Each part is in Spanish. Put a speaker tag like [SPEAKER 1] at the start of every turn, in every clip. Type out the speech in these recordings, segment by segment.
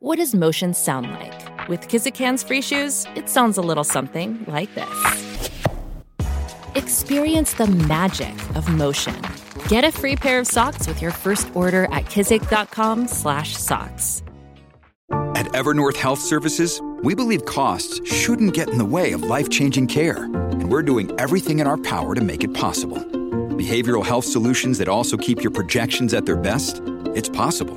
[SPEAKER 1] What does motion sound like? With Kizikans free shoes, it sounds a little something like this. Experience the magic of motion. Get a free pair of socks with your first order at kizik.com/socks.
[SPEAKER 2] At Evernorth Health Services, we believe costs shouldn't get in the way of life-changing care, and we're doing everything in our power to make it possible. Behavioral health solutions that also keep your projections at their best? It's possible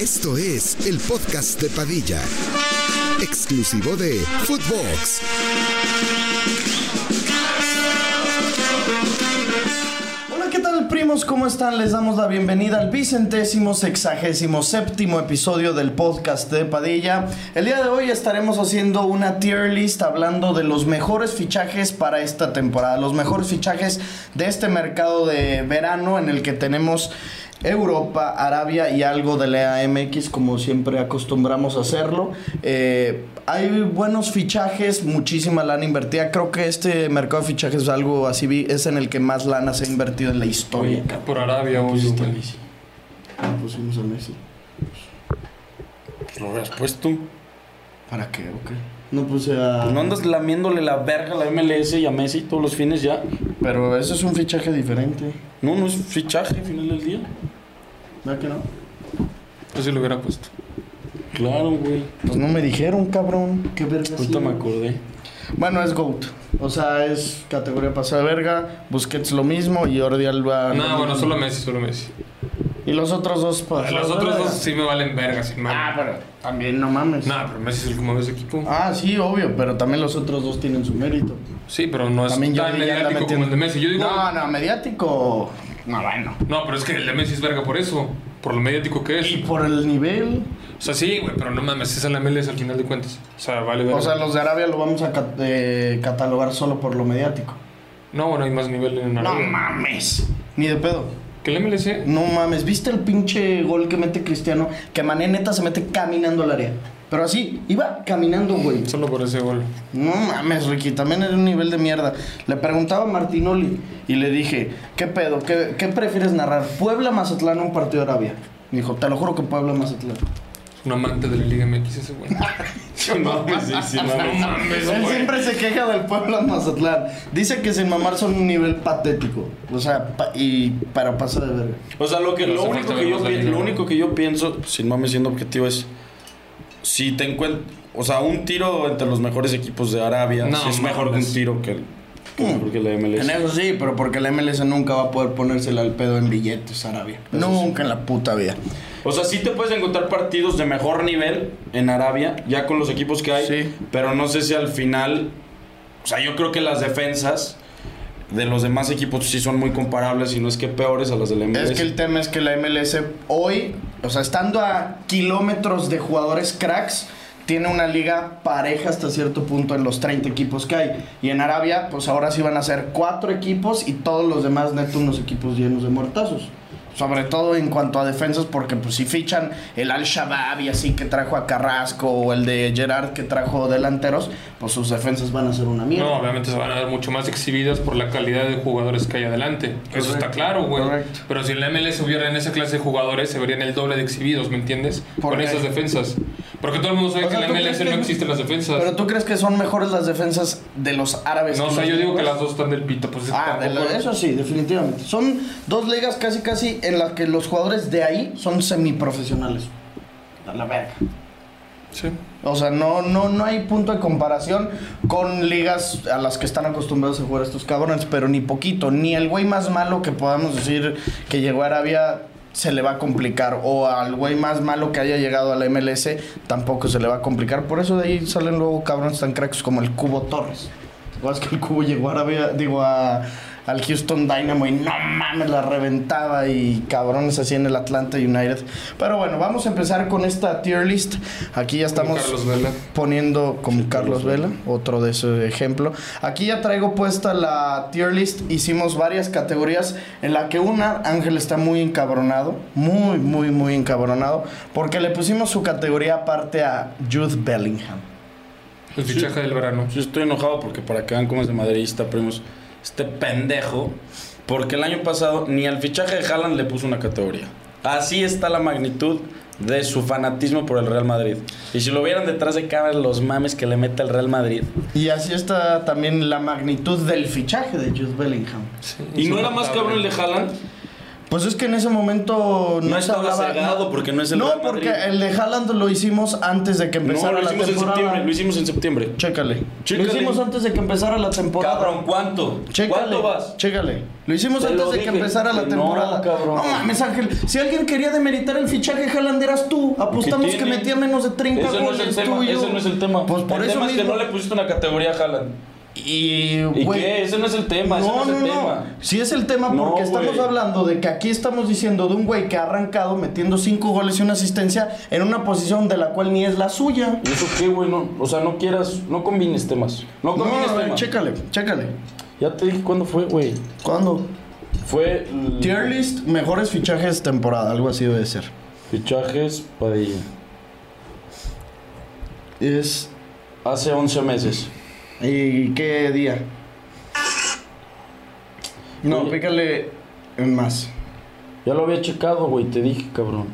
[SPEAKER 3] Esto es el podcast de Padilla, exclusivo de Footbox.
[SPEAKER 4] Hola, ¿qué tal, primos? ¿Cómo están? Les damos la bienvenida al vicentésimo, sexagésimo, séptimo episodio del podcast de Padilla. El día de hoy estaremos haciendo una tier list hablando de los mejores fichajes para esta temporada, los mejores fichajes de este mercado de verano en el que tenemos Europa, Arabia y algo de la MX como siempre acostumbramos a hacerlo. Eh, hay buenos fichajes, muchísima lana invertida. Creo que este mercado de fichajes es algo así, vi- es en el que más lana se ha invertido en la historia.
[SPEAKER 5] Oye, por Arabia, obvio, güey.
[SPEAKER 4] Pusimos a Messi.
[SPEAKER 5] Pues Lo habías puesto.
[SPEAKER 4] ¿Para qué? ¿O qué? No eh, puse a...
[SPEAKER 5] Pues no andas lamiéndole la verga a la MLS y a Messi todos los fines ya.
[SPEAKER 4] Pero eso es un fichaje diferente.
[SPEAKER 5] No, no es fichaje al final del día.
[SPEAKER 4] ¿Verdad que no?
[SPEAKER 6] Yo sí lo hubiera puesto.
[SPEAKER 5] Claro, güey.
[SPEAKER 4] Pues no me dijeron, cabrón. Qué verga.
[SPEAKER 5] Ahorita me acordé.
[SPEAKER 4] Bueno, es GOAT. O sea, es categoría pasada de verga. Busquets lo mismo y Jordi Alba...
[SPEAKER 6] No,
[SPEAKER 4] lo
[SPEAKER 6] Ah, bueno,
[SPEAKER 4] mismo.
[SPEAKER 6] solo Messi, solo Messi.
[SPEAKER 4] Y los otros dos pasados
[SPEAKER 6] Los
[SPEAKER 4] de
[SPEAKER 6] otros
[SPEAKER 4] verga.
[SPEAKER 6] dos sí me valen verga, sin mal.
[SPEAKER 4] Ah, pero también no mames.
[SPEAKER 6] No, pero Messi es el que mueve ese equipo.
[SPEAKER 4] Ah, sí, obvio, pero también los otros dos tienen su mérito.
[SPEAKER 6] Sí, pero no es
[SPEAKER 4] También yo
[SPEAKER 6] tan Pues, mediático como el de Messi. Yo digo,
[SPEAKER 4] No,
[SPEAKER 6] no,
[SPEAKER 4] no, mediático. No, bueno.
[SPEAKER 6] pero es que el de Messi es verga por eso. Por lo mediático que es.
[SPEAKER 4] Y por el nivel.
[SPEAKER 6] O sea, sí, güey, pero no mames, es el MLS al final de cuentas. O sea, vale verga.
[SPEAKER 4] O sea, los de Arabia lo vamos a cat- eh, catalogar solo por lo mediático.
[SPEAKER 6] No, bueno, hay más nivel en
[SPEAKER 4] No
[SPEAKER 6] Arabia.
[SPEAKER 4] mames. Ni de pedo.
[SPEAKER 6] Que el MLS...
[SPEAKER 4] No mames. ¿Viste el pinche gol que mete Cristiano? Que Mané neta se mete caminando al área. Pero así, iba caminando, güey.
[SPEAKER 6] Solo por ese gol.
[SPEAKER 4] No mames, Ricky, también era un nivel de mierda. Le preguntaba a Martinoli y le dije, ¿qué pedo? ¿Qué, qué prefieres narrar? ¿Puebla Mazatlán o un partido de Arabia? Me dijo, te lo juro que Puebla Mazatlán.
[SPEAKER 6] Es un amante de la Liga MX ese güey.
[SPEAKER 5] No,
[SPEAKER 4] pues
[SPEAKER 5] mames, sí, sí, no,
[SPEAKER 6] No
[SPEAKER 5] mames.
[SPEAKER 6] mames,
[SPEAKER 4] Él
[SPEAKER 6] güey.
[SPEAKER 4] siempre se queja del Puebla Mazatlán. Dice que sin mamar son un nivel patético. O sea, pa- y para paso de verga.
[SPEAKER 5] O sea, lo, que,
[SPEAKER 6] Pero
[SPEAKER 5] lo,
[SPEAKER 6] se
[SPEAKER 5] único
[SPEAKER 6] falta
[SPEAKER 5] que yo,
[SPEAKER 6] verlos
[SPEAKER 5] pi-
[SPEAKER 6] ahí,
[SPEAKER 5] lo
[SPEAKER 6] ¿no?
[SPEAKER 5] único que yo pienso, sin mames siendo objetivo, es si te encuentras, o sea, un tiro entre los mejores equipos de Arabia
[SPEAKER 6] No,
[SPEAKER 5] sí es mejor que
[SPEAKER 6] mames.
[SPEAKER 5] un tiro que, el- que mejor que la MLS.
[SPEAKER 4] En eso sí, pero porque la MLS nunca va a poder ponérsela al pedo en billetes Arabia. nunca en la puta vida.
[SPEAKER 5] O sea, sí te puedes encontrar partidos de mejor nivel en Arabia, ya con los equipos que hay.
[SPEAKER 4] Sí.
[SPEAKER 5] Pero no sé si al final. O sea, yo creo que las defensas de los demás equipos sí son muy comparables y no es que peores a las del MLS.
[SPEAKER 4] Es que el tema es que la MLS hoy, o sea, estando a kilómetros de jugadores cracks, tiene una liga pareja hasta cierto punto en los 30 equipos que hay. Y en Arabia, pues ahora sí van a ser cuatro equipos y todos los demás neto unos equipos llenos de muertazos. Sobre todo en cuanto a defensas, porque pues si fichan el Al-Shabaab y así que trajo a Carrasco o el de Gerard que trajo delanteros, pues sus defensas van a ser una mierda.
[SPEAKER 6] No, obviamente se van a ver mucho más exhibidas por la calidad de jugadores que hay adelante. Eso está claro, güey.
[SPEAKER 4] correcto.
[SPEAKER 6] Pero si en la MLS hubiera en esa clase de jugadores, se verían el doble de exhibidos, ¿me entiendes?
[SPEAKER 4] ¿Por
[SPEAKER 6] Con
[SPEAKER 4] qué?
[SPEAKER 6] esas defensas. Porque todo el mundo sabe
[SPEAKER 4] O sea,
[SPEAKER 6] que en
[SPEAKER 4] ¿tú
[SPEAKER 6] la
[SPEAKER 4] crees
[SPEAKER 6] MLS
[SPEAKER 4] que-
[SPEAKER 6] no existen las defensas.
[SPEAKER 4] Pero tú crees que son mejores las defensas de los árabes.
[SPEAKER 6] no o
[SPEAKER 4] que
[SPEAKER 6] sea,
[SPEAKER 4] las
[SPEAKER 6] yo digo que
[SPEAKER 4] nuestras?
[SPEAKER 6] las dos están del pito. Pues es que
[SPEAKER 4] Ah, de
[SPEAKER 6] tampoco-
[SPEAKER 4] la- eso sí, definitivamente. Son dos ligas casi casi en las que los jugadores de ahí son semiprofesionales. A la verga.
[SPEAKER 6] Sí.
[SPEAKER 4] O sea, no, no, no hay punto de comparación con ligas a las que están acostumbrados a jugar estos cabrones, pero ni poquito, ni el güey más malo que podamos decir que llegó a Arabia se le va a complicar, o al güey más malo que haya llegado a la MLS tampoco se le va a complicar. Por eso de ahí salen luego cabrones tan cracks como el Cubo Torres. ¿Te acuerdas que el Cubo llegó a Arabia, digo a al Houston Dynamo y no mames, la reventaba y cabrones así en el Atlanta United. Pero bueno, vamos a empezar con esta tier list. Aquí ya estamos
[SPEAKER 6] Carlos Vela.
[SPEAKER 4] poniendo como Carlos Vela, otro de su ejemplo. Aquí ya traigo puesta la tier list. Hicimos varias categorías en la que una, Ángel está muy encabronado, muy, muy, muy encabronado, porque le pusimos su categoría aparte a Jude Bellingham.
[SPEAKER 6] El fichaje del verano.
[SPEAKER 5] Yo estoy enojado porque para que vean cómo es de madridista, primos. Este pendejo, porque el año pasado ni al fichaje de Haaland le puso una categoría. Así está la magnitud de su fanatismo por el Real Madrid. Y si lo vieran detrás de cámara los mames que le mete el Real Madrid.
[SPEAKER 4] Y así está también la magnitud del fichaje de Jude Bellingham.
[SPEAKER 5] Y no era más cabrón el de Haaland.
[SPEAKER 4] Pues es que en ese momento no,
[SPEAKER 5] No
[SPEAKER 4] se
[SPEAKER 5] estaba
[SPEAKER 4] hablaba.
[SPEAKER 5] cegado porque no es el
[SPEAKER 4] No,
[SPEAKER 5] Real
[SPEAKER 4] porque
[SPEAKER 5] Madrid.
[SPEAKER 4] el de Haaland lo hicimos antes de que
[SPEAKER 5] No,
[SPEAKER 4] empezara
[SPEAKER 5] lo
[SPEAKER 4] la
[SPEAKER 5] hicimos en
[SPEAKER 4] temporada.
[SPEAKER 5] septiembre. Lo hicimos en septiembre.
[SPEAKER 4] Chécale.
[SPEAKER 5] Chécale.
[SPEAKER 4] Lo hicimos antes de que empezara la temporada.
[SPEAKER 5] Cabrón, ¿cuánto?
[SPEAKER 4] Chécale,
[SPEAKER 5] ¿Cuánto vas?
[SPEAKER 4] Chécale. Lo hicimos
[SPEAKER 5] Te
[SPEAKER 4] antes
[SPEAKER 5] lo
[SPEAKER 4] de que
[SPEAKER 5] dije.
[SPEAKER 4] empezara la
[SPEAKER 5] No,
[SPEAKER 4] temporada.
[SPEAKER 5] cabrón.
[SPEAKER 4] No mames, Ángel. Si alguien quería demeritar el fichaje, Haaland eras tú. Apostamos pues, que
[SPEAKER 5] tiene?
[SPEAKER 4] metía menos de 30
[SPEAKER 5] Ese no es
[SPEAKER 4] goles
[SPEAKER 5] el tema,
[SPEAKER 4] tú y yo.
[SPEAKER 5] ese no es el tema.
[SPEAKER 4] Pues por
[SPEAKER 5] el
[SPEAKER 4] eso
[SPEAKER 5] tema es que
[SPEAKER 4] mismo.
[SPEAKER 5] no le pusiste una categoría a Haaland.
[SPEAKER 4] Y,
[SPEAKER 5] ¿Y
[SPEAKER 4] güey,
[SPEAKER 5] qué? Ese no es el tema, ese no,
[SPEAKER 4] No,
[SPEAKER 5] es
[SPEAKER 4] no,
[SPEAKER 5] el
[SPEAKER 4] no.
[SPEAKER 5] tema.
[SPEAKER 4] Si es el tema
[SPEAKER 5] No,
[SPEAKER 4] porque estamos
[SPEAKER 5] güey.
[SPEAKER 4] hablando de que aquí estamos diciendo de un güey que ha arrancado metiendo cinco goles y una asistencia en una posición de la cual ni es la suya.
[SPEAKER 5] ¿Y eso qué, güey? No, o sea, no quieras, no combines temas. No combines
[SPEAKER 4] No,
[SPEAKER 5] temas.
[SPEAKER 4] chécale, chécale.
[SPEAKER 5] Ya te dije cuándo fue, güey.
[SPEAKER 4] ¿Cuándo?
[SPEAKER 5] Fue el-
[SPEAKER 4] Tier list, mejores fichajes temporada, algo así debe ser.
[SPEAKER 5] fichajes Padilla.
[SPEAKER 4] Es.
[SPEAKER 5] Hace 11 meses.
[SPEAKER 4] ¿Y qué día? No,
[SPEAKER 5] Oye.
[SPEAKER 4] pícale en más.
[SPEAKER 5] Ya lo había checado, güey, te dije, cabrón.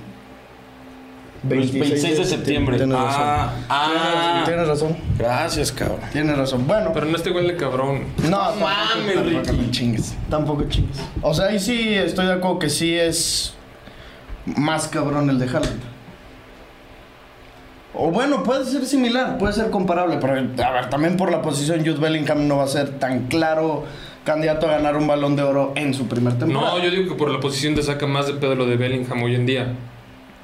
[SPEAKER 5] Pero es 26, de septiembre.
[SPEAKER 4] Tienes
[SPEAKER 5] ah,
[SPEAKER 4] razón.
[SPEAKER 5] ah.
[SPEAKER 4] Tienes razón.
[SPEAKER 5] Gracias, cabrón.
[SPEAKER 4] Tienes razón. Bueno,
[SPEAKER 6] Pero no está igual de cabrón.
[SPEAKER 4] No, tampoco-
[SPEAKER 5] mames,
[SPEAKER 4] tampoco
[SPEAKER 5] Ricky.
[SPEAKER 4] me chingues. Tampoco chingues. O sea, ahí sí estoy de acuerdo que sí es más cabrón el de Haaland. O bueno, puede ser similar, puede ser comparable, pero a ver, también por la posición Jude Bellingham no va a ser tan claro candidato a ganar un balón de oro en su primer temporada.
[SPEAKER 6] No, yo digo que por la posición te saca más de pedo lo de Bellingham hoy en día.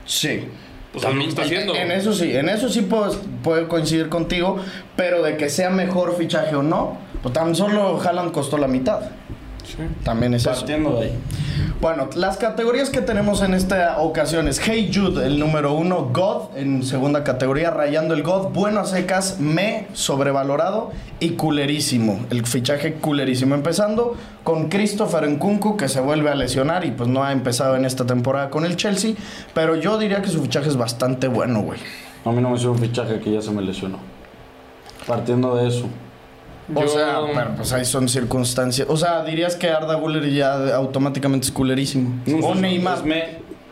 [SPEAKER 4] Sí.
[SPEAKER 6] O sea, lo que está haciendo.
[SPEAKER 4] En eso sí, en eso sí puedo, puedo coincidir contigo, pero de que sea mejor fichaje o no, pues tan solo Haaland costó la mitad. También es eso.
[SPEAKER 5] Partiendo de ahí.
[SPEAKER 4] Bueno, las categorías que tenemos en esta ocasión es Hey Jude, el número uno, God, en segunda categoría, Rayando el God, Bueno a secas, Me, sobrevalorado y culerísimo, el fichaje culerísimo. Empezando con Christopher Nkunku, que se vuelve a lesionar y pues no ha empezado en esta temporada con el Chelsea, pero yo diría que su fichaje es bastante bueno, güey.
[SPEAKER 5] A mí no me hizo un fichaje que ya se me lesionó. Partiendo de eso.
[SPEAKER 4] O
[SPEAKER 6] Yo-
[SPEAKER 4] sea, pero pues ahí son circunstancias. O sea, dirías que Arda Güler ya automáticamente es culerísimo. o Oh, Neymar. Oh.
[SPEAKER 5] Es me.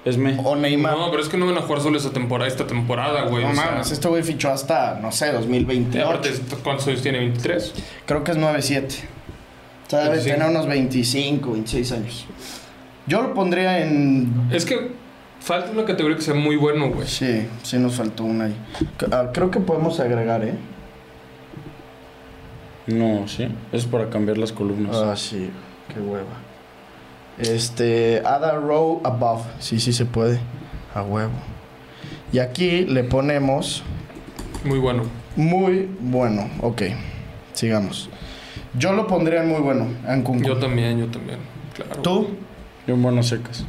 [SPEAKER 5] Es me.
[SPEAKER 4] O Neymar.
[SPEAKER 6] No, pero es que no van a jugar solo esa temporada, esta temporada, güey.
[SPEAKER 4] No
[SPEAKER 6] o sea,
[SPEAKER 4] mames, este güey fichó hasta, no sé,
[SPEAKER 6] Pues, ah. y
[SPEAKER 4] 2028.
[SPEAKER 6] aparte, ¿cuántos años tiene? ¿23?
[SPEAKER 4] Creo que es 9-7. O sea, debe
[SPEAKER 6] 25.
[SPEAKER 4] tener unos 25, 26 años. Yo lo pondría en.
[SPEAKER 6] Es que falta una categoría que sea muy bueno, güey.
[SPEAKER 4] Sí, sí nos faltó una ahí. C- ah, Creo que podemos agregar, ¿eh?
[SPEAKER 5] No, sí. Es para cambiar las columnas.
[SPEAKER 4] Ah, sí, qué hueva. Este, Ada Row Above. Sí, sí se puede. A huevo. Y aquí le ponemos.
[SPEAKER 6] Muy bueno.
[SPEAKER 4] Muy bueno. Ok, sigamos. Yo lo pondría en muy bueno. En Kunku.
[SPEAKER 6] Yo también, yo también. Claro.
[SPEAKER 4] ¿Tú?
[SPEAKER 5] Yo en buenas secas.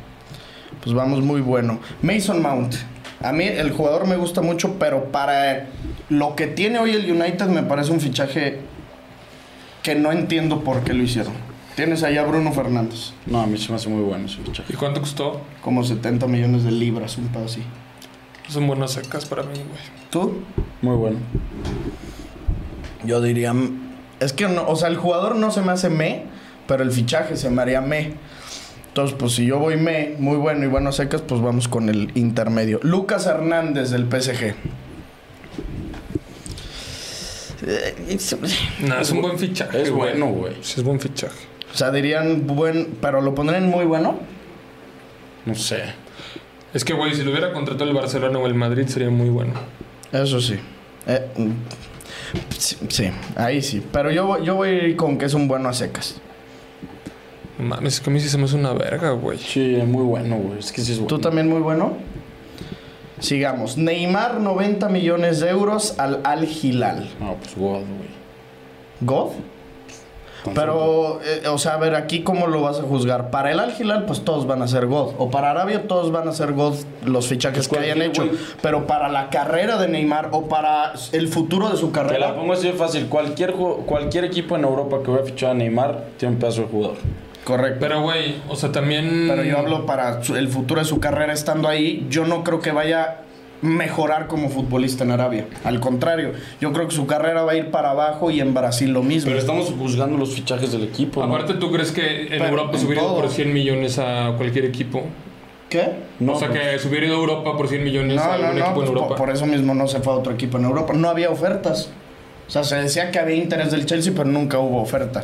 [SPEAKER 4] Pues vamos muy bueno. Mason Mount. A mí el jugador me gusta mucho, pero para lo que tiene hoy el United me parece un fichaje que no entiendo por qué lo hicieron. Tienes allá a Bruno Fernández,
[SPEAKER 5] No, a mí se me hace muy bueno su
[SPEAKER 6] ¿Y
[SPEAKER 5] fichaje.
[SPEAKER 6] cuánto costó?
[SPEAKER 4] como 70 millones de libras, un pedo así.
[SPEAKER 6] Son buenas secas para mí, güey.
[SPEAKER 4] ¿Tú?
[SPEAKER 5] Muy bueno.
[SPEAKER 4] Yo diría, mm, es que no, o sea, el jugador no se me hace me, pero el fichaje se me haría me. Entonces, pues si yo voy me, muy bueno y bueno secas, pues vamos con el intermedio. Lucas Hernández del PSG.
[SPEAKER 6] No, es un buen fichaje.
[SPEAKER 5] Es
[SPEAKER 6] güey.
[SPEAKER 5] bueno, güey.
[SPEAKER 6] Sí, es buen fichaje.
[SPEAKER 4] O sea, dirían buen, pero lo pondrían muy bueno.
[SPEAKER 5] No sé.
[SPEAKER 6] Es que, güey, si lo hubiera contratado el Barcelona o el Madrid sería muy bueno.
[SPEAKER 4] Eso sí. Eh, mm, sí, sí, ahí sí. Pero yo, voy- yo voy con que es un bueno a secas.
[SPEAKER 6] No Mames, es que a mí sí se me hace una verga, güey.
[SPEAKER 5] Sí, es muy bueno, güey. Es que sí es bueno.
[SPEAKER 4] ¿Tú también muy bueno? Sigamos. Neymar, 90 millones de euros al Al Hilal.
[SPEAKER 5] No, pues God, güey.
[SPEAKER 4] ¿God? Pero, eh, o sea, a ver, aquí cómo lo vas a juzgar. Para el Al Hilal, pues todos van a ser God. O para Arabia, todos van a ser God los fichajes que
[SPEAKER 5] Pues,
[SPEAKER 4] hayan
[SPEAKER 5] cualquier
[SPEAKER 4] hecho.
[SPEAKER 5] güey.
[SPEAKER 4] Pero para la carrera de Neymar o para el futuro de su
[SPEAKER 5] Te
[SPEAKER 4] carrera.
[SPEAKER 5] la pongo así de fácil. Cualquier, ju- cualquier equipo en Europa que hubiera fichado a Neymar tiene un pedazo de jugador.
[SPEAKER 4] Correcto.
[SPEAKER 6] Pero, güey, o sea, también.
[SPEAKER 4] Pero
[SPEAKER 5] mm.
[SPEAKER 4] yo hablo para su- el futuro de su carrera estando ahí. Yo no creo que vaya a mejorar como futbolista en Arabia. Al contrario, yo creo que su carrera va a ir para abajo y en Brasil lo mismo.
[SPEAKER 5] Pero estamos juzgando los fichajes del equipo. ¿no?
[SPEAKER 6] Aparte, ¿tú crees que en
[SPEAKER 4] Pero
[SPEAKER 6] Europa
[SPEAKER 4] en
[SPEAKER 6] se hubiera ido
[SPEAKER 4] todo.
[SPEAKER 6] por 100 millones a cualquier equipo?
[SPEAKER 4] ¿Qué?
[SPEAKER 5] No, pues,
[SPEAKER 6] o sea, que se hubiera ido a Europa por 100 millones a
[SPEAKER 4] No, no,
[SPEAKER 6] algún equipo
[SPEAKER 4] no, pues,
[SPEAKER 6] en
[SPEAKER 4] po-
[SPEAKER 6] Europa.
[SPEAKER 4] por, eso mismo no se fue a otro equipo en Europa. No había ofertas. O sea, se decía que había interés del Chelsea, pero nunca hubo oferta.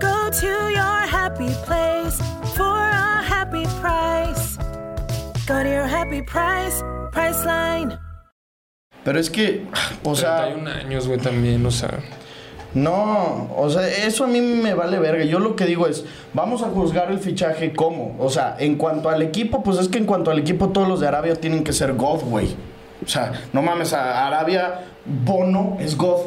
[SPEAKER 7] Go to your happy place for a happy price. Go to your happy price, price line.
[SPEAKER 4] Pero es que, o sea,
[SPEAKER 6] 31 años, güey, también, o sea.
[SPEAKER 4] no, o sea, eso a mí me vale verga. Yo lo que digo es, vamos a juzgar el fichaje como. O sea, en cuanto al equipo, pues es que en cuanto al equipo, todos los de Arabia tienen que ser God, güey. O sea, no mames, a Arabia, Bono es God,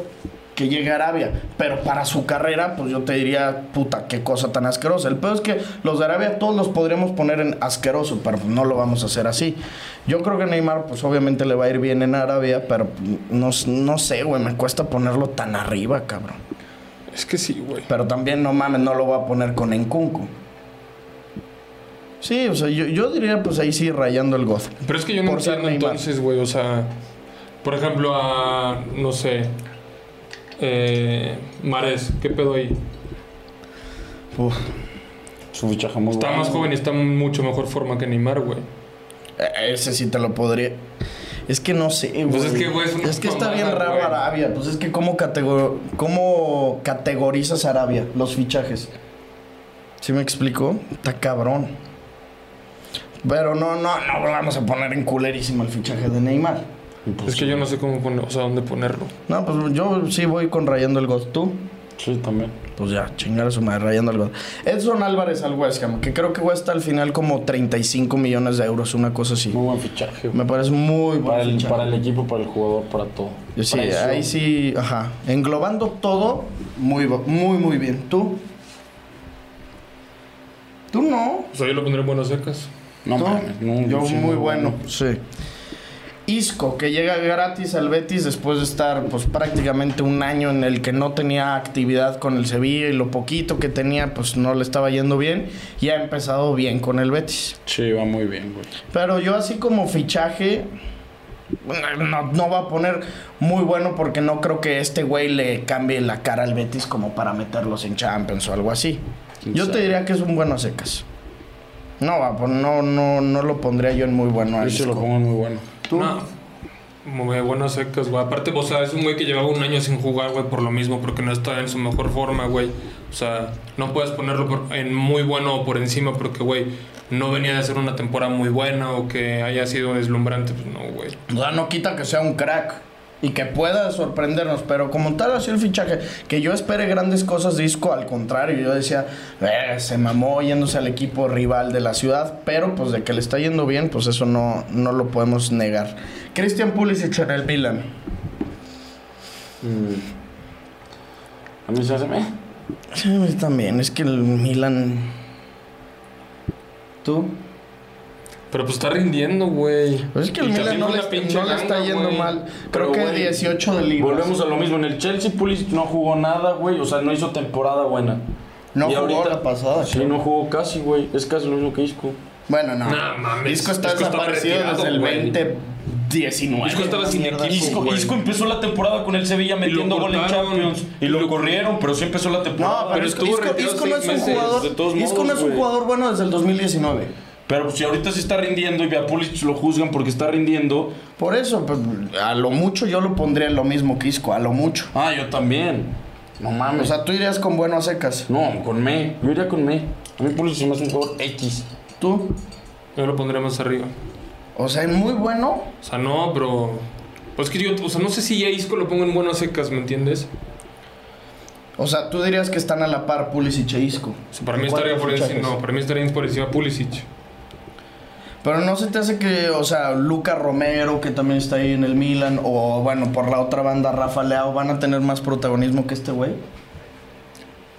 [SPEAKER 4] que llegue a Arabia. Pero para su carrera, pues yo te diría, puta, qué cosa tan asquerosa. El peor es que los de Arabia todos los podríamos poner en asqueroso, pero pues, no lo vamos a hacer así. Yo creo que Neymar, pues obviamente le va a ir bien en Arabia, pero mm, no, no sé, güey, me cuesta ponerlo tan arriba, cabrón.
[SPEAKER 6] Es que sí, güey.
[SPEAKER 4] Pero también, no mames, no lo voy a poner con Encunco. Sí, o sea, yo, yo diría, pues ahí sí, rayando el gozo.
[SPEAKER 6] Pero es que yo no
[SPEAKER 4] Por ser
[SPEAKER 6] entiendo
[SPEAKER 4] Neymar.
[SPEAKER 6] entonces, güey, o sea. Por ejemplo, a. No sé. Eh, Mares, ¿qué pedo ahí?
[SPEAKER 5] Su fichaje muy
[SPEAKER 6] Está
[SPEAKER 5] bueno.
[SPEAKER 6] más joven y está en mucho mejor forma que Neymar, güey.
[SPEAKER 4] Eh, Ese sí te lo podría. Es que no sé, güey.
[SPEAKER 6] Pues es que, güey, es una
[SPEAKER 4] Es que está
[SPEAKER 6] mamada,
[SPEAKER 4] bien raro
[SPEAKER 6] güey.
[SPEAKER 4] Arabia. Pues es que, ¿cómo, categor- ¿cómo categorizas Arabia? Los fichajes. ¿Sí me explico? Está cabrón. Pero no, no, no vamos a poner en culerísimo el fichaje de Neymar.
[SPEAKER 5] pues,
[SPEAKER 6] es que yo no sé cómo poner, o sea, dónde ponerlo.
[SPEAKER 4] No, pues yo sí voy con rayando el God. ¿Tú?
[SPEAKER 5] Sí, también.
[SPEAKER 4] Pues ya, chingar a su madre, rayando el God. Edson Álvarez al West Ham, que creo que cuesta al final como 35 millones de euros, una cosa así.
[SPEAKER 5] Muy buen fichaje. güey.
[SPEAKER 4] Me parece muy bueno.
[SPEAKER 5] Para el, para el equipo, para el jugador, para todo.
[SPEAKER 4] Sí,
[SPEAKER 5] Precio.
[SPEAKER 4] ahí sí, ajá. Englobando todo, muy, bo- muy, muy bien. ¿Tú? ¿Tú no?
[SPEAKER 6] O sea, yo lo pondré en Buenos Aires.
[SPEAKER 5] No,
[SPEAKER 4] ¿Tú?
[SPEAKER 5] mames, no,
[SPEAKER 4] Yo
[SPEAKER 5] sí,
[SPEAKER 4] muy bueno, sí. Isco, que llega gratis al Betis después de estar pues prácticamente un año en el que no tenía actividad con el Sevilla y lo poquito que tenía pues no le estaba yendo bien y ha empezado bien con el Betis.
[SPEAKER 5] Sí, va muy bien, güey.
[SPEAKER 4] Pero yo así como fichaje no, no va a poner muy bueno porque no creo que este güey le cambie la cara al Betis como para meterlos en Champions o algo así.
[SPEAKER 5] ¿Quién
[SPEAKER 4] Yo te
[SPEAKER 5] sabe?
[SPEAKER 4] diría que es un bueno a secas. No, va, pues, no, no, no lo pondría yo en muy bueno a
[SPEAKER 5] Yo sí lo
[SPEAKER 4] Isco.
[SPEAKER 5] pongo en muy bueno.
[SPEAKER 6] No. Muy buenas secas, güey. Aparte, o sea, es un güey que llevaba un año sin jugar, güey, por lo mismo, porque no está en su mejor forma, güey. O sea, no puedes ponerlo por- en muy bueno o por encima, porque, güey, no venía de hacer una temporada muy buena o que haya sido deslumbrante. Pues no, güey.
[SPEAKER 4] O sea, no quita que sea un crack y que pueda sorprendernos, pero como tal así el fichaje, que yo espere grandes cosas de Isco, al contrario, yo decía, "Eh, se mamó yéndose al equipo rival de la ciudad, pero pues de que le está yendo bien, pues eso no, no lo podemos negar. Christian Pulisic en el Milan.
[SPEAKER 5] A mí se hace. eh.
[SPEAKER 4] Sí, a mí también, es que el Milan... ¿Tú?
[SPEAKER 6] Pero pues está rindiendo, güey.
[SPEAKER 4] Pues es que el
[SPEAKER 6] Y
[SPEAKER 4] Milan
[SPEAKER 6] camino
[SPEAKER 4] no le,
[SPEAKER 6] una pinche
[SPEAKER 4] no le está
[SPEAKER 6] ganga,
[SPEAKER 4] yendo
[SPEAKER 6] güey.
[SPEAKER 4] mal. Creo
[SPEAKER 5] Pero,
[SPEAKER 4] que
[SPEAKER 5] güey,
[SPEAKER 4] 18 de libras.
[SPEAKER 5] Volvemos a lo mismo. En el Chelsea, Pulisic no jugó nada, güey. O sea, no hizo temporada buena.
[SPEAKER 4] No
[SPEAKER 5] Y
[SPEAKER 4] jugó la pasada,
[SPEAKER 5] Sí,
[SPEAKER 4] creo.
[SPEAKER 5] no jugó casi, güey. Es casi lo mismo que Isco.
[SPEAKER 4] Bueno, no.
[SPEAKER 6] No mames,
[SPEAKER 4] Disco está
[SPEAKER 6] Isco estaba
[SPEAKER 4] desaparecido
[SPEAKER 6] retirado,
[SPEAKER 4] desde el
[SPEAKER 6] güey.
[SPEAKER 4] 2019.
[SPEAKER 6] Isco estaba
[SPEAKER 4] Una
[SPEAKER 6] sin
[SPEAKER 4] mierda
[SPEAKER 6] equipo,
[SPEAKER 4] así.
[SPEAKER 5] Isco,
[SPEAKER 6] güey.
[SPEAKER 5] Isco empezó la temporada con el Sevilla metiendo gol en
[SPEAKER 6] cortaron.
[SPEAKER 5] Champions. Y lo, corrieron, pero sí empezó la temporada.
[SPEAKER 4] No, pero,
[SPEAKER 6] Pero
[SPEAKER 4] Isco,
[SPEAKER 6] estuvo
[SPEAKER 4] Isco-
[SPEAKER 6] retirado
[SPEAKER 4] Isco
[SPEAKER 6] seis
[SPEAKER 4] no es un
[SPEAKER 6] meses,
[SPEAKER 4] jugador.
[SPEAKER 5] de todos
[SPEAKER 4] Isco no
[SPEAKER 5] modos,
[SPEAKER 4] es un
[SPEAKER 5] güey.
[SPEAKER 4] jugador bueno desde el 2019.
[SPEAKER 5] Pero si ahorita sí está rindiendo y a Pulisic lo juzgan porque está rindiendo.
[SPEAKER 4] Por eso, pues, a lo mucho yo lo pondría en lo mismo que Isco, a lo mucho.
[SPEAKER 5] Ah, yo también. No
[SPEAKER 4] O
[SPEAKER 5] mames.
[SPEAKER 4] sea, tú irías con bueno a secas.
[SPEAKER 5] No, con me. Yo iría con me. A mí Pulisic se me hace un jugador X.
[SPEAKER 4] ¿Tú?
[SPEAKER 6] Yo lo pondría más arriba.
[SPEAKER 4] O sea, muy bueno.
[SPEAKER 6] O sea, no, pero. Pues que yo, o sea, no sé si a Isco lo pongo en buenas secas, ¿me entiendes?
[SPEAKER 4] O sea, tú dirías que están a la par Pulisic e Isco.
[SPEAKER 6] O sea, para mí
[SPEAKER 4] ¿En cuántos
[SPEAKER 6] estaría por encima.
[SPEAKER 4] fichajes?
[SPEAKER 6] No, para mí estaría por encima Pulisic.
[SPEAKER 4] Pero no se te hace que, o sea, Luca Romero, que también está ahí en el Milan, o bueno, por la otra banda, Rafa Leao, van a tener más protagonismo que este güey.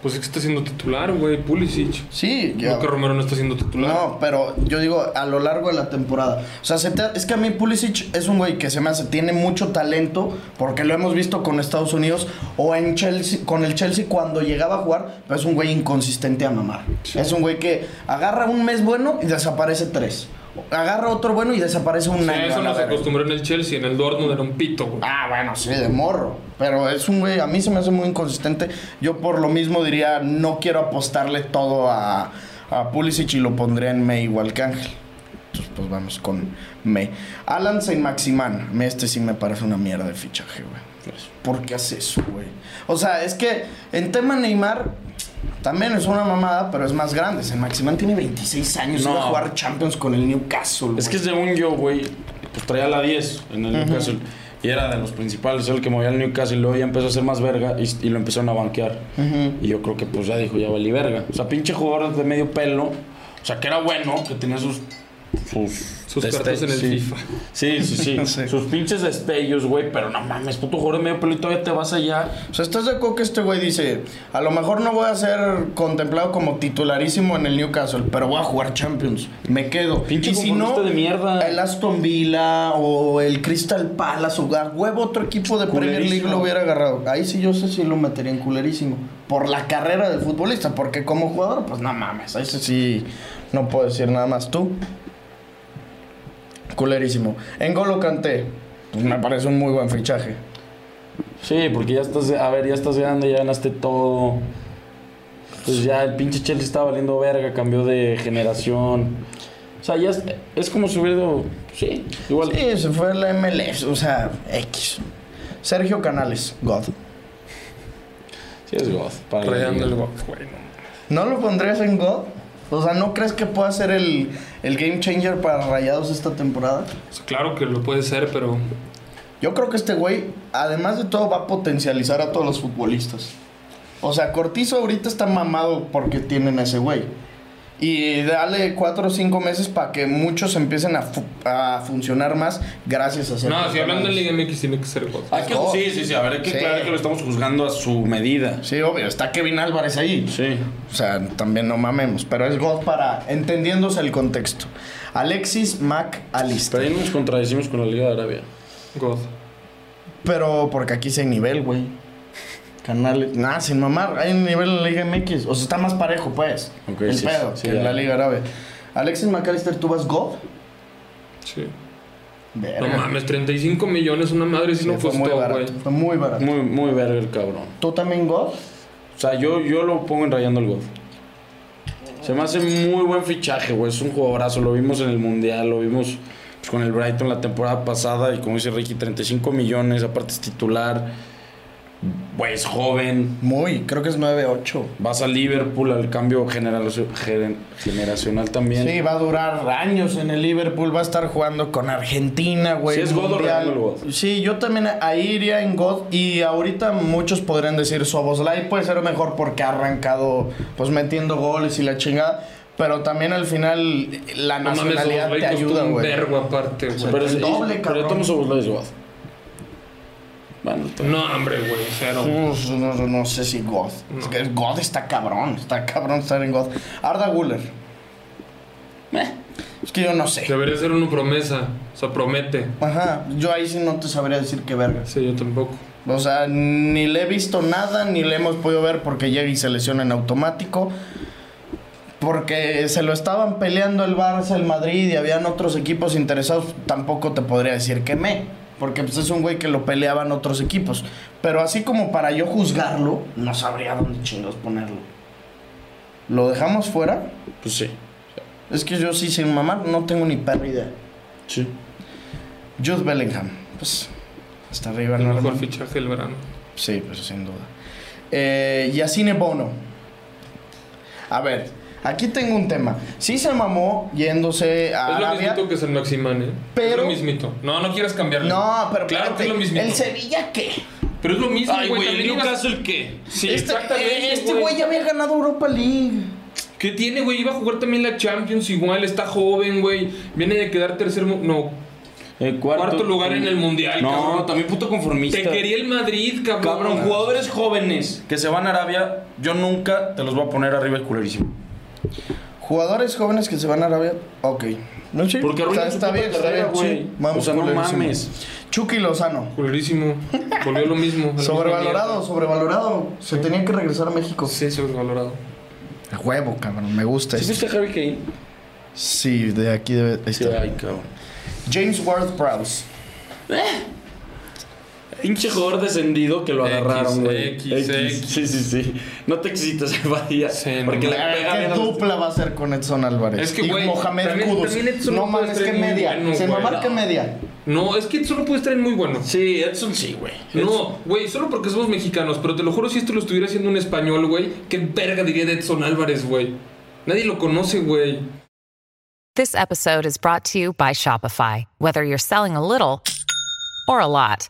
[SPEAKER 6] Pues es que está siendo titular, güey, Pulisic.
[SPEAKER 4] Sí, ya.
[SPEAKER 6] Luca Romero no está siendo titular.
[SPEAKER 4] No, pero yo digo a lo largo de la temporada. O sea, se te- es que a mí Pulisic es un güey que se me hace, tiene mucho talento, porque lo hemos visto con Estados Unidos o en Chelsea, con el Chelsea cuando llegaba a jugar, pero es un güey inconsistente a mamar. Es un güey que agarra un mes bueno y desaparece tres. Agarra otro bueno y desaparece un
[SPEAKER 6] O sea,
[SPEAKER 4] año. a
[SPEAKER 6] eso
[SPEAKER 4] la
[SPEAKER 6] nos
[SPEAKER 4] verga.
[SPEAKER 6] acostumbró en el Chelsea, en el Dortmund era un pito, güey.
[SPEAKER 4] Ah, bueno, sí, de morro. Pero es un güey, a mí se me hace muy inconsistente. Yo por lo mismo diría, no quiero apostarle todo a, a Pulisic y lo pondría en May igual que Ángel. Entonces, pues vamos con May. Alan Saint Maximán, Me, este sí me parece una mierda de fichaje, güey. ¿Por qué hace eso, güey? O sea, es que en tema Neymar también es una mamada, pero es más grande. Saint Maximán tiene 26 años,
[SPEAKER 5] No.
[SPEAKER 4] iba a jugar Champions con el Newcastle.
[SPEAKER 5] Es que
[SPEAKER 4] güey.
[SPEAKER 5] según yo, güey, pues traía la 10 en el Newcastle. Y era de los principales, el que movía el Newcastle. Luego ya empezó a ser más verga y, y lo empezaron a banquear. Y yo creo que pues ya dijo, ya valí verga. O sea, pinche jugador de medio pelo. O sea, que era bueno, que tenía sus... Sus,
[SPEAKER 6] Sus
[SPEAKER 5] deste-
[SPEAKER 6] cartas en el
[SPEAKER 5] sí.
[SPEAKER 6] FIFA.
[SPEAKER 5] Sí, sí, sí.
[SPEAKER 4] Sí.
[SPEAKER 5] Sus pinches destellos, güey. Pero no mames, puto jugador de medio pelo y todavía te vas allá.
[SPEAKER 4] O sea, ¿estás de acuerdo que este güey dice, a lo mejor no voy a ser contemplado como titularísimo en el Newcastle, pero voy a jugar Champions? Me quedo.
[SPEAKER 5] Pinche
[SPEAKER 4] y si no,
[SPEAKER 5] conformista de mierda.
[SPEAKER 4] el Aston Villa o el Crystal Palace o a huevo otro equipo de Premier League
[SPEAKER 5] Culerísimo.
[SPEAKER 4] lo hubiera agarrado. Ahí sí yo sé si lo metería en culerísimo. Por la carrera del futbolista, porque como jugador, pues no mames. Ahí sí- sí no puedo decir nada más. ¿Tú? Culerísimo. En Golo Kanté, pues me parece un muy buen fichaje.
[SPEAKER 5] Sí, porque ya estás, a ver, ya estás grande, ya ganaste todo. Pues ya el pinche Chelsea estaba valiendo verga, cambió de generación. O sea, ya es, es como si hubiera ido- Sí, igual.
[SPEAKER 4] Sí, se fue la MLS, o sea, X. Sergio Canales, God.
[SPEAKER 5] Sí, es God. Para la
[SPEAKER 6] Rayando el
[SPEAKER 5] liga.
[SPEAKER 6] gol, güey. no.
[SPEAKER 4] ¿No lo pondrías en God? O sea, ¿no crees que pueda ser el, el game changer para Rayados esta temporada?
[SPEAKER 6] O sea, claro que lo puede ser, pero.
[SPEAKER 4] Yo creo que este güey, además de todo, va a potencializar a todos los futbolistas. O sea, Cortizo ahorita está mamado porque tienen a ese güey. Y dale cuatro o cinco meses para que muchos empiecen a, fu- a funcionar más gracias a Sergio
[SPEAKER 6] No, si hablando de
[SPEAKER 4] Canales.
[SPEAKER 6] Liga MX tiene que ser gol.
[SPEAKER 5] Hay que-
[SPEAKER 4] God.
[SPEAKER 5] sí, sí, sí, a ver, hay que
[SPEAKER 4] Sí.
[SPEAKER 5] aclarar que lo estamos juzgando a su medida.
[SPEAKER 4] Sí, obvio, está Kevin Álvarez ahí.
[SPEAKER 5] Sí.
[SPEAKER 4] O sea, también no mamemos, pero es God para entendiéndose el contexto. Alexis Mac
[SPEAKER 5] Pero
[SPEAKER 4] Alistair.
[SPEAKER 5] ahí nos contradecimos con la Liga de Arabia.
[SPEAKER 6] God.
[SPEAKER 4] Pero porque aquí sí hay nivel, güey. Canales. Nada, sin mamar. Hay nivel en la Liga MX. O sea, está más parejo, pues.
[SPEAKER 5] Ok,
[SPEAKER 4] el
[SPEAKER 5] sí,
[SPEAKER 4] pedo
[SPEAKER 5] sí,
[SPEAKER 4] que
[SPEAKER 5] ya.
[SPEAKER 4] en la Liga Árabe. Alexis McAllister, ¿tú vas God?
[SPEAKER 6] Sí.
[SPEAKER 4] Verga.
[SPEAKER 6] No mames, 35 millones, una madre si
[SPEAKER 4] Sí,
[SPEAKER 6] no
[SPEAKER 4] fue
[SPEAKER 6] costó,
[SPEAKER 4] muy barato.
[SPEAKER 6] güey.
[SPEAKER 4] Fue muy barato.
[SPEAKER 5] Muy, muy verga el cabrón.
[SPEAKER 4] ¿Tú también God?
[SPEAKER 5] O sea, yo, yo lo pongo en rayando el God. Se me hace muy buen fichaje, güey. Es un jugadorazo. Lo vimos en el Mundial, lo vimos pues, con el Brighton la temporada pasada. Y como dice Ricky, 35 millones. Aparte es titular. Güey, es joven.
[SPEAKER 4] Muy, creo que es 9-8.
[SPEAKER 5] Vas a Liverpool al cambio generacio- gener- generacional también.
[SPEAKER 4] Sí, va a durar años en el Liverpool, va a estar jugando con Argentina, güey.
[SPEAKER 5] Sí, es God o
[SPEAKER 4] Mundial.
[SPEAKER 5] Real God.
[SPEAKER 4] Sí, yo también ahí iría en God y ahorita muchos podrían decir Soboslai puede ser mejor porque ha arrancado pues metiendo goles y la chingada, pero también al final la
[SPEAKER 6] No mames,
[SPEAKER 4] nacionalidad
[SPEAKER 6] Soboslay
[SPEAKER 4] te
[SPEAKER 6] costó
[SPEAKER 4] ayuda,
[SPEAKER 6] un
[SPEAKER 4] güey.
[SPEAKER 6] vergo aparte, güey.
[SPEAKER 5] Pero es
[SPEAKER 4] El doble,
[SPEAKER 5] pero
[SPEAKER 4] cabrón.
[SPEAKER 5] yo tomo Soboslai es God. Bueno, está bien.
[SPEAKER 6] No, hombre, güey, cero.
[SPEAKER 4] Uf, Pues, no, no- no sé si God. Es que God está cabrón, está cabrón estar en God. Arda Guller. Meh, Es que yo no sé.
[SPEAKER 6] Debería ser una promesa, o sea, promete.
[SPEAKER 4] Ajá, yo ahí sí no te sabría decir qué vergas.
[SPEAKER 6] Sí, yo tampoco.
[SPEAKER 4] O sea, ni le he visto nada, ni le hemos podido ver porque llega y se lesiona en automático. Porque se lo estaban peleando el Barça, el Madrid y habían otros equipos interesados, tampoco te podría decir que me. Porque pues, es un güey que lo peleaban otros equipos. Pero así como para yo juzgarlo, no sabría dónde chingos ponerlo. ¿Lo dejamos fuera?
[SPEAKER 5] Pues sí.
[SPEAKER 4] Es que yo sí, sin mamar, no tengo ni perra idea.
[SPEAKER 5] Sí.
[SPEAKER 4] Jude Bellingham, pues, hasta arriba,
[SPEAKER 6] El
[SPEAKER 4] no
[SPEAKER 6] mejor fichaje del verano.
[SPEAKER 4] Sí, pues sin duda. Eh, Yacine Bono. A ver, aquí tengo un tema. Sí se mamó yéndose a
[SPEAKER 6] Es lo
[SPEAKER 4] Arabia.
[SPEAKER 6] mismito que San Maximán, ¿eh?
[SPEAKER 4] Ah, Pero-
[SPEAKER 6] Es lo mismito. No, no quieras cambiarlo.
[SPEAKER 4] No, pero
[SPEAKER 6] Claro
[SPEAKER 4] espérate,
[SPEAKER 6] que es lo mismito.
[SPEAKER 4] ¿El Sevilla qué?
[SPEAKER 6] Pero es lo mismo,
[SPEAKER 5] Ay, güey,
[SPEAKER 6] también
[SPEAKER 5] en un
[SPEAKER 6] ibas-
[SPEAKER 5] caso el qué.
[SPEAKER 6] Sí,
[SPEAKER 4] Este-
[SPEAKER 6] exactamente,
[SPEAKER 4] eh, este güey ya había ganado Europa League.
[SPEAKER 6] ¿Qué tiene, güey? Iba a jugar también la Champions igual, está joven, güey. Viene de quedar tercer... mu- No,
[SPEAKER 5] El
[SPEAKER 6] Cuarto lugar en el mundial,
[SPEAKER 5] eh, No,
[SPEAKER 6] cabrón.
[SPEAKER 5] también puto conformista.
[SPEAKER 6] te quería el Madrid, cabrón.
[SPEAKER 5] Cabrón, jugadores jóvenes que se van a Arabia, yo nunca te los voy a poner arriba el culerísimo.
[SPEAKER 4] Jugadores jóvenes que se van a Arabia. Ok. No, sí.
[SPEAKER 5] Porque arruinan
[SPEAKER 4] está,
[SPEAKER 5] su
[SPEAKER 4] está
[SPEAKER 5] puta
[SPEAKER 4] bien, está
[SPEAKER 5] carrera,
[SPEAKER 4] bien,
[SPEAKER 5] güey.
[SPEAKER 4] sí. Vamos,
[SPEAKER 5] O sea, no
[SPEAKER 4] culerísimo.
[SPEAKER 5] mames.
[SPEAKER 4] Chucky Lozano.
[SPEAKER 6] Culerísimo. Volvió lo mismo. a la misma
[SPEAKER 4] Sobrevalorado,
[SPEAKER 6] mierda.
[SPEAKER 4] sobrevalorado. Se tenía que regresar a México.
[SPEAKER 6] Sí, sobrevalorado.
[SPEAKER 4] A huevo, cabrón. Me gusta
[SPEAKER 5] ¿Sí
[SPEAKER 4] eso.
[SPEAKER 5] viste a Harry Kane?
[SPEAKER 4] Sí, de aquí debe. ahí
[SPEAKER 5] Este. Sí,
[SPEAKER 4] está.
[SPEAKER 5] ay, cabrón.
[SPEAKER 4] James Ward Prowse.
[SPEAKER 5] Pinche jugador descendido que lo
[SPEAKER 6] X,
[SPEAKER 5] agarraron, güey.
[SPEAKER 6] X, X.
[SPEAKER 5] Sí, sí, sí. No te excites, Badía.
[SPEAKER 6] Sí, no
[SPEAKER 5] porque le
[SPEAKER 6] mames.
[SPEAKER 5] pega
[SPEAKER 4] ¿Qué
[SPEAKER 5] bien a los-
[SPEAKER 4] dupla va a hacer con Edson Álvarez?
[SPEAKER 6] Es que,
[SPEAKER 4] y
[SPEAKER 6] güey,
[SPEAKER 4] Mohamed
[SPEAKER 6] también-
[SPEAKER 4] Kudus.
[SPEAKER 6] también Edson
[SPEAKER 4] no
[SPEAKER 6] no puede
[SPEAKER 4] mames, que
[SPEAKER 6] ser muy
[SPEAKER 4] media.
[SPEAKER 6] bueno,
[SPEAKER 4] se
[SPEAKER 6] güey.
[SPEAKER 4] marca media.
[SPEAKER 6] No, es que solo puedes traer muy bueno.
[SPEAKER 5] Sí, Edson sí, güey. Edson.
[SPEAKER 6] No, güey, solo porque somos mexicanos, pero te lo juro, si esto lo estuviera haciendo un español, güey, qué verga diría de Edson Álvarez, güey. Nadie lo conoce, güey.
[SPEAKER 8] This episode is brought to you by Shopify. Whether you're selling a little or a lot,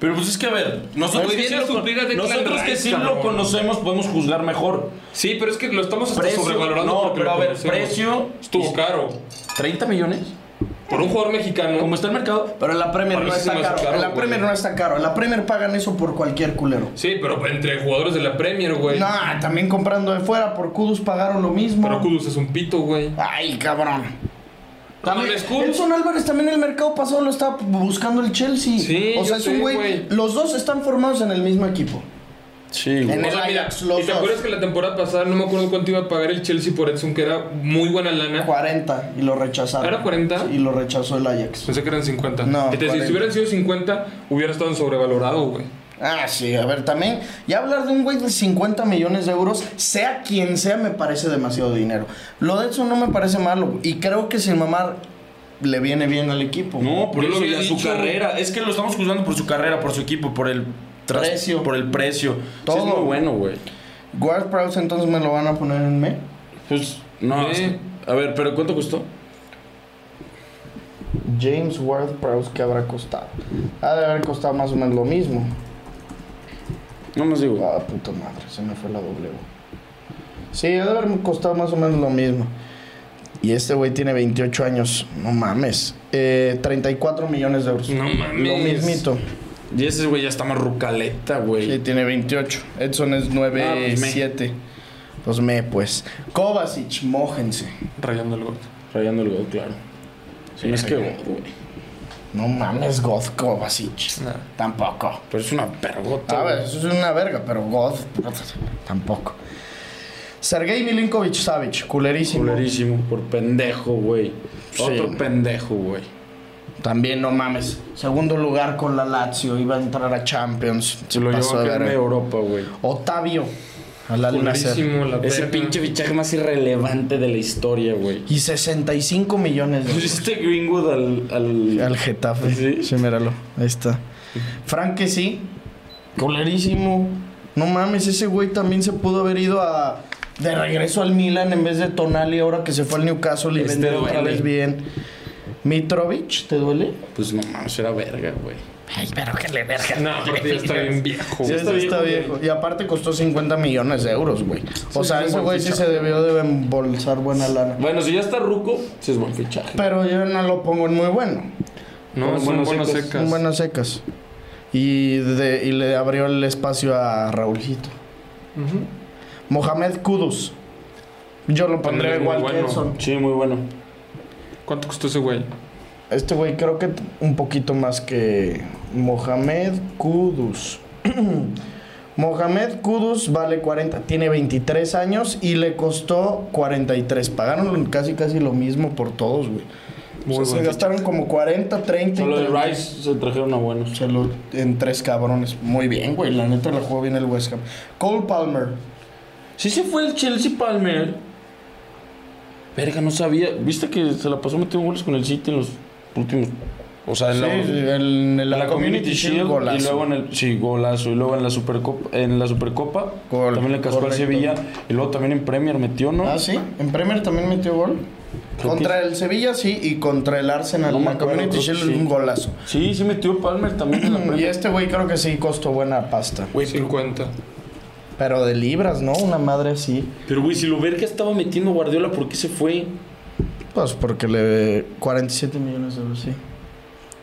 [SPEAKER 5] Pero pues es que a ver, nosotros,
[SPEAKER 6] Muy
[SPEAKER 5] que
[SPEAKER 6] bien
[SPEAKER 5] sí,
[SPEAKER 6] la
[SPEAKER 5] lo, con-
[SPEAKER 6] suplida de
[SPEAKER 5] nosotros
[SPEAKER 6] Clan
[SPEAKER 5] que
[SPEAKER 6] Rice,
[SPEAKER 5] sí lo
[SPEAKER 6] cabrón.
[SPEAKER 5] conocemos podemos juzgar mejor.
[SPEAKER 6] Sí, pero es que lo estamos hasta
[SPEAKER 5] Precio,
[SPEAKER 6] sobrevalorando.
[SPEAKER 5] no,
[SPEAKER 6] porque
[SPEAKER 5] pero
[SPEAKER 6] lo
[SPEAKER 5] a ver,
[SPEAKER 6] conocemos.
[SPEAKER 5] precio-
[SPEAKER 6] Estuvo caro.
[SPEAKER 5] ¿30 millones?
[SPEAKER 6] Por un jugador mexicano.
[SPEAKER 5] Como está el mercado,
[SPEAKER 4] Pero en la Premier
[SPEAKER 6] Para
[SPEAKER 4] no
[SPEAKER 6] mí sí
[SPEAKER 4] está
[SPEAKER 6] me
[SPEAKER 4] caro.
[SPEAKER 6] sacaron,
[SPEAKER 4] En la
[SPEAKER 6] güey.
[SPEAKER 4] Premier no está caro. En la Premier pagan eso por cualquier culero.
[SPEAKER 6] Sí, pero entre jugadores de la Premier, güey.
[SPEAKER 4] Nah, también comprando de fuera. Por Kudus pagaron lo mismo.
[SPEAKER 6] Pero Kudus es un pito, güey.
[SPEAKER 4] Ay, cabrón. También,
[SPEAKER 6] mames, Kudus.
[SPEAKER 4] Edson Álvarez también en el mercado pasado lo estaba buscando el Chelsea.
[SPEAKER 6] Sí,
[SPEAKER 4] o sea,
[SPEAKER 6] yo
[SPEAKER 4] es un
[SPEAKER 6] sé,
[SPEAKER 4] güey.
[SPEAKER 6] güey.
[SPEAKER 4] Los dos están formados en el mismo equipo.
[SPEAKER 5] Sí,
[SPEAKER 4] En
[SPEAKER 6] O
[SPEAKER 4] el
[SPEAKER 6] sea, mira,
[SPEAKER 4] Ajax, los
[SPEAKER 6] ¿y te
[SPEAKER 4] dos.
[SPEAKER 6] acuerdas que la temporada pasada no me acuerdo cuánto iba a pagar el Chelsea por Edson, que era muy buena lana?
[SPEAKER 4] 40 y lo rechazaron.
[SPEAKER 6] ¿Era 40?
[SPEAKER 4] Y lo rechazó el Ajax.
[SPEAKER 6] Pensé que eran 50.
[SPEAKER 4] No,
[SPEAKER 6] Entonces,
[SPEAKER 4] 40.
[SPEAKER 6] si hubieran sido 50, hubiera estado sobrevalorado, güey.
[SPEAKER 4] Ah, sí, a ver, también. Ya hablar de un güey de 50 millones de euros, sea quien sea, me parece demasiado dinero. Lo de eso no me parece malo. Y creo que sin mamar le viene bien al equipo.
[SPEAKER 5] No, por
[SPEAKER 6] Yo lo
[SPEAKER 5] eso y
[SPEAKER 6] había
[SPEAKER 5] a su
[SPEAKER 6] dicho.
[SPEAKER 5] carrera. Es que lo estamos juzgando por su carrera, por su equipo, por el tras-
[SPEAKER 4] Precio.
[SPEAKER 5] Por el precio. Sí,
[SPEAKER 4] Todo.
[SPEAKER 5] es muy bueno, güey.
[SPEAKER 4] Guard Prowse, entonces me lo van a poner en me.
[SPEAKER 5] Pues, no.
[SPEAKER 6] Sí.
[SPEAKER 5] es que- a ver, pero ¿cuánto costó?
[SPEAKER 4] James Ward Prowse, ¿qué habrá costado? Ha de haber costado más o menos lo mismo.
[SPEAKER 5] No más digo.
[SPEAKER 4] Ah, puta madre, se me fue la W. Sí, ha de haber costado más o menos lo mismo. Y este güey tiene 28 años, no mames. Eh, 34 millones de euros.
[SPEAKER 6] No mames.
[SPEAKER 4] Lo mismito.
[SPEAKER 5] Y ese güey ya está más rucaleta, güey.
[SPEAKER 4] Sí, tiene 28. Edson es 9,
[SPEAKER 5] Ah, pues me.
[SPEAKER 4] 7. Pues me, pues. Kovacic, mójense.
[SPEAKER 6] Rayando el gol.
[SPEAKER 5] Rayando el gol, claro. Si no es que God, güey.
[SPEAKER 4] No mames, God Kovacic.
[SPEAKER 6] No.
[SPEAKER 4] Tampoco.
[SPEAKER 5] Pero es una pergota.
[SPEAKER 4] A ver,
[SPEAKER 5] güey.
[SPEAKER 4] eso es una verga, pero God tampoco. Sergei Milinkovic Savic, culerísimo.
[SPEAKER 5] Culerísimo, por pendejo, güey.
[SPEAKER 4] Sí.
[SPEAKER 5] Otro pendejo, güey.
[SPEAKER 4] También no mames. Segundo lugar con la Lazio, iba a entrar a Champions.
[SPEAKER 5] Se lo llevó
[SPEAKER 4] pasó
[SPEAKER 5] a
[SPEAKER 4] de
[SPEAKER 5] quedar de
[SPEAKER 4] verga.
[SPEAKER 5] Europa, güey.
[SPEAKER 4] Otavio, a la
[SPEAKER 6] Culerísimo, la
[SPEAKER 5] Ese
[SPEAKER 6] verga.
[SPEAKER 5] pinche fichaje más irrelevante de la historia, güey.
[SPEAKER 4] Y 65 millones de euros.
[SPEAKER 5] ¿Pusiste Greenwood al. al.
[SPEAKER 4] Al Getafe.
[SPEAKER 5] Sí.
[SPEAKER 4] míralo. Ahí está. Frank que sí. Culerísimo. No mames, ese güey también se pudo haber ido a. De regreso al Milan en vez de Tonali, ahora que se fue al Newcastle y
[SPEAKER 5] Este
[SPEAKER 4] vendió otra
[SPEAKER 5] duele.
[SPEAKER 4] vez bien. Mitrovic, ¿te duele?
[SPEAKER 5] Pues no mames, era verga, güey.
[SPEAKER 6] Ay, pero que le verga. No, porque ya está bien viejo.
[SPEAKER 4] Sí, está, está viejo. Y aparte costó 50 millones de euros, güey. O sea, ese güey sí se debió de embolsar buena lana.
[SPEAKER 5] Bueno, si ya está ruco, sí es buen fichaje.
[SPEAKER 4] Pero yo no lo pongo en muy bueno.
[SPEAKER 6] No, son buenos secas.
[SPEAKER 4] En buenas secas. Y, de- y le abrió el espacio a Raúlito. Mohamed Kudus. Yo lo pondré
[SPEAKER 6] También es muy
[SPEAKER 4] igual que
[SPEAKER 6] bueno.
[SPEAKER 4] Edson.
[SPEAKER 5] Sí, muy bueno.
[SPEAKER 6] ¿Cuánto costó ese güey?
[SPEAKER 4] Este güey creo que t- un poquito más que Mohamed Kudus. Mohamed Kudus vale 40, tiene 23 años y le costó 43. Pagaron casi casi lo mismo por todos, güey. O sea, se gastaron como 40, 30. y
[SPEAKER 5] Solo de
[SPEAKER 4] 30.
[SPEAKER 5] Rice se trajeron a buenos.
[SPEAKER 4] Se lo- en tres cabrones. Muy bien, güey. La neta la jugó bien el West Ham. Cole Palmer.
[SPEAKER 5] Sí se fue el Chelsea Palmer. Verga, no sabía. ¿Viste que se la pasó metiendo goles con el City en los últimos. O sea, en
[SPEAKER 4] Sí,
[SPEAKER 5] la,
[SPEAKER 4] en, en
[SPEAKER 5] la
[SPEAKER 4] la
[SPEAKER 5] Community Shield
[SPEAKER 4] golazo.
[SPEAKER 5] y luego en el sí, golazo y luego en la Supercopa, en la Supercopa
[SPEAKER 4] Gol,
[SPEAKER 5] también le cascó al
[SPEAKER 4] correcto.
[SPEAKER 5] Sevilla y luego también en Premier metió, ¿no?
[SPEAKER 4] Ah, sí. En Premier también metió gol.
[SPEAKER 5] Creo
[SPEAKER 4] contra
[SPEAKER 5] que-
[SPEAKER 4] el Sevilla, sí. Y contra el Arsenal.
[SPEAKER 5] No me
[SPEAKER 4] la
[SPEAKER 5] acuerdo,
[SPEAKER 4] Community
[SPEAKER 5] creo que
[SPEAKER 4] Shield
[SPEAKER 5] sí.
[SPEAKER 4] un golazo.
[SPEAKER 5] Sí, sí metió Palmer también en la
[SPEAKER 4] Y
[SPEAKER 5] Premier.
[SPEAKER 4] este güey creo que sí costó buena pasta.
[SPEAKER 6] 50.
[SPEAKER 4] Pero de libras, ¿no? Una madre así.
[SPEAKER 5] Pero güey, si lo verga estaba metiendo Guardiola, ¿por qué se fue?
[SPEAKER 4] Pues porque le... 47 millones de euros, sí.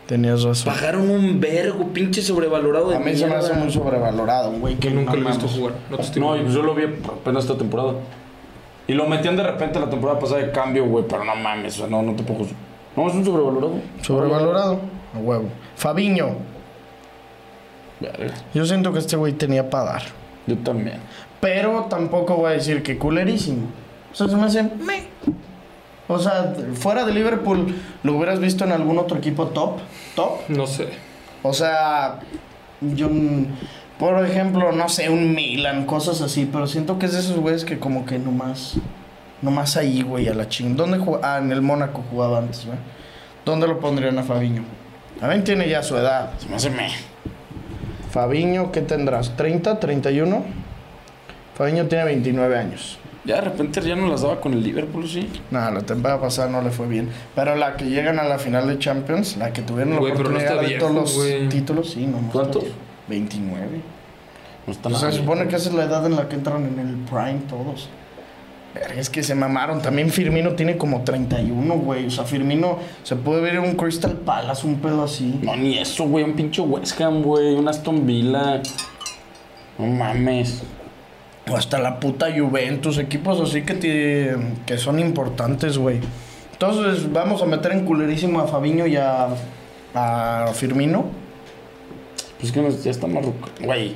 [SPEAKER 4] Tenías razón.
[SPEAKER 5] Pagaron un vergo, pinche sobrevalorado de
[SPEAKER 4] A mí se me hace
[SPEAKER 5] mierda.
[SPEAKER 4] muy sobrevalorado, un güey.
[SPEAKER 6] Que
[SPEAKER 4] Que
[SPEAKER 6] nunca
[SPEAKER 4] no
[SPEAKER 6] lo he visto
[SPEAKER 4] mames.
[SPEAKER 6] jugar. No te estoy
[SPEAKER 5] No, y pues yo lo vi apenas esta temporada. Y lo metían de repente la temporada pasada de cambio, güey, pero no mames, o sea, no, no te puedo... juzgar. No, es un sobrevalorado.
[SPEAKER 4] Sobrevalorado. A huevo. Fabiño.
[SPEAKER 5] Verga,
[SPEAKER 4] Yo siento que este güey tenía para dar.
[SPEAKER 5] Yo también.
[SPEAKER 4] Pero tampoco voy a decir que culerísimo. O sea, se me hace. meh. O sea, fuera de Liverpool, ¿lo hubieras visto en algún otro equipo top? ¿Top?
[SPEAKER 6] No sé.
[SPEAKER 4] O sea, yo. mm, Por ejemplo, no sé, un Milan, cosas así. Pero siento que es de esos güeyes que, como que nomás. Nomás ahí, güey, a la ching. ¿Dónde jugaba? Ah, en el Mónaco jugaba antes, güey. ¿Dónde lo pondrían a Fabiño? También tiene ya su edad.
[SPEAKER 5] Se me hace meh.
[SPEAKER 4] Fabiño, ¿qué tendrás? ¿30, 31? Fabiño tiene 29 años.
[SPEAKER 5] Ya de repente ya no las daba con el Liverpool, sí.
[SPEAKER 4] No, la temporada pasada no le fue bien. Pero la que llegan a la final de Champions, la que tuvieron la
[SPEAKER 6] Güey, pero no
[SPEAKER 4] oportunidad
[SPEAKER 6] está
[SPEAKER 4] de
[SPEAKER 6] viejo,
[SPEAKER 4] todos los
[SPEAKER 6] güey.
[SPEAKER 4] títulos, sí, no. no está
[SPEAKER 5] ¿Cuántos?
[SPEAKER 4] viejo. 29.
[SPEAKER 5] No está
[SPEAKER 4] Pues
[SPEAKER 5] nada
[SPEAKER 4] se
[SPEAKER 5] bien.
[SPEAKER 4] supone que esa es la edad en la que entran en el prime todos. Verga, Es que se mamaron. También Firmino tiene como 31, güey. O sea, Firmino se puede ver en un Crystal Palace, un pedo así.
[SPEAKER 5] No, ni eso, güey. Un pinche West Ham, güey. Un Aston Villa. No mames.
[SPEAKER 4] O hasta la puta Juventus, equipos así que, te- que son importantes, güey. Entonces, vamos a meter en culerísimo a Fabiño y a, a Firmino.
[SPEAKER 5] Pues que nos- ya está más ruca. Güey.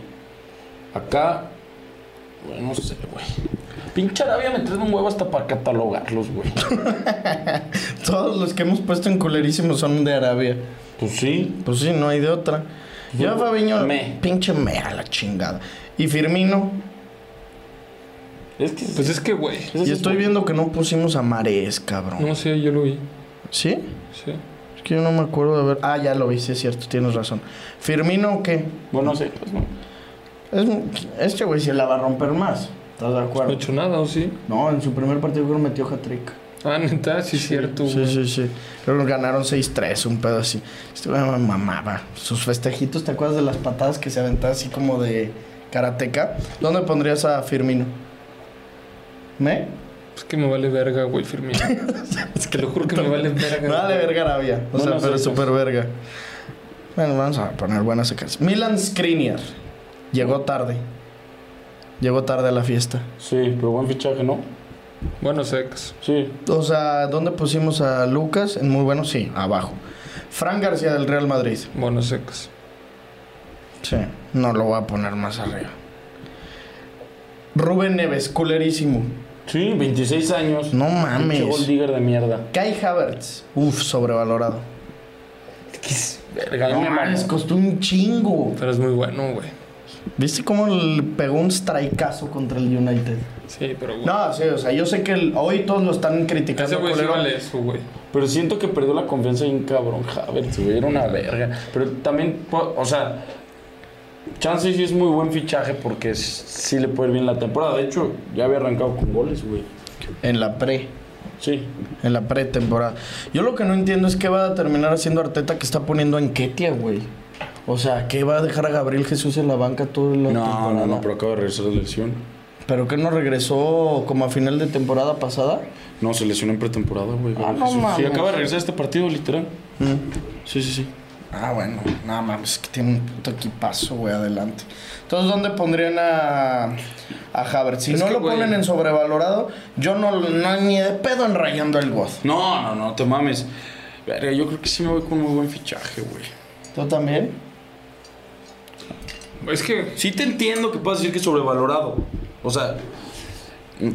[SPEAKER 5] Acá. Güey, no sé, güey. Pinche Arabia me trae de un huevo hasta para catalogarlos, güey.
[SPEAKER 4] Todos los que hemos puesto en culerísimo son de Arabia.
[SPEAKER 5] Pues sí.
[SPEAKER 4] Pues sí, no hay de otra. Yo a Fabiño,
[SPEAKER 5] Me.
[SPEAKER 4] pinche me a la chingada. Y Firmino,
[SPEAKER 5] Es que.
[SPEAKER 6] Pues es que, güey.
[SPEAKER 4] y estoy viendo que no pusimos a Marés, cabrón.
[SPEAKER 5] Mm.
[SPEAKER 6] No sé, yo lo vi.
[SPEAKER 4] ¿Sí?
[SPEAKER 6] Sí.
[SPEAKER 4] Es que yo no me acuerdo de ver. Ah, ya lo vi, sí es cierto, tienes razón. ¿Firmino qué?
[SPEAKER 5] Bueno, sí, pues no.
[SPEAKER 4] Es, este güey se la va a romper más. ¿Estás de
[SPEAKER 6] No he
[SPEAKER 4] acuerdo?
[SPEAKER 6] hecho nada, ¿o sí?
[SPEAKER 4] No, en su primer partido creo que metió hat-trick.
[SPEAKER 6] Ah, neta, sí, es cierto.
[SPEAKER 4] Sí, sí, sí. Creo que ganaron 6-3, un pedo así. Este güey me mamaba. Sus festejitos, ¿te acuerdas de las patadas que se aventaba así como de karateca? ¿Dónde pondrías a Firmino? ¿Me?
[SPEAKER 6] Es que me vale verga, güey, Firmino. es que lo juro que me vale verga.
[SPEAKER 4] Me vale verga Arabia. O sea,
[SPEAKER 5] Buenas
[SPEAKER 4] pero
[SPEAKER 5] secas.
[SPEAKER 4] súper verga. Bueno, vamos a poner buenas secas. Milan Skriniar. Llegó tarde. Llegó tarde a la fiesta.
[SPEAKER 5] Sí, pero buen fichaje, ¿no?
[SPEAKER 6] Bueno, secas.
[SPEAKER 5] Sí.
[SPEAKER 4] O sea, ¿dónde pusimos a Lucas? En muy bueno, sí, abajo. Fran García del Real Madrid.
[SPEAKER 6] Bueno, secas.
[SPEAKER 4] Sí, no lo voy a poner más arriba. Rubén Neves, culerísimo.
[SPEAKER 5] Sí, 26 años.
[SPEAKER 4] No
[SPEAKER 5] Pinche
[SPEAKER 4] mames.
[SPEAKER 5] gold digger de mierda.
[SPEAKER 4] Kai Havertz, uf, sobrevalorado.
[SPEAKER 5] Verga, a mí
[SPEAKER 4] No
[SPEAKER 5] me
[SPEAKER 4] mames,
[SPEAKER 5] mamó.
[SPEAKER 4] costó un chingo.
[SPEAKER 6] Pero es muy bueno, güey.
[SPEAKER 4] ¿Viste cómo le pegó un strikeazo contra el United?
[SPEAKER 6] Sí, pero güey.
[SPEAKER 4] No, sí, o sea, yo sé que el- hoy todos lo están criticando.
[SPEAKER 6] Ese güey sí
[SPEAKER 4] culero.
[SPEAKER 6] vale eso, güey.
[SPEAKER 5] Pero siento que perdió la confianza en cabrón Havertz, güey. Era una verga. Pero también, po- o sea, Chance sí es muy buen fichaje porque s- sí le puede ir bien la temporada. De hecho, ya había arrancado con goles, güey.
[SPEAKER 4] En la pre,
[SPEAKER 5] Sí.
[SPEAKER 4] en la pretemporada. Yo lo que no entiendo es qué va a terminar haciendo Arteta que está poniendo en Ketia, güey. O sea, ¿qué va a dejar a Gabriel Jesús en la banca todo el
[SPEAKER 5] No, no, no, pero acaba de regresar de lesión.
[SPEAKER 4] ¿Pero que no regresó como a final de temporada pasada?
[SPEAKER 5] No, se lesionó en pretemporada, güey.
[SPEAKER 4] Ah, no
[SPEAKER 5] Sí, sí,
[SPEAKER 4] mames.
[SPEAKER 5] acaba de regresar este partido, literal. Sí, sí, sí.
[SPEAKER 4] Ah, bueno, nada mames, que tiene un puto equipazo, güey, adelante. Entonces, ¿dónde pondrían a, a Havertz? Si
[SPEAKER 6] Es
[SPEAKER 4] no
[SPEAKER 6] que,
[SPEAKER 4] lo
[SPEAKER 6] güey-
[SPEAKER 4] ponen en sobrevalorado, yo no, no ni de pedo enrayando el God.
[SPEAKER 5] No, no, no, te mames. Verga, yo creo que sí me voy con muy buen fichaje, güey.
[SPEAKER 4] ¿Tú también?
[SPEAKER 6] Es que
[SPEAKER 5] Sí te entiendo que puedas decir que es sobrevalorado. O sea,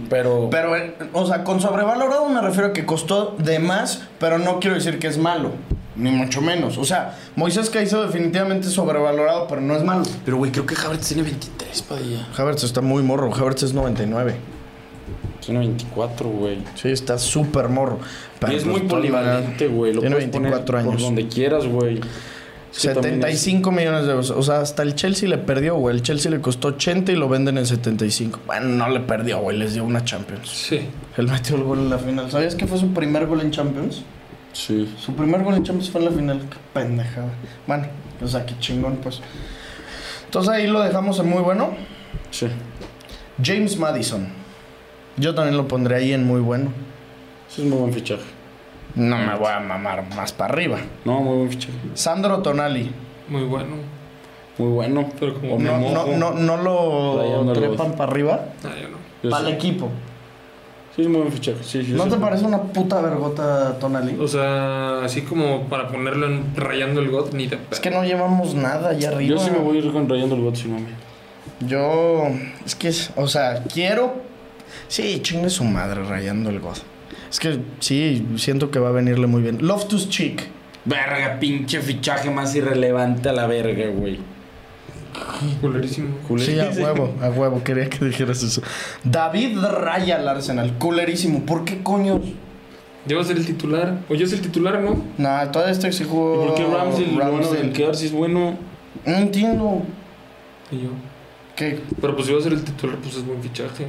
[SPEAKER 5] pero...
[SPEAKER 4] Pero, eh, o sea, con sobrevalorado me refiero a que costó de más, pero no quiero decir que es malo, ni mucho menos. O sea, Moisés Caicedo definitivamente es sobrevalorado, pero no es malo.
[SPEAKER 5] Pero, güey, creo que Havertz tiene 23, Padilla.
[SPEAKER 4] Havertz está muy morro, Havertz es 99.
[SPEAKER 5] Tiene 24, güey.
[SPEAKER 4] Sí, está súper morro. Pero,
[SPEAKER 5] Y es
[SPEAKER 4] pues,
[SPEAKER 5] muy
[SPEAKER 4] todo lo
[SPEAKER 5] polivalente,
[SPEAKER 4] ganan.
[SPEAKER 5] güey. Lo
[SPEAKER 4] Tiene
[SPEAKER 5] puedes poner
[SPEAKER 4] 24 años.
[SPEAKER 5] Por donde quieras, güey. Es que también es-
[SPEAKER 4] 75 millones de euros. O sea, hasta el Chelsea le perdió, güey. El Chelsea le costó 80 y lo venden en 75. Bueno, no le perdió, güey. Les dio una Champions.
[SPEAKER 6] sí.
[SPEAKER 4] Él metió el gol en la final. ¿Sabías que fue su primer gol en Champions?
[SPEAKER 5] Sí.
[SPEAKER 4] Su primer gol en Champions fue en la final. Qué pendejada. Bueno, o sea, qué chingón, pues. Entonces ahí lo dejamos en muy bueno.
[SPEAKER 5] Sí.
[SPEAKER 4] James Madison. Yo también lo pondré ahí en muy bueno.
[SPEAKER 5] Sí, es muy buen fichaje.
[SPEAKER 4] No me voy a mamar más para arriba.
[SPEAKER 5] No, muy buen fichaje.
[SPEAKER 4] Sandro Tonali.
[SPEAKER 6] Muy bueno.
[SPEAKER 5] Muy bueno.
[SPEAKER 6] Pero como-
[SPEAKER 5] O me
[SPEAKER 4] No, no,
[SPEAKER 5] mojo.
[SPEAKER 4] no, no lo
[SPEAKER 5] Rayando los-
[SPEAKER 4] trepan para arriba.
[SPEAKER 6] Ah, yo no.
[SPEAKER 5] Yo
[SPEAKER 4] Para el
[SPEAKER 5] sé.
[SPEAKER 4] equipo.
[SPEAKER 5] Sí, es muy buen fichaje. Sí, sí,
[SPEAKER 4] ¿No
[SPEAKER 5] sí.
[SPEAKER 4] te parece una puta vergota, Tonali?
[SPEAKER 6] O sea, así como para ponerlo en rayando el God, ni de
[SPEAKER 4] Es que no llevamos nada allá arriba.
[SPEAKER 5] Yo sí me voy a ir con rayando el bot, si mami.
[SPEAKER 4] Yo. Es que, es- o sea, quiero. Sí, chingue su madre rayando el God. Es que sí, siento que va a venirle muy bien. Loftus Cheek.
[SPEAKER 5] Verga, pinche fichaje más irrelevante a la verga, güey.
[SPEAKER 6] Culerísimo.
[SPEAKER 4] Sí, a huevo, a huevo. Quería que dijeras eso. David Raya al Arsenal. Culerísimo. ¿Por qué coño?
[SPEAKER 6] Ya va a ser el titular. O ya es el titular, ¿no?
[SPEAKER 4] Nah, todavía este sí
[SPEAKER 5] ¿Y
[SPEAKER 4] jugó.
[SPEAKER 5] por qué Ramsey lo van a
[SPEAKER 4] Ramsdale.
[SPEAKER 5] banquear si es bueno?
[SPEAKER 4] No entiendo.
[SPEAKER 6] Y yo.
[SPEAKER 4] ¿Qué?
[SPEAKER 6] Pero pues si va a ser el titular, pues es buen fichaje.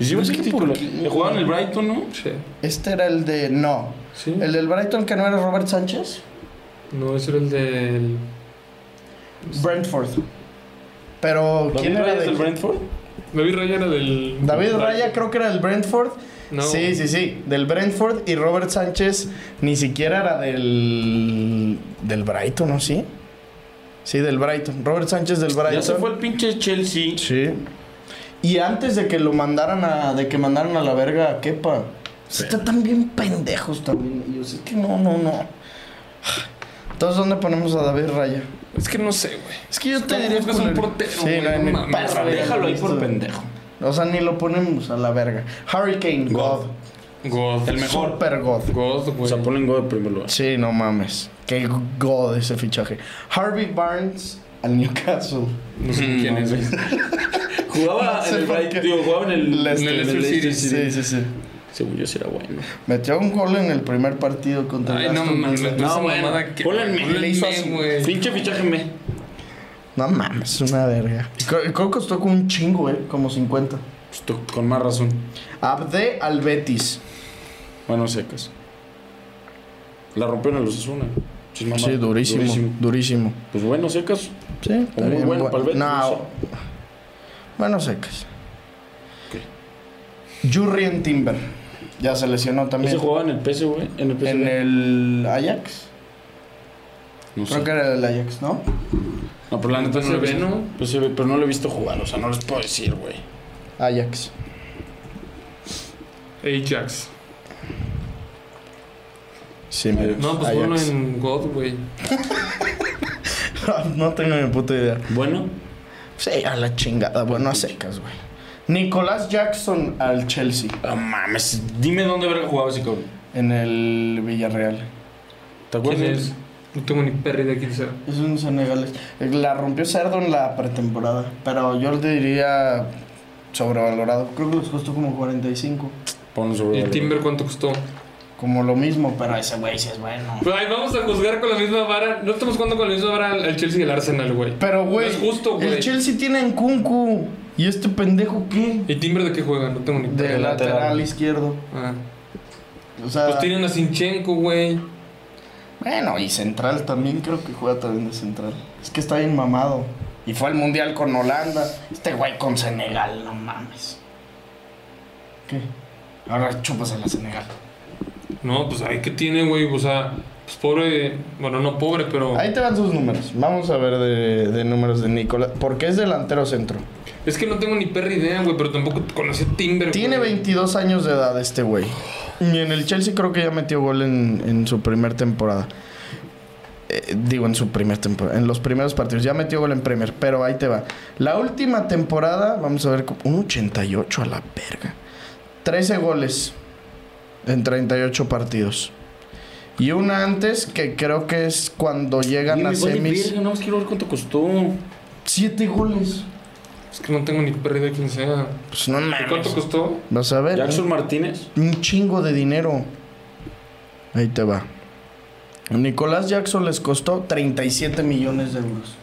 [SPEAKER 5] Y si
[SPEAKER 4] No
[SPEAKER 5] ves
[SPEAKER 4] Pues es
[SPEAKER 5] que
[SPEAKER 4] que por
[SPEAKER 5] titular.
[SPEAKER 4] qué.
[SPEAKER 5] Le jugaban el Brighton, ¿no?
[SPEAKER 6] Sí.
[SPEAKER 4] Este era el de. No.
[SPEAKER 6] Sí.
[SPEAKER 4] ¿El del Brighton que no era Robert Sánchez?
[SPEAKER 6] No, ese era el del.
[SPEAKER 4] Brentford. Pero, ¿quién
[SPEAKER 5] ¿Quién
[SPEAKER 4] era
[SPEAKER 5] del
[SPEAKER 4] de-
[SPEAKER 5] Brentford?
[SPEAKER 6] David Raya era del.
[SPEAKER 4] David Raya creo que era del Brentford.
[SPEAKER 6] No.
[SPEAKER 4] Sí, sí, sí. Del Brentford y Robert Sánchez ni siquiera era del. del Brighton, ¿no? Sí. Sí, del Brighton. Robert Sánchez del Brighton.
[SPEAKER 5] Ya se fue el pinche Chelsea.
[SPEAKER 4] Sí. Y antes de que lo mandaran a. de que mandaran a la verga a Kepa. Están tan bien pendejos también ellos. Es que no, no, no. Entonces, ¿dónde ponemos a David Raya?
[SPEAKER 6] Es que no sé, güey.
[SPEAKER 4] Es que yo te
[SPEAKER 6] ¿Cómo
[SPEAKER 4] diría
[SPEAKER 6] buscas un
[SPEAKER 4] culero.
[SPEAKER 6] portero,
[SPEAKER 4] Sí,
[SPEAKER 6] güey?
[SPEAKER 4] no,
[SPEAKER 6] No
[SPEAKER 4] ni
[SPEAKER 6] mames,
[SPEAKER 4] perra idea
[SPEAKER 5] Déjalo ahí
[SPEAKER 4] de
[SPEAKER 5] por
[SPEAKER 4] esto.
[SPEAKER 5] pendejo.
[SPEAKER 4] O sea, ni lo ponemos a la verga. Hurricane God.
[SPEAKER 6] God. El mejor.
[SPEAKER 4] Super God.
[SPEAKER 6] God, güey.
[SPEAKER 5] O sea, ponen gol en primer lugar.
[SPEAKER 4] Sí, no mames. Qué God ese fichaje. Harvey Barnes al Newcastle.
[SPEAKER 6] No sé quién es, güey.
[SPEAKER 5] Jugaba
[SPEAKER 4] No sé
[SPEAKER 5] en el
[SPEAKER 4] por qué.
[SPEAKER 5] Brighton. Digo, jugaba en el
[SPEAKER 4] Leicester,
[SPEAKER 5] en el
[SPEAKER 6] Leicester City.
[SPEAKER 4] Sí, sí, sí.
[SPEAKER 5] Según yo, sí era bueno.
[SPEAKER 4] Metió un gol en el primer partido contra
[SPEAKER 6] Ay,
[SPEAKER 4] el
[SPEAKER 6] no
[SPEAKER 4] Aston
[SPEAKER 6] mames.
[SPEAKER 4] Villa.
[SPEAKER 6] No,
[SPEAKER 5] bueno.
[SPEAKER 6] mamada que.
[SPEAKER 5] Ponle el
[SPEAKER 6] Ponle el
[SPEAKER 5] me, hizo
[SPEAKER 6] me,
[SPEAKER 5] así.
[SPEAKER 6] güey.
[SPEAKER 5] Pinche fichaje me.
[SPEAKER 4] No mames, una verga. Co- co- costó como un chingo, eh. Como 50.
[SPEAKER 5] Pues tú, con más razón.
[SPEAKER 4] Abde al Betis.
[SPEAKER 5] Bueno, secas. La rompieron a los Asuna.
[SPEAKER 4] Sí, durísimo, durísimo.
[SPEAKER 5] Pues bueno, secas.
[SPEAKER 4] Sí, está
[SPEAKER 5] muy
[SPEAKER 4] bien,
[SPEAKER 5] bueno
[SPEAKER 4] bu-
[SPEAKER 5] para el Betis, no
[SPEAKER 4] No.
[SPEAKER 5] sé.
[SPEAKER 4] Bueno, secas. Jurrien Timber. Ya se lesionó también.
[SPEAKER 5] Ese jugaba en el PS, güey. En el PS.
[SPEAKER 4] en el Ajax.
[SPEAKER 5] No sé.
[SPEAKER 4] Creo que era del Ajax, ¿no?
[SPEAKER 5] No, pero la neta no lo he
[SPEAKER 6] PSV,
[SPEAKER 5] visto.
[SPEAKER 6] ¿no?
[SPEAKER 5] PSV, Pues pero no lo he visto jugar. O sea, no les puedo decir, güey.
[SPEAKER 4] Ajax.
[SPEAKER 6] Ajax.
[SPEAKER 4] Sí,
[SPEAKER 5] mira.
[SPEAKER 6] No, pues ponlo en God, güey.
[SPEAKER 4] no tengo ni puta idea.
[SPEAKER 5] Bueno.
[SPEAKER 4] Sí, a la chingada. Bueno, a secas, güey. Nicolás Jackson al Chelsea.
[SPEAKER 5] No mames. Dime dónde verga jugaba ese cabrón.
[SPEAKER 4] En el Villarreal.
[SPEAKER 5] ¿Te acuerdas?
[SPEAKER 6] ¿Quién es? No tengo ni perra idea quién sea.
[SPEAKER 4] Es un senegalés. La rompió Cerdo en la pretemporada. Pero yo le diría sobrevalorado. Creo que les costó como 45.
[SPEAKER 5] Ponlo sobre
[SPEAKER 6] ¿Y
[SPEAKER 5] la-
[SPEAKER 6] Timber cuánto costó?
[SPEAKER 4] Como lo mismo, pero ese güey sí es bueno.
[SPEAKER 6] Ay, vamos a juzgar con la misma vara. No estamos jugando con la misma vara al al Chelsea y el Arsenal, güey.
[SPEAKER 4] Pero, güey.
[SPEAKER 6] No es justo, güey.
[SPEAKER 4] El Chelsea tiene en Kunku. ¿Y este pendejo qué?
[SPEAKER 6] ¿Y Timber de qué juega? No tengo ni
[SPEAKER 4] De
[SPEAKER 6] perra idea.
[SPEAKER 4] lateral. izquierdo.
[SPEAKER 6] Ah.
[SPEAKER 4] O sea,
[SPEAKER 6] Pues tienen a Sinchenko, güey.
[SPEAKER 4] Bueno, y Central también creo que juega también de Central. Es que está bien mamado. Y fue al Mundial con Holanda. Este güey con Senegal, no mames. ¿Qué? Ahora chupas a la Senegal.
[SPEAKER 6] No, pues ahí que tiene, güey. O sea, pues pobre. Bueno, no pobre, pero.
[SPEAKER 4] Ahí te van sus números. Vamos a ver de, de números de Nicolás. Porque es delantero centro.
[SPEAKER 6] Es que no tengo ni perra idea, güey, pero tampoco conocí a Timber.
[SPEAKER 4] Tiene
[SPEAKER 6] güey.
[SPEAKER 4] 22 años de edad este güey. Y en el Chelsea creo que ya metió gol en, en su primer temporada. Eh, digo, en su primer temporada. En los primeros partidos. Ya metió gol en Premier. Pero ahí te va. La última temporada, vamos a ver, un 88 a la verga. 13 goles en 38 partidos. Y una antes que creo que es cuando llegan
[SPEAKER 5] Oye,
[SPEAKER 4] a
[SPEAKER 5] me vale
[SPEAKER 4] semis.
[SPEAKER 5] verga, nada más quiero ver cuánto costó.
[SPEAKER 4] Siete goles.
[SPEAKER 6] Es que no tengo ni perra idea de quién sea.
[SPEAKER 4] Pues no
[SPEAKER 6] ¿Y cuánto
[SPEAKER 4] mames.
[SPEAKER 6] costó?
[SPEAKER 4] Vas a ver.
[SPEAKER 5] Jackson Martínez.
[SPEAKER 4] Un chingo de dinero. Ahí te va. A Nicolás Jackson les costó 37 millones de euros.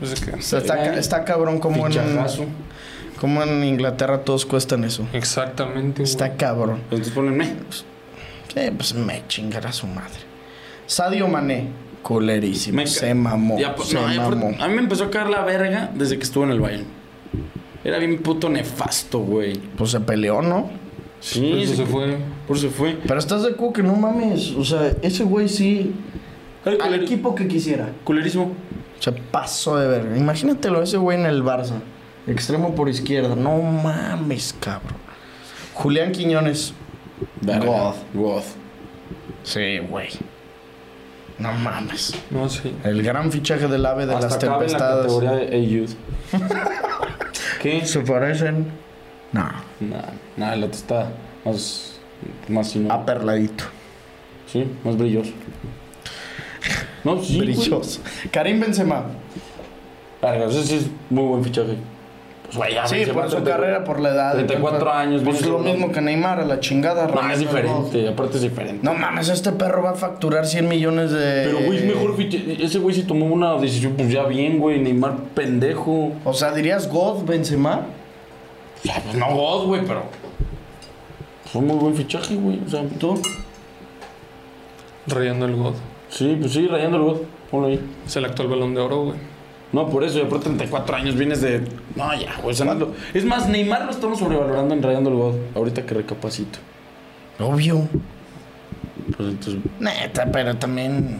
[SPEAKER 6] No sé qué.
[SPEAKER 4] O sea, está, ca- está cabrón como en,
[SPEAKER 5] Fichajazo.
[SPEAKER 4] como en Inglaterra todos cuestan eso.
[SPEAKER 6] Exactamente, güey.
[SPEAKER 4] Está cabrón.
[SPEAKER 5] Entonces ponenme.
[SPEAKER 4] Sí, pues me chingará su madre. Sadio Mané. Colerísimo.
[SPEAKER 5] Me ca-
[SPEAKER 4] se mamó.
[SPEAKER 5] Ya, pues,
[SPEAKER 4] se
[SPEAKER 5] no, ya, por-
[SPEAKER 4] mamó.
[SPEAKER 5] a mí me empezó a caer la verga desde que estuvo en el Bayern. Era bien puto nefasto, güey.
[SPEAKER 4] Pues se peleó, ¿no?
[SPEAKER 5] Sí,
[SPEAKER 6] Por eso se fue.
[SPEAKER 5] Por eso se fue.
[SPEAKER 4] Pero estás de acuerdo que no mames. O sea, ese güey sí.
[SPEAKER 5] Ay,
[SPEAKER 4] Al
[SPEAKER 5] culer-
[SPEAKER 4] equipo que quisiera.
[SPEAKER 5] Culerísimo.
[SPEAKER 4] Se pasó de verga. Imagínatelo ese güey en el Barça. Extremo por izquierda. No mames, cabrón. Julián Quiñones.
[SPEAKER 5] God.
[SPEAKER 4] God.
[SPEAKER 5] God.
[SPEAKER 4] Sí, güey. No mames.
[SPEAKER 6] No, sí.
[SPEAKER 4] El gran fichaje del ave de las
[SPEAKER 5] Hasta cabe en la
[SPEAKER 4] tempestades.
[SPEAKER 5] categoría de AUD. ¿Qué?
[SPEAKER 4] ¿Se parecen? No.
[SPEAKER 5] Nah, nah, el otro está más. Más sino-
[SPEAKER 4] Ah, Aperladito.
[SPEAKER 5] Sí, más brilloso. No, sí. güey.
[SPEAKER 4] Brilloso. Karim Benzema.
[SPEAKER 5] Verga, ese sí es muy buen fichaje. Pues, güey, ya
[SPEAKER 4] Sí,
[SPEAKER 5] Benzema
[SPEAKER 4] por su
[SPEAKER 5] treinta-
[SPEAKER 4] carrera, por la edad.
[SPEAKER 5] 34 años,
[SPEAKER 4] Pues es
[SPEAKER 5] viene
[SPEAKER 4] lo
[SPEAKER 5] siendo-
[SPEAKER 4] mismo que Neymar, a la chingada.
[SPEAKER 5] No,
[SPEAKER 4] Ronaldo,
[SPEAKER 5] es diferente, aparte es diferente.
[SPEAKER 4] No mames, este perro va a facturar 100 millones de...
[SPEAKER 5] Pero, güey, es mejor fiche- Ese güey sí tomó una decisión, pues ya bien, güey. Neymar, pendejo.
[SPEAKER 4] O sea, ¿dirías God Benzema?
[SPEAKER 5] Ya, pues no God, güey, pero. Fue muy buen fichaje, güey. O sea, todo.
[SPEAKER 6] Rayando el God.
[SPEAKER 5] Sí, pues sí, rayando el God. Ponlo ahí.
[SPEAKER 6] Es el actual balón de oro, güey.
[SPEAKER 5] No, por eso, ya por 34 años vienes de. No, ya, güey, o sea, no lo- Es más, Neymar lo estamos sobrevalorando en rayando el God. Ahorita que recapacito.
[SPEAKER 4] Obvio.
[SPEAKER 5] Pues entonces.
[SPEAKER 4] Neta, pero también...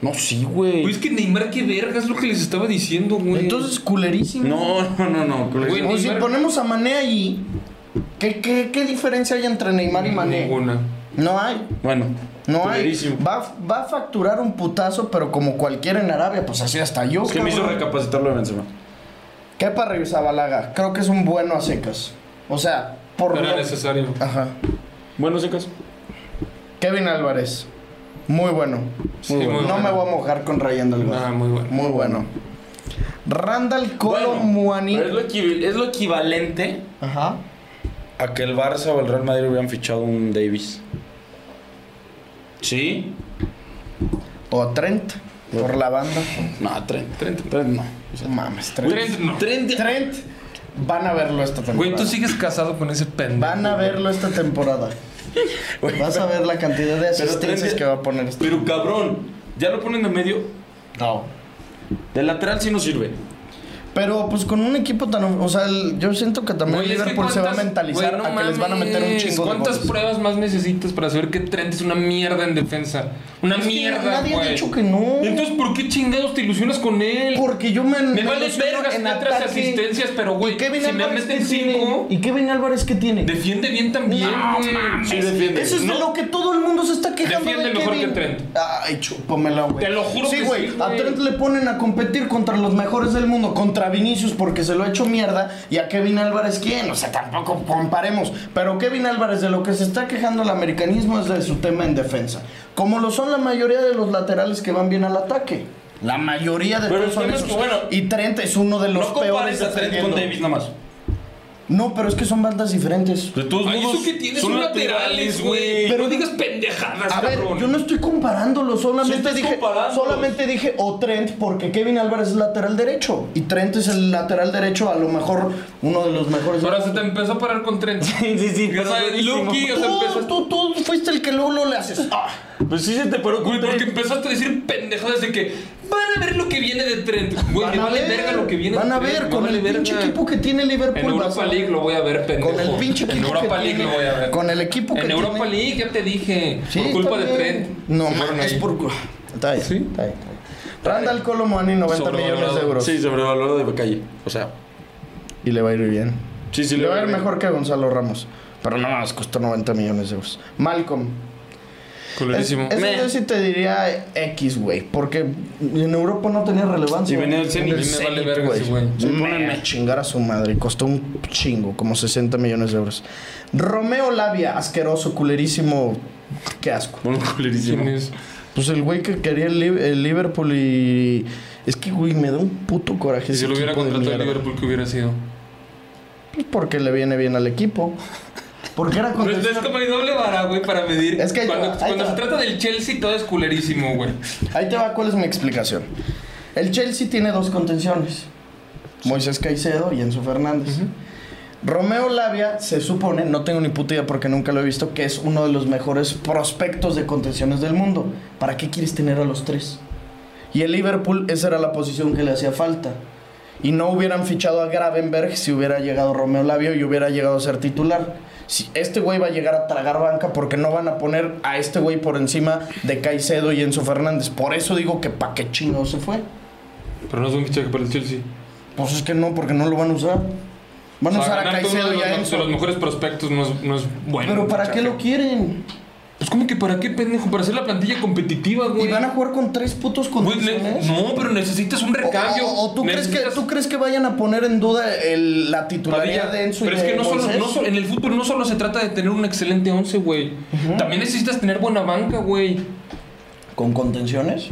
[SPEAKER 5] No, sí, güey.
[SPEAKER 6] Güey, es que Neymar, qué verga, es lo que les estaba diciendo, güey.
[SPEAKER 4] Entonces, culerísimo.
[SPEAKER 5] No, no, no, no. güey.
[SPEAKER 6] Güey,
[SPEAKER 4] O si
[SPEAKER 6] Neymar-
[SPEAKER 4] ponemos a Mané allí, ¿qué, qué, qué diferencia hay entre Neymar y Mané?
[SPEAKER 6] Ninguna.
[SPEAKER 4] No hay.
[SPEAKER 5] Bueno,
[SPEAKER 4] No hay.
[SPEAKER 5] culerísimo.
[SPEAKER 4] Va, va a facturar un putazo, pero como cualquiera en Arabia, pues así hasta yo.
[SPEAKER 5] Es que me hizo
[SPEAKER 4] cabrón.
[SPEAKER 5] recapacitar lo de Benzema.
[SPEAKER 4] Kepa Rizabalaga, creo que es un bueno a secas. O sea, por
[SPEAKER 6] Era
[SPEAKER 4] lo-
[SPEAKER 6] necesario.
[SPEAKER 4] Ajá.
[SPEAKER 5] Bueno, ese caso.
[SPEAKER 4] Kevin Álvarez. Muy bueno.
[SPEAKER 6] Sí,
[SPEAKER 4] Muy bueno.
[SPEAKER 6] muy
[SPEAKER 4] no
[SPEAKER 6] bueno.
[SPEAKER 4] me voy a mojar con Rayando el Gol.
[SPEAKER 6] Ah, muy bueno.
[SPEAKER 4] Muy bueno. Randall Colo
[SPEAKER 5] Bueno,
[SPEAKER 4] Muani.
[SPEAKER 5] pero es, lo equivi- es lo equivalente
[SPEAKER 4] Ajá.
[SPEAKER 5] a que el Barça o el Real Madrid hubieran fichado un Davis. ¿Sí?
[SPEAKER 4] O Trent. Por la banda.
[SPEAKER 5] No, Trent. Trent, Trent no. O sea,
[SPEAKER 4] Mames, Trent.
[SPEAKER 6] Trent no.
[SPEAKER 5] Trent,
[SPEAKER 4] Trent. Van a verlo esta temporada.
[SPEAKER 6] Güey, tú sigues casado con ese pendejo.
[SPEAKER 4] Van a verlo esta temporada.
[SPEAKER 5] Güey,
[SPEAKER 4] Vas a ver la cantidad de
[SPEAKER 5] pero Trent-
[SPEAKER 4] asistencias que va a poner este.
[SPEAKER 5] Pero cabrón, ya lo ponen de medio.
[SPEAKER 4] No.
[SPEAKER 5] De lateral sí no sirve.
[SPEAKER 4] Pero pues con un equipo tan. O sea, el- yo siento que también
[SPEAKER 6] Güey, es que
[SPEAKER 4] Liverpool se va a
[SPEAKER 6] cuántas-
[SPEAKER 4] mentalizar
[SPEAKER 6] güey, no
[SPEAKER 4] a que les van a meter un
[SPEAKER 6] mames,
[SPEAKER 4] chingo de
[SPEAKER 6] ¿Cuántas
[SPEAKER 4] goles.
[SPEAKER 6] pruebas más necesitas para saber que Trent es una mierda en defensa? Una
[SPEAKER 4] Es que
[SPEAKER 6] mierda,
[SPEAKER 4] Nadie
[SPEAKER 6] güey.
[SPEAKER 4] ha dicho que no.
[SPEAKER 6] Entonces, ¿por qué chingados te ilusionas con él?
[SPEAKER 4] Porque yo me.
[SPEAKER 6] me vale
[SPEAKER 4] ilusiono
[SPEAKER 6] verga si
[SPEAKER 4] en
[SPEAKER 6] me traes
[SPEAKER 4] ataque.
[SPEAKER 6] asistencias, pero güey,
[SPEAKER 4] ¿Y Kevin
[SPEAKER 6] si me
[SPEAKER 4] Álvarez
[SPEAKER 6] meten
[SPEAKER 4] qué tiene?
[SPEAKER 6] cinco,
[SPEAKER 4] ¿Y Kevin Álvarez qué tiene?
[SPEAKER 6] defiende bien también. güey.
[SPEAKER 5] Sí defiende.
[SPEAKER 4] Eso es de
[SPEAKER 5] No,
[SPEAKER 4] lo que todo el mundo se está quejando.
[SPEAKER 6] Defiende
[SPEAKER 4] de
[SPEAKER 6] mejor
[SPEAKER 4] Kevin.
[SPEAKER 6] que Trent.
[SPEAKER 4] Ay, chúpamela, güey.
[SPEAKER 6] Te lo juro
[SPEAKER 4] Sí,
[SPEAKER 6] que
[SPEAKER 4] güey.
[SPEAKER 6] sí,
[SPEAKER 4] A
[SPEAKER 6] güey.
[SPEAKER 4] Trent le ponen a competir contra los mejores del mundo, contra Vinicius porque se lo ha hecho mierda. Y a Kevin Álvarez, ¿quién? O sea, tampoco comparemos. Pero Kevin Álvarez, de lo que se está quejando el americanismo es de su tema en defensa. Como lo son la mayoría de los laterales que van bien al ataque. La mayoría de
[SPEAKER 5] Pero
[SPEAKER 4] todos
[SPEAKER 5] el
[SPEAKER 4] son
[SPEAKER 5] tema es
[SPEAKER 4] esos.
[SPEAKER 5] que, bueno,
[SPEAKER 4] y Trent es uno de los
[SPEAKER 5] no
[SPEAKER 4] peores.
[SPEAKER 5] compares a Trent con
[SPEAKER 4] defendiendo.
[SPEAKER 5] Davis nada más.
[SPEAKER 4] No, pero es que son bandas diferentes.
[SPEAKER 5] De todos
[SPEAKER 6] Ay,
[SPEAKER 5] modos,
[SPEAKER 6] pues, eso que tienes
[SPEAKER 5] Ah, son
[SPEAKER 6] son laterales, güey.
[SPEAKER 4] Pero-
[SPEAKER 6] no digas pendejadas,
[SPEAKER 4] A ver,
[SPEAKER 6] cabrón.
[SPEAKER 4] yo no estoy comparándolo,
[SPEAKER 5] Sí
[SPEAKER 4] solamente
[SPEAKER 5] estás
[SPEAKER 4] dije
[SPEAKER 5] comparándolos.
[SPEAKER 4] solamente dije o Trent porque Kevin Álvarez es lateral derecho y Trent es el lateral derecho a lo mejor uno de los mejores.
[SPEAKER 6] Ahora se te empezó a parar con Trent.
[SPEAKER 9] Sí, sí, sí.
[SPEAKER 6] O sea, Lucky, o sea,
[SPEAKER 4] tú,
[SPEAKER 6] empezaste.
[SPEAKER 4] tú, tú fuiste el que luego lo le haces. Ah,
[SPEAKER 5] Pues sí se te paró
[SPEAKER 6] Güey,
[SPEAKER 5] con
[SPEAKER 6] porque empezaste a decir pendejadas de que van a ver lo que viene de Trent. Güey, me vale verga lo que viene
[SPEAKER 4] van
[SPEAKER 6] de
[SPEAKER 4] a
[SPEAKER 6] Trent,
[SPEAKER 4] ver
[SPEAKER 6] me
[SPEAKER 4] con
[SPEAKER 6] vale
[SPEAKER 4] el
[SPEAKER 6] verga.
[SPEAKER 4] pinche equipo que tiene Liverpool.
[SPEAKER 6] En
[SPEAKER 4] vas a-
[SPEAKER 6] Europa League lo voy a ver, pendejo.
[SPEAKER 4] Con el pinche
[SPEAKER 6] En
[SPEAKER 4] equipo
[SPEAKER 6] Europa
[SPEAKER 4] que
[SPEAKER 6] League
[SPEAKER 4] tiene,
[SPEAKER 6] lo voy a ver.
[SPEAKER 4] Con el equipo que
[SPEAKER 6] En Europa
[SPEAKER 4] tiene.
[SPEAKER 6] League, ya te dije.
[SPEAKER 4] Sí,
[SPEAKER 6] por culpa
[SPEAKER 4] está
[SPEAKER 6] de
[SPEAKER 4] bien.
[SPEAKER 6] Trent.
[SPEAKER 4] No,
[SPEAKER 6] se fueron
[SPEAKER 4] ma, es
[SPEAKER 6] ahí.
[SPEAKER 4] por culpa. Está bien.
[SPEAKER 6] Sí.
[SPEAKER 4] Está bien. Randall Colomani, 90 millones de
[SPEAKER 6] Sobrevalorado.
[SPEAKER 4] euros.
[SPEAKER 5] Sí, sobrevalorado de calle. O sea,
[SPEAKER 4] Y le va a ir bien.
[SPEAKER 5] sí, sí
[SPEAKER 4] le va a ir
[SPEAKER 5] bien.
[SPEAKER 4] mejor que Gonzalo Ramos. Pero no más, costó 90 millones de euros. Malcolm. Es,
[SPEAKER 6] Culerísimo.
[SPEAKER 4] eso
[SPEAKER 5] Meh.
[SPEAKER 4] yo sí te diría X, güey. Porque en Europa no tenía relevancia.
[SPEAKER 5] Y venía del
[SPEAKER 4] En
[SPEAKER 5] Zenit. Y me
[SPEAKER 6] vale
[SPEAKER 4] Zenit,
[SPEAKER 6] verga ese güey.
[SPEAKER 5] Sí,
[SPEAKER 4] Meh,
[SPEAKER 5] pónganme.
[SPEAKER 4] chingar a su madre. Costó un chingo, como 60 millones de euros. Romeo Labia, asqueroso, culerísimo. Qué asco.
[SPEAKER 5] Bueno, culerísimo.
[SPEAKER 6] ¿Quién es?
[SPEAKER 4] Pues el güey que quería el, Liv- el Liverpool y. Es que, güey, me da un puto coraje.
[SPEAKER 6] Si
[SPEAKER 4] ese
[SPEAKER 6] lo hubiera
[SPEAKER 4] equipo de
[SPEAKER 6] contratado el
[SPEAKER 4] mierda.
[SPEAKER 6] Liverpool, ¿qué hubiera sido?
[SPEAKER 4] Pues porque le viene bien al equipo. Porque era
[SPEAKER 6] Pero
[SPEAKER 4] contra
[SPEAKER 6] Pues es como hay doble vara, güey, para medir.
[SPEAKER 4] Es que ahí te
[SPEAKER 6] cuando
[SPEAKER 4] va, ahí
[SPEAKER 6] cuando
[SPEAKER 4] te
[SPEAKER 6] se
[SPEAKER 4] va.
[SPEAKER 6] trata del Chelsea, todo es culerísimo, güey.
[SPEAKER 4] Ahí te va cuál es mi explicación. El Chelsea tiene dos contenciones. Moisés Caicedo y Enzo Fernández. Romeo Labia se supone, no tengo ni puta idea porque nunca lo he visto, que es uno de los mejores prospectos de contenciones del mundo. ¿Para qué quieres tener a los tres? Y el Liverpool, esa era la posición que le hacía falta. Y no hubieran fichado a Gravenberg si hubiera llegado Romeo Labio y hubiera llegado a ser titular. Si este güey va a llegar a tragar banca porque no van a poner a este güey por encima de Caicedo y Enzo Fernández. Por eso digo que pa' qué chino se fue.
[SPEAKER 6] Pero no es un fichaje para el Chelsea.
[SPEAKER 4] Pues es que no, porque no lo van a usar. Van a
[SPEAKER 6] O sea,
[SPEAKER 4] usar a
[SPEAKER 6] ganar con
[SPEAKER 4] Caicedo
[SPEAKER 6] uno
[SPEAKER 4] y
[SPEAKER 6] de
[SPEAKER 4] a
[SPEAKER 6] los, de los
[SPEAKER 4] Enzo.
[SPEAKER 6] mejores prospectos no es, no es bueno.
[SPEAKER 4] Pero ¿para
[SPEAKER 6] muchacho.
[SPEAKER 4] qué lo quieren?
[SPEAKER 6] Pues como que para qué, pendejo, para hacer la plantilla competitiva, güey.
[SPEAKER 4] Y van a jugar con tres putos
[SPEAKER 6] Güey, ne-
[SPEAKER 4] contenciones.
[SPEAKER 6] No, pero necesitas un
[SPEAKER 4] O-
[SPEAKER 6] recambio.
[SPEAKER 4] O, o tú, crees que,
[SPEAKER 6] necesitas-
[SPEAKER 4] tú crees que vayan a poner en duda el- la
[SPEAKER 6] Padilla,
[SPEAKER 4] titularidad de Enzo y
[SPEAKER 6] pero es
[SPEAKER 4] de
[SPEAKER 6] que no solo,
[SPEAKER 4] Moisés?
[SPEAKER 6] no solo- en el fútbol no solo se trata de tener un excelente once, güey. También necesitas tener buena banca, güey.
[SPEAKER 4] ¿Con contenciones?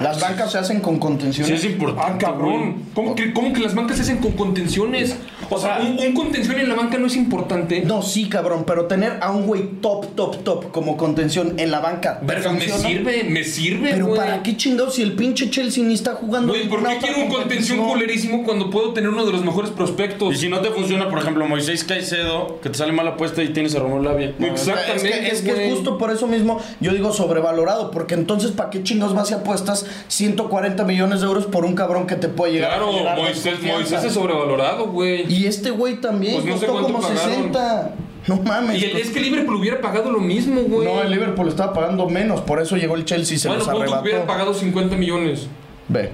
[SPEAKER 4] Las bancas se hacen con contenciones.
[SPEAKER 5] Sí, es importante.
[SPEAKER 6] Ah, cabrón. ¿Cómo que, cómo que las bancas se hacen con contenciones? O sea, un, un contención en la banca no es importante.
[SPEAKER 4] No, sí, cabrón, pero tener a un güey top, top, top como contención en la banca. ¿te
[SPEAKER 6] Verga, me
[SPEAKER 4] funciona?
[SPEAKER 6] sirve, me sirve,
[SPEAKER 4] Pero
[SPEAKER 6] güey.
[SPEAKER 4] ¿para qué chingados si el pinche Chelsea ni está jugando?
[SPEAKER 6] Güey, ¿por
[SPEAKER 4] ninguna
[SPEAKER 6] qué
[SPEAKER 4] otra
[SPEAKER 6] quiero un contención
[SPEAKER 4] competición?
[SPEAKER 6] culerísimo cuando puedo tener uno de los mejores
[SPEAKER 5] Y
[SPEAKER 6] prospectos?
[SPEAKER 5] si no te funciona, por ejemplo, Moisés Caicedo, que te sale mala apuesta y tienes a Romeo Labia.
[SPEAKER 4] Es
[SPEAKER 6] Exactamente,
[SPEAKER 4] que, es que
[SPEAKER 6] güey.
[SPEAKER 4] justo por eso mismo yo digo sobrevalorado, porque entonces ¿para qué chingados vas y apuestas 140 millones de euros por un cabrón que te puede llegar? a
[SPEAKER 6] Claro,
[SPEAKER 4] generar
[SPEAKER 6] Moisés,
[SPEAKER 4] desconfianza?
[SPEAKER 6] Moisés es sobrevalorado, güey.
[SPEAKER 4] Y este güey también
[SPEAKER 6] Pues no sé
[SPEAKER 4] costó
[SPEAKER 6] cuánto
[SPEAKER 4] como
[SPEAKER 6] pagaron.
[SPEAKER 4] 60. No mames.
[SPEAKER 6] Y el, es que Liverpool hubiera pagado lo mismo, güey.
[SPEAKER 4] No, el Liverpool estaba pagando menos, por eso llegó el Chelsea y se
[SPEAKER 6] Bueno,
[SPEAKER 4] los
[SPEAKER 6] ¿cuánto hubiera
[SPEAKER 4] arrebató.
[SPEAKER 6] pagado 50 millones?
[SPEAKER 4] Ve.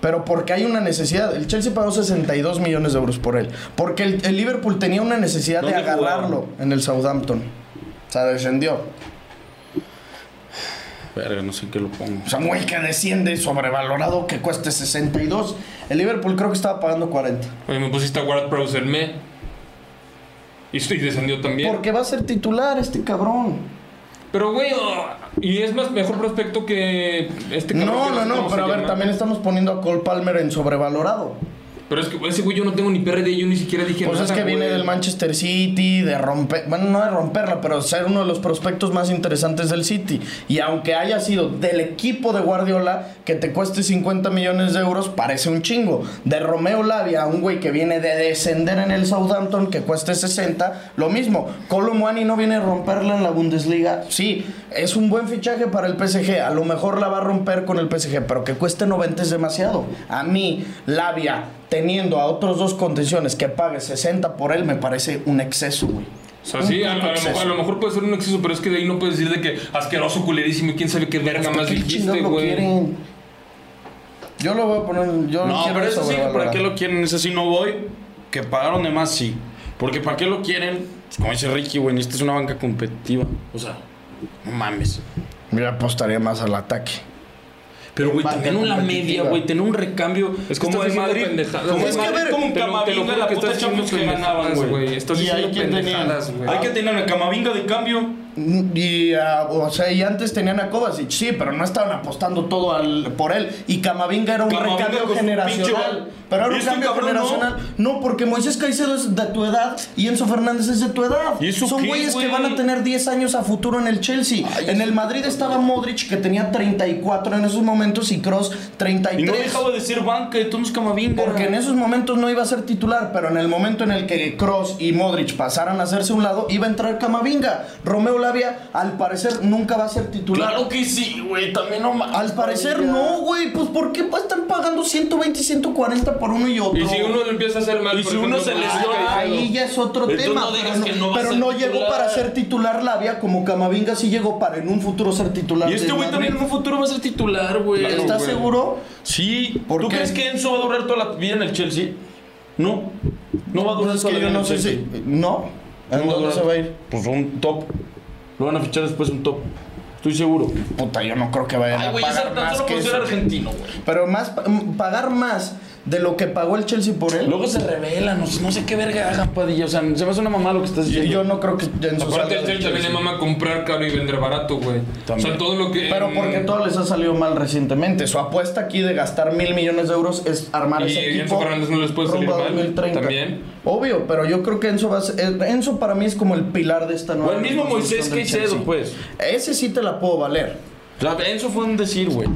[SPEAKER 4] Pero porque hay una necesidad. El Chelsea pagó 62 millones de euros por él. Porque el, el Liverpool tenía una necesidad de
[SPEAKER 5] ¿Dónde
[SPEAKER 4] agarrarlo
[SPEAKER 5] jugaban?
[SPEAKER 4] en el Southampton. O sea, descendió.
[SPEAKER 5] Verga, no sé qué lo pongo.
[SPEAKER 4] O sea, güey que desciende sobrevalorado que cueste 62. El Liverpool creo que estaba pagando 40.
[SPEAKER 6] Oye, me pusiste a WordPress en me. Y, y descendió también.
[SPEAKER 4] Porque va a ser titular este cabrón.
[SPEAKER 6] Pero, güey, oh, y es más mejor prospecto que este cabrón
[SPEAKER 4] No,
[SPEAKER 6] que
[SPEAKER 4] no,
[SPEAKER 6] sé
[SPEAKER 4] no,
[SPEAKER 6] cómo
[SPEAKER 4] pero a
[SPEAKER 6] se
[SPEAKER 4] ver,
[SPEAKER 6] llama.
[SPEAKER 4] también estamos poniendo a Cole Palmer en sobrevalorado.
[SPEAKER 6] Pero es que ese güey yo no tengo ni PRD, yo ni siquiera dije
[SPEAKER 4] Pues es
[SPEAKER 6] nada,
[SPEAKER 4] que viene
[SPEAKER 6] güey.
[SPEAKER 4] del Manchester City, de romper, bueno, no de romperla, pero ser uno de los prospectos más interesantes del City. Y aunque haya sido del equipo de Guardiola, que te cueste 50 millones de euros, parece un chingo. De Romeo Lavia, un güey que viene de descender en el Southampton, que cueste 60, lo mismo. Colomwani no viene a romperla en la Bundesliga. Sí, es un buen fichaje para el PSG. A lo mejor la va a romper con el PSG, pero que cueste 90 es demasiado. A mí, Lavia, teniendo a otros dos contenciones que pague 60 por él, me parece un exceso, güey.
[SPEAKER 6] O sea, sí, a, a lo mejor- a lo mejor puede ser un exceso, pero es que de ahí no puedes decir de que asqueroso, culerísimo y quién sabe qué verga más
[SPEAKER 4] ¿Qué
[SPEAKER 6] dijiste,
[SPEAKER 4] chingados lo
[SPEAKER 6] güey.
[SPEAKER 4] quieren? Yo lo voy a poner. Yo
[SPEAKER 5] No,
[SPEAKER 4] quiero
[SPEAKER 5] pero eso sí, ¿para
[SPEAKER 4] sobrevalorado.
[SPEAKER 5] qué lo quieren? Ese sí no voy. Que pagaron de más, sí. Porque ¿para qué lo quieren? Pues como dice Ricky, güey, esta es una banca competitiva. O sea, no mames.
[SPEAKER 4] Yo apostaría más al ataque.
[SPEAKER 5] Pero, güey,
[SPEAKER 4] Banca
[SPEAKER 5] tener una
[SPEAKER 4] competitiva.
[SPEAKER 5] media, güey, tener un recambio.
[SPEAKER 6] Es que como
[SPEAKER 5] el
[SPEAKER 6] estás
[SPEAKER 5] Madrid.
[SPEAKER 6] diciendo pendejadas,
[SPEAKER 5] Como
[SPEAKER 6] güey.
[SPEAKER 5] el
[SPEAKER 6] Es que, a
[SPEAKER 5] Madrid,
[SPEAKER 6] ver,
[SPEAKER 5] como
[SPEAKER 6] te lo- te lo
[SPEAKER 5] Camavinga,
[SPEAKER 6] juro
[SPEAKER 5] la
[SPEAKER 6] que
[SPEAKER 5] puta
[SPEAKER 6] estás
[SPEAKER 5] Champions que
[SPEAKER 6] diciendo
[SPEAKER 5] ganaban,
[SPEAKER 6] pendejadas,
[SPEAKER 5] güey.
[SPEAKER 6] Estás
[SPEAKER 4] Y ahí
[SPEAKER 6] diciendo
[SPEAKER 4] quién tenía.
[SPEAKER 6] pendejadas, güey.
[SPEAKER 5] Hay que tener a Camavinga de cambio.
[SPEAKER 4] Y, ah, o sea, y antes tenían a Kovacic, sí, pero no estaban apostando todo al- por él. Y Camavinga era un
[SPEAKER 5] Camavinga
[SPEAKER 4] recambio
[SPEAKER 5] con su pinche
[SPEAKER 4] generacional.
[SPEAKER 5] gol.
[SPEAKER 4] Pero era
[SPEAKER 5] Y
[SPEAKER 4] un
[SPEAKER 5] este
[SPEAKER 4] cambio
[SPEAKER 5] cabrón no.
[SPEAKER 4] generacional. No. porque Moisés Caicedo es de tu edad y Enzo Fernández es de tu edad.
[SPEAKER 5] ¿Y eso
[SPEAKER 4] Son
[SPEAKER 5] qué,
[SPEAKER 4] güeyes
[SPEAKER 5] güey?
[SPEAKER 4] que van a tener 10 años a futuro en el Chelsea. en el Madrid estaba Modric, que tenía 34 en esos momentos, y Cross
[SPEAKER 5] Y
[SPEAKER 4] 33.
[SPEAKER 5] no dejaba de ser banca de Tomás Camavinga.
[SPEAKER 4] Porque en esos momentos no iba a ser titular, pero en el momento en el que Cross y Modric pasaran a hacerse un lado, iba a entrar Camavinga. Romeo Lavia, al parecer, nunca va a ser titular.
[SPEAKER 5] Claro que sí, güey, también no Ah, mames.
[SPEAKER 4] Al parecer no, güey. Pues ¿por qué pa- están pagando 120 y 140 por uno y otro? Ah,
[SPEAKER 6] Y si uno lo empieza a hacer mal,
[SPEAKER 5] Y
[SPEAKER 6] por
[SPEAKER 5] si uno
[SPEAKER 6] ejemplo,
[SPEAKER 5] se
[SPEAKER 6] como
[SPEAKER 5] lesiona,
[SPEAKER 6] Moisés Caicedo,
[SPEAKER 4] Ahí ya es otro
[SPEAKER 5] Entonces
[SPEAKER 4] tema.
[SPEAKER 5] no digas
[SPEAKER 4] pero no,
[SPEAKER 5] que no va a
[SPEAKER 4] pero
[SPEAKER 5] ser
[SPEAKER 4] no
[SPEAKER 5] titular.
[SPEAKER 4] llegó para ser titular Lavia, como Camavinga sí llegó para en un futuro ser titular.
[SPEAKER 5] Y este
[SPEAKER 4] del
[SPEAKER 5] güey también en
[SPEAKER 4] Madrid.
[SPEAKER 5] un futuro va a ser titular, güey.
[SPEAKER 4] ¿Estás
[SPEAKER 5] Güey.
[SPEAKER 4] seguro?
[SPEAKER 5] Sí.
[SPEAKER 4] ¿Por
[SPEAKER 5] ¿Tú
[SPEAKER 4] qué?
[SPEAKER 5] crees que Enzo va a durar toda la vida en el Chelsea? No. No va a durar
[SPEAKER 4] Pues es
[SPEAKER 5] toda
[SPEAKER 4] que
[SPEAKER 5] la vida
[SPEAKER 4] yo
[SPEAKER 5] en
[SPEAKER 4] no
[SPEAKER 5] el
[SPEAKER 4] sé
[SPEAKER 5] Chelsea.
[SPEAKER 4] si. ¿No? ¿En
[SPEAKER 5] No
[SPEAKER 4] dónde
[SPEAKER 5] durar.
[SPEAKER 4] se va a ir?
[SPEAKER 5] Pues un top. Lo van a fichar después un top. Estoy seguro.
[SPEAKER 4] Puta, yo no creo que vayan
[SPEAKER 5] Ay,
[SPEAKER 4] a
[SPEAKER 5] güey, es
[SPEAKER 4] pagar
[SPEAKER 5] tan
[SPEAKER 4] más
[SPEAKER 5] solo
[SPEAKER 4] que
[SPEAKER 5] por ser
[SPEAKER 4] eso.
[SPEAKER 5] argentino, güey.
[SPEAKER 4] Pero más pa- m- pagar más de lo que pagó el Chelsea por él.
[SPEAKER 5] Luego se revelan, no sé, no sé qué verga hagan, padilla. O sea, se me hace una mamá lo que estás
[SPEAKER 4] yo,
[SPEAKER 5] diciendo.
[SPEAKER 4] yo no creo que en su
[SPEAKER 6] Aparte el Chelsea Este también le mama comprar caro y vender barato, güey. O
[SPEAKER 5] También.
[SPEAKER 6] sea, todo lo que...
[SPEAKER 4] Pero porque todo les ha salido mal recientemente. Su apuesta aquí de gastar mil millones de euros es armar
[SPEAKER 6] Y
[SPEAKER 4] ese equipo.
[SPEAKER 6] Enzo Fernández no les puede salir
[SPEAKER 4] rumbo a
[SPEAKER 6] mal, también.
[SPEAKER 4] Obvio, pero yo creo que Enzo va a ser- eh, Enzo para mí es como el pilar de esta nueva.
[SPEAKER 5] O el mismo Moisés
[SPEAKER 4] reconstrucción del
[SPEAKER 5] Caicedo,
[SPEAKER 4] Chelsea.
[SPEAKER 5] pues.
[SPEAKER 4] Ese sí te la puedo valer.
[SPEAKER 5] O sea, Enzo fue un decir, güey.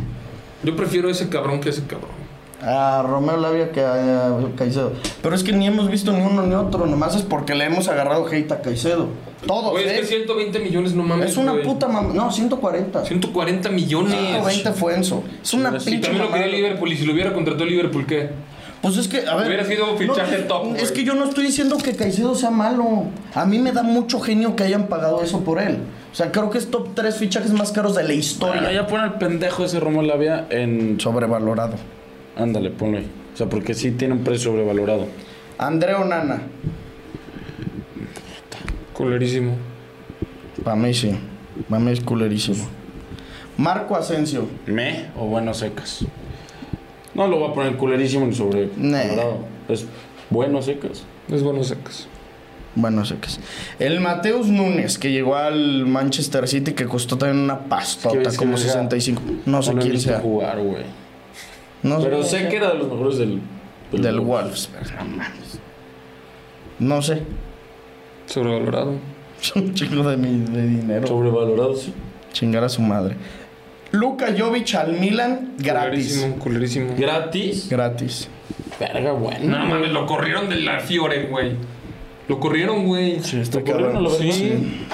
[SPEAKER 6] Yo prefiero ese cabrón que ese cabrón.
[SPEAKER 4] A Romeo Labia que a eh, Caicedo. Pero es que ni hemos visto ni uno ni otro. Nomás es porque le hemos agarrado hate a Caicedo. Todos,
[SPEAKER 6] Güey,
[SPEAKER 4] ¿eh?
[SPEAKER 6] es que 120 millones no mames,
[SPEAKER 4] Es una
[SPEAKER 6] güey.
[SPEAKER 4] puta mamá. No, 140.
[SPEAKER 6] 140 millones.
[SPEAKER 4] 120 fue Enzo. Es una
[SPEAKER 6] Y
[SPEAKER 4] pinche
[SPEAKER 6] también lo quería
[SPEAKER 4] mamada.
[SPEAKER 6] Liverpool. Y si lo hubiera contratado Liverpool, ¿qué?
[SPEAKER 4] Pues es que, a ver.
[SPEAKER 6] Hubiera sido un fichaje
[SPEAKER 4] no,
[SPEAKER 6] top,
[SPEAKER 4] Es
[SPEAKER 6] güey.
[SPEAKER 4] que yo no estoy diciendo que Caicedo sea malo. A mí me da mucho genio que hayan pagado eso por él. O sea, creo que es top 3 fichajes más caros de la historia.
[SPEAKER 5] Ahora ya pone al pendejo ese Romo Lavia en.
[SPEAKER 4] Sobrevalorado.
[SPEAKER 5] Ándale, ponlo ahí. O sea, porque sí tiene un precio sobrevalorado.
[SPEAKER 4] André Onana.
[SPEAKER 6] Culerísimo.
[SPEAKER 4] Para mí sí. Para mí es culerísimo. Marco Asensio.
[SPEAKER 5] ¿Me? O bueno, secas. No lo va a poner culerísimo ni sobrevalorado. Es bueno, secas.
[SPEAKER 6] Es bueno secas.
[SPEAKER 4] Bueno, sé qué es. El Mateus Núñez, que llegó al Manchester City, que costó también una
[SPEAKER 5] Que
[SPEAKER 4] pastota,
[SPEAKER 5] ves que
[SPEAKER 4] como
[SPEAKER 5] verga,
[SPEAKER 4] 65. No sé
[SPEAKER 5] lo he
[SPEAKER 4] quién
[SPEAKER 5] visto
[SPEAKER 4] sea.
[SPEAKER 5] jugar, güey.
[SPEAKER 4] No sé
[SPEAKER 5] Pero
[SPEAKER 4] quién
[SPEAKER 5] sé
[SPEAKER 4] sea.
[SPEAKER 5] que era de los mejores del.
[SPEAKER 4] Del Wolves. pero no mames. No sé.
[SPEAKER 6] Sobrevalorado.
[SPEAKER 4] Es un chingo de, mi- de dinero.
[SPEAKER 5] Sobrevalorado, sí.
[SPEAKER 4] Chingar a su madre. Luka Jovic al Milan, gratis.
[SPEAKER 6] Culerísimo, culerísimo.
[SPEAKER 5] Gratis.
[SPEAKER 4] Gratis.
[SPEAKER 5] Verga, bueno.
[SPEAKER 6] No mames, lo corrieron de la Fiore, güey. Lo corrieron, güey.
[SPEAKER 5] Te corrieron a la verga.
[SPEAKER 4] Sí.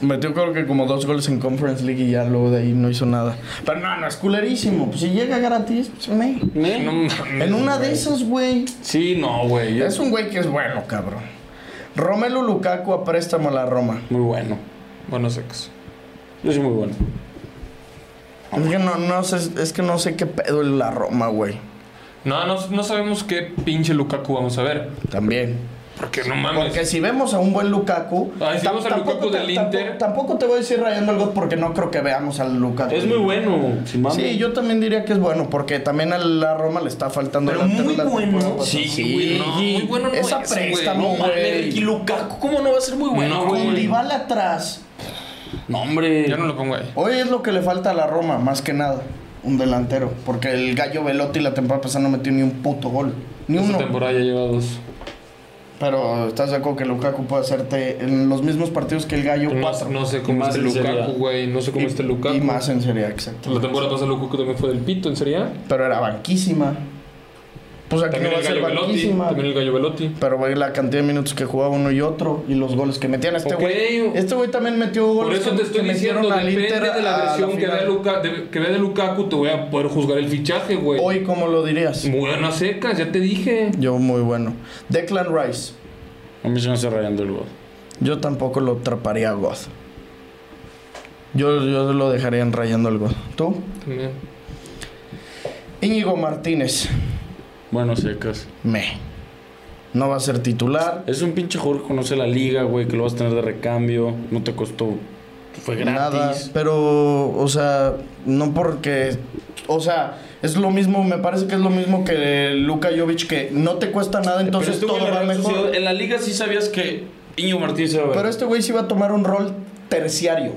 [SPEAKER 4] Metió creo que como dos goles en Conference League y ya luego de ahí no hizo nada. Pero no, no, es culerísimo. Pues si llega gratis, pues me.
[SPEAKER 5] ¿Me?
[SPEAKER 6] No mames.
[SPEAKER 5] Mm,
[SPEAKER 4] En una de esas, güey.
[SPEAKER 5] Sí, no, güey.
[SPEAKER 4] Es un güey que es bueno, cabrón. Romelu Lukaku a préstamo a la Roma.
[SPEAKER 5] Muy bueno.
[SPEAKER 6] Bueno secas.
[SPEAKER 5] Yo soy muy bueno.
[SPEAKER 4] Pues Es que no, no sé, es que no sé qué pedo es la Roma, güey.
[SPEAKER 6] No, no, no sabemos qué pinche Lukaku vamos a ver.
[SPEAKER 4] También.
[SPEAKER 6] Porque no mames.
[SPEAKER 4] Porque si vemos a un buen Lukaku,
[SPEAKER 6] Ah, si
[SPEAKER 4] tam-
[SPEAKER 6] vemos al Lukaku
[SPEAKER 4] te,
[SPEAKER 6] del
[SPEAKER 4] tampoco-
[SPEAKER 6] Inter.
[SPEAKER 4] tampoco te voy a decir rayando algo porque no creo que veamos al Lukaku.
[SPEAKER 5] Es muy bueno. Sin mames.
[SPEAKER 4] Sí, yo también diría que es bueno porque también a la Roma le está faltando
[SPEAKER 5] Pero
[SPEAKER 4] delantero
[SPEAKER 5] muy
[SPEAKER 4] la
[SPEAKER 5] bueno.
[SPEAKER 4] temporada pasada.
[SPEAKER 5] Sí, güey, no, muy bueno no
[SPEAKER 4] Esa
[SPEAKER 5] es, güey.
[SPEAKER 4] préstamo,
[SPEAKER 5] No mames,
[SPEAKER 4] güey.
[SPEAKER 5] Ricky Lukaku, ¿cómo no va a ser muy bueno,
[SPEAKER 6] No,
[SPEAKER 5] güey?
[SPEAKER 4] Con Dybala atrás.
[SPEAKER 5] No, hombre.
[SPEAKER 6] Yo no lo pongo ahí.
[SPEAKER 4] Hoy es lo que le falta a la Roma, más que nada. Un delantero. Porque el gallo Velotti la temporada pasada no metió ni un puto gol. Ni
[SPEAKER 6] Esta
[SPEAKER 4] uno.
[SPEAKER 6] temporada ya lleva dos.
[SPEAKER 4] Pero estás de acuerdo que Lukaku puede hacerte en los mismos partidos que el gallo
[SPEAKER 6] No,
[SPEAKER 4] cuatro.
[SPEAKER 6] no sé cómo
[SPEAKER 5] Más
[SPEAKER 6] está
[SPEAKER 5] en Serie
[SPEAKER 6] Lukaku,
[SPEAKER 5] A.
[SPEAKER 6] güey. No sé cómo está este Lukaku.
[SPEAKER 4] Y más en serie, exacto.
[SPEAKER 6] La temporada pasada Lukaku también fue del pito, ¿en serio?
[SPEAKER 4] Pero era banquísima. Pues aquí
[SPEAKER 6] También
[SPEAKER 4] no va
[SPEAKER 6] el
[SPEAKER 4] a ser
[SPEAKER 6] Gallo Velotti.
[SPEAKER 4] banquísima.
[SPEAKER 6] También el Gallo Velotti.
[SPEAKER 4] Pero güey, la cantidad de minutos que jugaba uno y otro y los goles que metían este
[SPEAKER 6] Ok.
[SPEAKER 4] güey. Este güey también metió
[SPEAKER 6] Por
[SPEAKER 4] goles.
[SPEAKER 6] eso te
[SPEAKER 4] que-
[SPEAKER 6] estoy
[SPEAKER 4] que
[SPEAKER 6] diciendo,
[SPEAKER 4] metieron al
[SPEAKER 6] depende
[SPEAKER 4] Inter
[SPEAKER 6] de
[SPEAKER 4] a
[SPEAKER 6] la versión que,
[SPEAKER 4] final.
[SPEAKER 6] vea Luka- de- que vea de Lukaku, te voy a poder juzgar el fichaje, güey.
[SPEAKER 4] Hoy, ¿cómo lo dirías?
[SPEAKER 6] Buenas secas, ya te dije.
[SPEAKER 4] Yo muy bueno. Declan Rice.
[SPEAKER 5] A mí se me hace rayando el gol.
[SPEAKER 4] Yo tampoco lo atraparía a God. Yo, yo lo dejaría en rayando el God. ¿Tú?
[SPEAKER 6] También.
[SPEAKER 4] Íñigo Martínez.
[SPEAKER 5] Bueno, secas.
[SPEAKER 4] Me. No va a ser titular.
[SPEAKER 5] Es un pinche jugador que conoce la liga, güey, que lo vas a tener de recambio. No te costó. Fue
[SPEAKER 4] Nada.
[SPEAKER 5] gratis.
[SPEAKER 4] Pero, o sea, no porque. O sea, es lo mismo. Me parece que es lo mismo que Luka Jovic, que no te cuesta nada, entonces
[SPEAKER 5] Pero este güey
[SPEAKER 4] todo
[SPEAKER 5] la
[SPEAKER 4] va
[SPEAKER 5] Real
[SPEAKER 4] mejor.
[SPEAKER 5] Sociedad- en la liga sí sabías que Iñigo Martínez se va a ver.
[SPEAKER 4] Pero este güey sí va a tomar un rol terciario.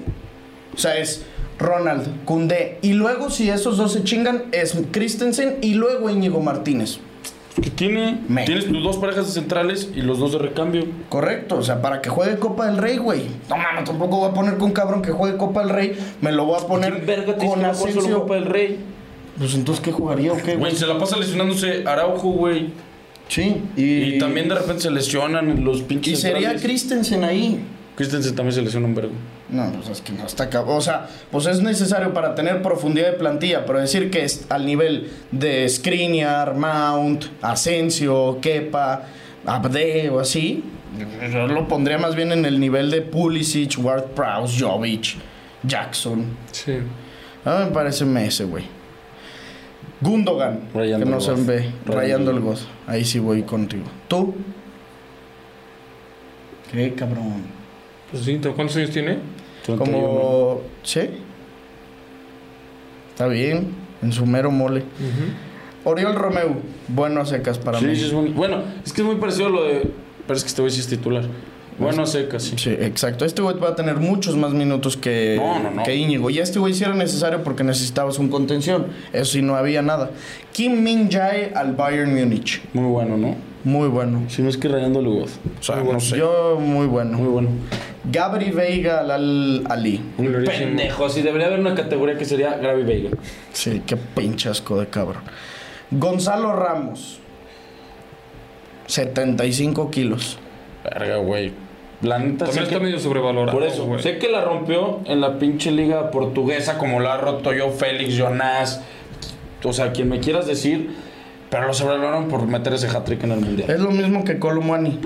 [SPEAKER 4] O sea, es Ronald, Cundé. Y luego, si esos dos se chingan, es Christensen y luego Íñigo Martínez.
[SPEAKER 5] ¿Qué tiene?
[SPEAKER 4] Me.
[SPEAKER 5] Tienes tus dos parejas de centrales y los dos de recambio.
[SPEAKER 4] Correcto, o sea, para que juegue Copa del Rey, güey. No mames, tampoco voy a poner con un cabrón que juegue Copa del Rey. Me lo voy a poner
[SPEAKER 5] ¿Quién verga te
[SPEAKER 4] con
[SPEAKER 5] con solo
[SPEAKER 4] Asensio.
[SPEAKER 5] Copa del Rey?
[SPEAKER 4] Pues entonces, ¿qué jugaría o qué, güey?
[SPEAKER 5] Güey, se la pasa lesionándose Araujo, güey.
[SPEAKER 4] Sí,
[SPEAKER 5] Y
[SPEAKER 4] y,
[SPEAKER 5] también de repente se lesionan los pinches
[SPEAKER 4] y sería
[SPEAKER 5] centrales.
[SPEAKER 4] Christensen ahí.
[SPEAKER 5] Christensen también se lesiona un vergo.
[SPEAKER 4] No, pues es que no está cabrón. O sea, pues es necesario para tener profundidad de plantilla, pero decir que es al nivel de Skriniar, Mount, Asensio, Kepa, Abde o así, yo lo pondría más bien en el nivel de Pulisic, Ward Prowse, Jovic, Jackson.
[SPEAKER 6] Sí.
[SPEAKER 4] A mí me parece ese, güey. Gundogan,
[SPEAKER 5] Rayando
[SPEAKER 4] que no
[SPEAKER 5] el
[SPEAKER 4] se
[SPEAKER 5] gozo.
[SPEAKER 4] ve,
[SPEAKER 5] Rayando
[SPEAKER 4] rayando
[SPEAKER 5] el
[SPEAKER 4] el gozo. Ahí sí voy contigo. ¿Tú? ¿Qué, cabrón?
[SPEAKER 6] Pues sí, ¿tú ¿cuántos años tiene?
[SPEAKER 4] Como. ¿Sí? Está bien. En su mero mole. Oriol Romeu, bueno a secas para
[SPEAKER 5] Sí,
[SPEAKER 4] mí.
[SPEAKER 5] sí, es bueno. Bueno, es que es muy parecido a lo de. Pero es que este güey sí es titular. Bueno, seca, sí.
[SPEAKER 4] Sí, exacto. Este güey va a tener muchos más minutos que,
[SPEAKER 5] No, no, no.
[SPEAKER 4] que Íñigo. Y este güey sí era necesario porque necesitabas un contención. Eso sí, no había nada. Kim Min Jae al Bayern Múnich.
[SPEAKER 5] Muy bueno, ¿no?
[SPEAKER 4] Muy bueno.
[SPEAKER 5] Si no es que rayando Lugoz. O sea, no sé.
[SPEAKER 4] Yo, muy bueno.
[SPEAKER 5] Muy bueno.
[SPEAKER 4] Gabri Veiga al Al- Ali.
[SPEAKER 5] Pendejo, si debería haber una categoría que sería Gravi Veiga.
[SPEAKER 4] Sí, qué pinche asco de cabrón. Gonzalo Ramos. 75 kilos.
[SPEAKER 5] Verga, güey. La neta sé
[SPEAKER 6] También está
[SPEAKER 5] que-
[SPEAKER 6] medio sobrevalorado.
[SPEAKER 5] Por eso,
[SPEAKER 6] güey.
[SPEAKER 5] sé que la rompió en la pinche liga portuguesa como la ha roto yo, Félix, Jonás, o sea, quien me quieras decir, pero lo sobrevaloraron por meter ese hat-trick en el Mundial.
[SPEAKER 4] Es lo mismo que Colomani.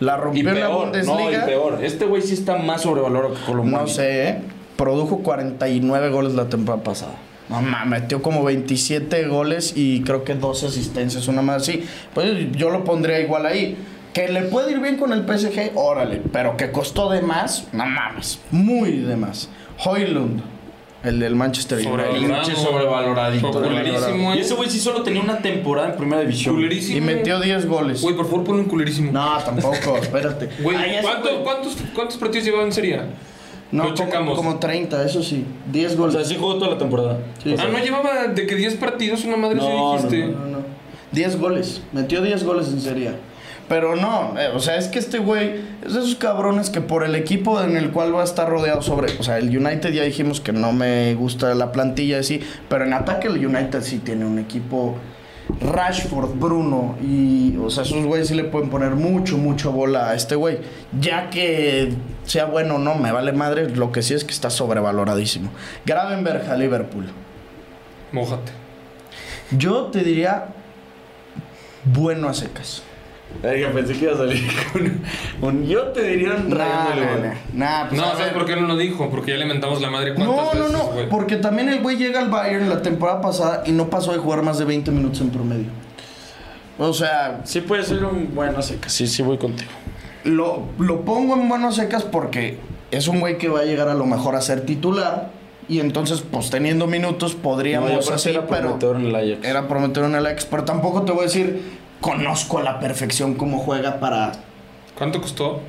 [SPEAKER 4] La
[SPEAKER 5] Y
[SPEAKER 4] Eh, rompió en la
[SPEAKER 5] peor, no, y
[SPEAKER 4] Bundesliga.
[SPEAKER 5] peor. Este güey sí está más sobrevalorado que Colombo.
[SPEAKER 4] no sé, ¿eh? Produjo 49 goles la temporada pasada. No mames, metió como 27 goles y creo que 12 asistencias, una más así. Pues yo lo pondría igual ahí. Que le puede ir bien con el PSG, órale. Pero que costó de más, no mames. Muy de más. Hoylund, el del Manchester United.
[SPEAKER 6] Sobrevalorado.
[SPEAKER 5] Pinche sobrevaloradito.
[SPEAKER 6] Culerísimo,
[SPEAKER 5] Y
[SPEAKER 6] eh.
[SPEAKER 5] ese güey sí solo tenía una temporada en primera división.
[SPEAKER 6] Culerísimo.
[SPEAKER 4] Y metió 10 goles.
[SPEAKER 6] Güey, por favor, ponle un culerísimo.
[SPEAKER 4] No, tampoco, espérate.
[SPEAKER 6] Güey,
[SPEAKER 5] Ah,
[SPEAKER 4] Ay, ese
[SPEAKER 6] ¿cuánto-
[SPEAKER 4] güey-
[SPEAKER 6] cuántos, ¿cuántos partidos llevaban en Serie A? Ah,
[SPEAKER 4] No,
[SPEAKER 6] Lo
[SPEAKER 4] como-
[SPEAKER 6] checamos.
[SPEAKER 4] Como 30, eso sí. 10
[SPEAKER 5] O
[SPEAKER 4] goles.
[SPEAKER 5] sea, sí jugó toda la temporada. O sea,
[SPEAKER 6] Ah, no llevaba de que 10 partidos, una madre
[SPEAKER 5] No,
[SPEAKER 6] se
[SPEAKER 5] no,
[SPEAKER 6] dijiste.
[SPEAKER 5] no,
[SPEAKER 4] No, no. 10 goles. Metió 10 goles en Serie A. Pero no, eh, o sea, es que este güey es de esos cabrones que por el equipo en el cual va a estar rodeado sobre. O sea, el United ya dijimos que no me gusta la plantilla así, pero en ataque el United sí tiene un equipo. Rashford, Bruno y. O sea, esos güeyes sí le pueden poner mucho, mucho bola a este güey. Ya que sea bueno o no, me vale madre. Lo que sí es que está sobrevaloradísimo. Gravenberg a Liverpool.
[SPEAKER 6] Mójate.
[SPEAKER 4] Yo te diría bueno a secas.
[SPEAKER 5] Verga, pensé Eh, que iba a salir con un. Yo te diría un
[SPEAKER 4] Nah,
[SPEAKER 5] rayando
[SPEAKER 4] nah,
[SPEAKER 5] Lugoz.
[SPEAKER 4] nah. Nah, pues,
[SPEAKER 6] No,
[SPEAKER 4] a
[SPEAKER 6] ¿sabes
[SPEAKER 4] ver.
[SPEAKER 6] por qué no lo dijo? Porque ya le mentamos la madre cuántas
[SPEAKER 4] No, no,
[SPEAKER 6] veces,
[SPEAKER 4] no,
[SPEAKER 6] güey.
[SPEAKER 4] porque también el güey llega al Bayern la temporada pasada y no pasó de jugar más de 20 minutos en promedio. O sea,
[SPEAKER 5] Sí puede ser un bueno seca. Sí, sí voy contigo.
[SPEAKER 4] lo, lo pongo en buenos secas porque es un güey que va a llegar a lo mejor a ser titular y entonces, pues teniendo minutos, podríamos
[SPEAKER 5] aparte
[SPEAKER 4] así,
[SPEAKER 5] era
[SPEAKER 4] pero
[SPEAKER 5] prometedor en el Ajax.
[SPEAKER 4] era prometer un Alex, pero tampoco te voy a decir conozco a la perfección cómo juega para
[SPEAKER 6] ¿Cuánto costó?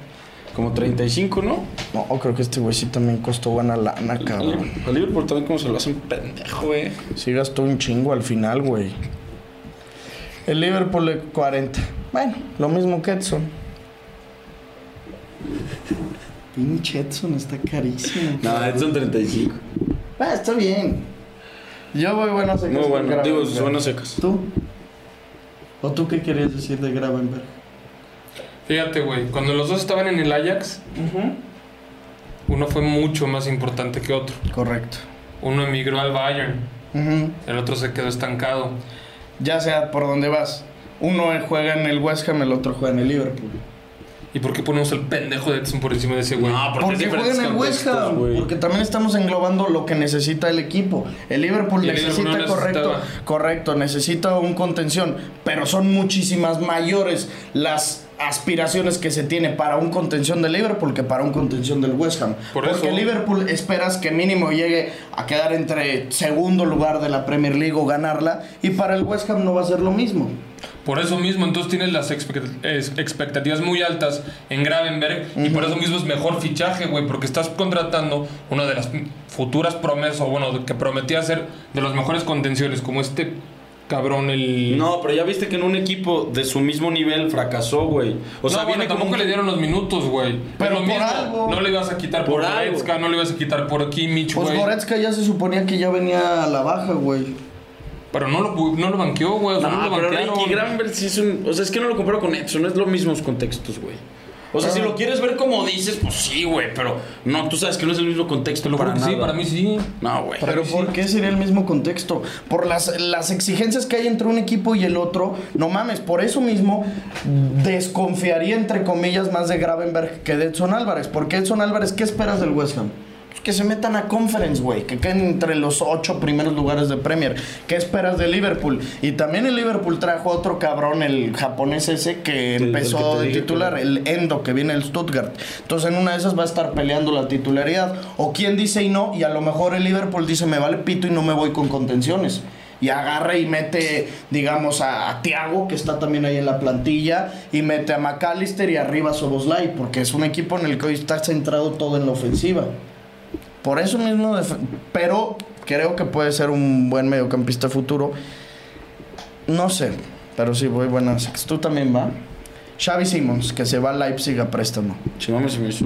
[SPEAKER 5] Como 35, ¿no?
[SPEAKER 4] No, creo que este güey sí también costó buena lana,
[SPEAKER 5] A
[SPEAKER 4] cabrón.
[SPEAKER 5] Liverpool- a Liverpool también como se lo hacen pendejo, eh.
[SPEAKER 4] Sí gastó un chingo al final, güey. El Liverpool de 40. Bueno, lo mismo que Edson. Pinche Edson está carísimo.
[SPEAKER 5] No, son 35.
[SPEAKER 4] Ah, está bien. Yo voy buenas secas.
[SPEAKER 5] Muy
[SPEAKER 4] con
[SPEAKER 5] bueno, digo,
[SPEAKER 4] Gravenberg.
[SPEAKER 5] buenas secas.
[SPEAKER 4] ¿Tú? ¿O tú qué querías decir de Gravenberg?
[SPEAKER 6] Fíjate, güey, cuando los dos estaban en el Ajax, uno fue mucho más importante que otro.
[SPEAKER 4] Correcto.
[SPEAKER 6] Uno emigró al Bayern, el otro se quedó estancado.
[SPEAKER 4] Ya sea por donde vas. Uno juega en el West Ham, el otro juega en el Liverpool.
[SPEAKER 6] ¿Y por qué ponemos el pendejo de Edson por encima de ese güey?
[SPEAKER 5] No, porque es
[SPEAKER 4] Porque
[SPEAKER 5] diferentes
[SPEAKER 4] juegan en West
[SPEAKER 5] contextos,
[SPEAKER 4] Ham.
[SPEAKER 5] güey.
[SPEAKER 4] Porque también estamos englobando lo que necesita el equipo. El Liverpool
[SPEAKER 6] Y el Liverpool
[SPEAKER 4] necesita,
[SPEAKER 6] no
[SPEAKER 4] correcto,
[SPEAKER 6] necesitaba.
[SPEAKER 4] correcto, necesita un contención. Pero son muchísimas mayores las aspiraciones que se tiene para un contención del Liverpool que para un contención del West Ham.
[SPEAKER 6] Por
[SPEAKER 4] porque
[SPEAKER 6] eso-
[SPEAKER 4] el Liverpool esperas que mínimo llegue a quedar entre segundo lugar de la Premier League o ganarla. Y para el West Ham no va a ser lo mismo.
[SPEAKER 6] Por eso mismo, entonces tienes las expect- es- expectativas muy altas en Gravenberg y por eso mismo es mejor fichaje, güey, porque estás contratando una de las futuras promesas, o bueno, que prometía ser de los mejores contenciones, como este cabrón, el.
[SPEAKER 5] No, pero ya viste que en un equipo de su mismo nivel fracasó, güey. O sea,
[SPEAKER 6] No,
[SPEAKER 5] viene
[SPEAKER 6] bueno, tampoco
[SPEAKER 5] como un-
[SPEAKER 6] le dieron los minutos, güey.
[SPEAKER 4] Pero
[SPEAKER 6] Es lo
[SPEAKER 4] por
[SPEAKER 6] mismo.
[SPEAKER 4] algo.
[SPEAKER 6] No le ibas a quitar
[SPEAKER 5] Por
[SPEAKER 6] por,
[SPEAKER 5] algo.
[SPEAKER 6] Goretzka, no le ibas a quitar por Kimmich,
[SPEAKER 4] Pues
[SPEAKER 6] güey.
[SPEAKER 4] Goretzka ya se suponía que ya venía a la baja, güey.
[SPEAKER 6] Pero no lo, pu- no lo banqueó, güey. O sea, no,
[SPEAKER 5] No,
[SPEAKER 6] lo
[SPEAKER 5] pero
[SPEAKER 6] banquearon.
[SPEAKER 5] Ricky Granberg sí es un. O sea, es que no lo comparo con Edson, no es lo mismos contextos, güey. O
[SPEAKER 6] Ah.
[SPEAKER 5] sea, si lo quieres ver como dices, pues sí, güey, pero no, tú sabes que no es el mismo contexto.
[SPEAKER 6] Te lo juro
[SPEAKER 5] para
[SPEAKER 6] que sí,
[SPEAKER 5] nada.
[SPEAKER 6] para mí sí.
[SPEAKER 5] No, güey.
[SPEAKER 4] Pero ¿por qué sería el mismo contexto? Por las, las exigencias que hay entre un equipo y el otro, no mames, por eso mismo desconfiaría entre comillas más de Gravenberg que de Edson Álvarez. Porque Edson Álvarez, ¿qué esperas del West Ham? Pues Que se metan a Conference, güey. Que queden entre los ocho primeros lugares de Premier. ¿Qué esperas de Liverpool? Y también el Liverpool trajo a otro cabrón, el japonés ese, que
[SPEAKER 5] el que
[SPEAKER 4] empezó
[SPEAKER 5] te
[SPEAKER 4] de
[SPEAKER 5] dije,
[SPEAKER 4] titular el Endo que viene del Stuttgart. Entonces en una de esas va a estar peleando la titularidad. O quien dice y no, y a lo mejor el Liverpool dice me vale pito y no me voy con contenciones. Y agarra y mete, digamos, a, a Thiago, que está también ahí en la plantilla, y mete a McAllister y arriba a Soboslai, porque es un equipo en el que hoy está centrado todo en la ofensiva. Por eso mismo, def- pero creo que puede ser un buen mediocampista futuro. No sé, pero sí, voy buenas. Tú también va. Xavi Simons, que se va a Leipzig a préstamo.
[SPEAKER 5] Si mames se me hizo.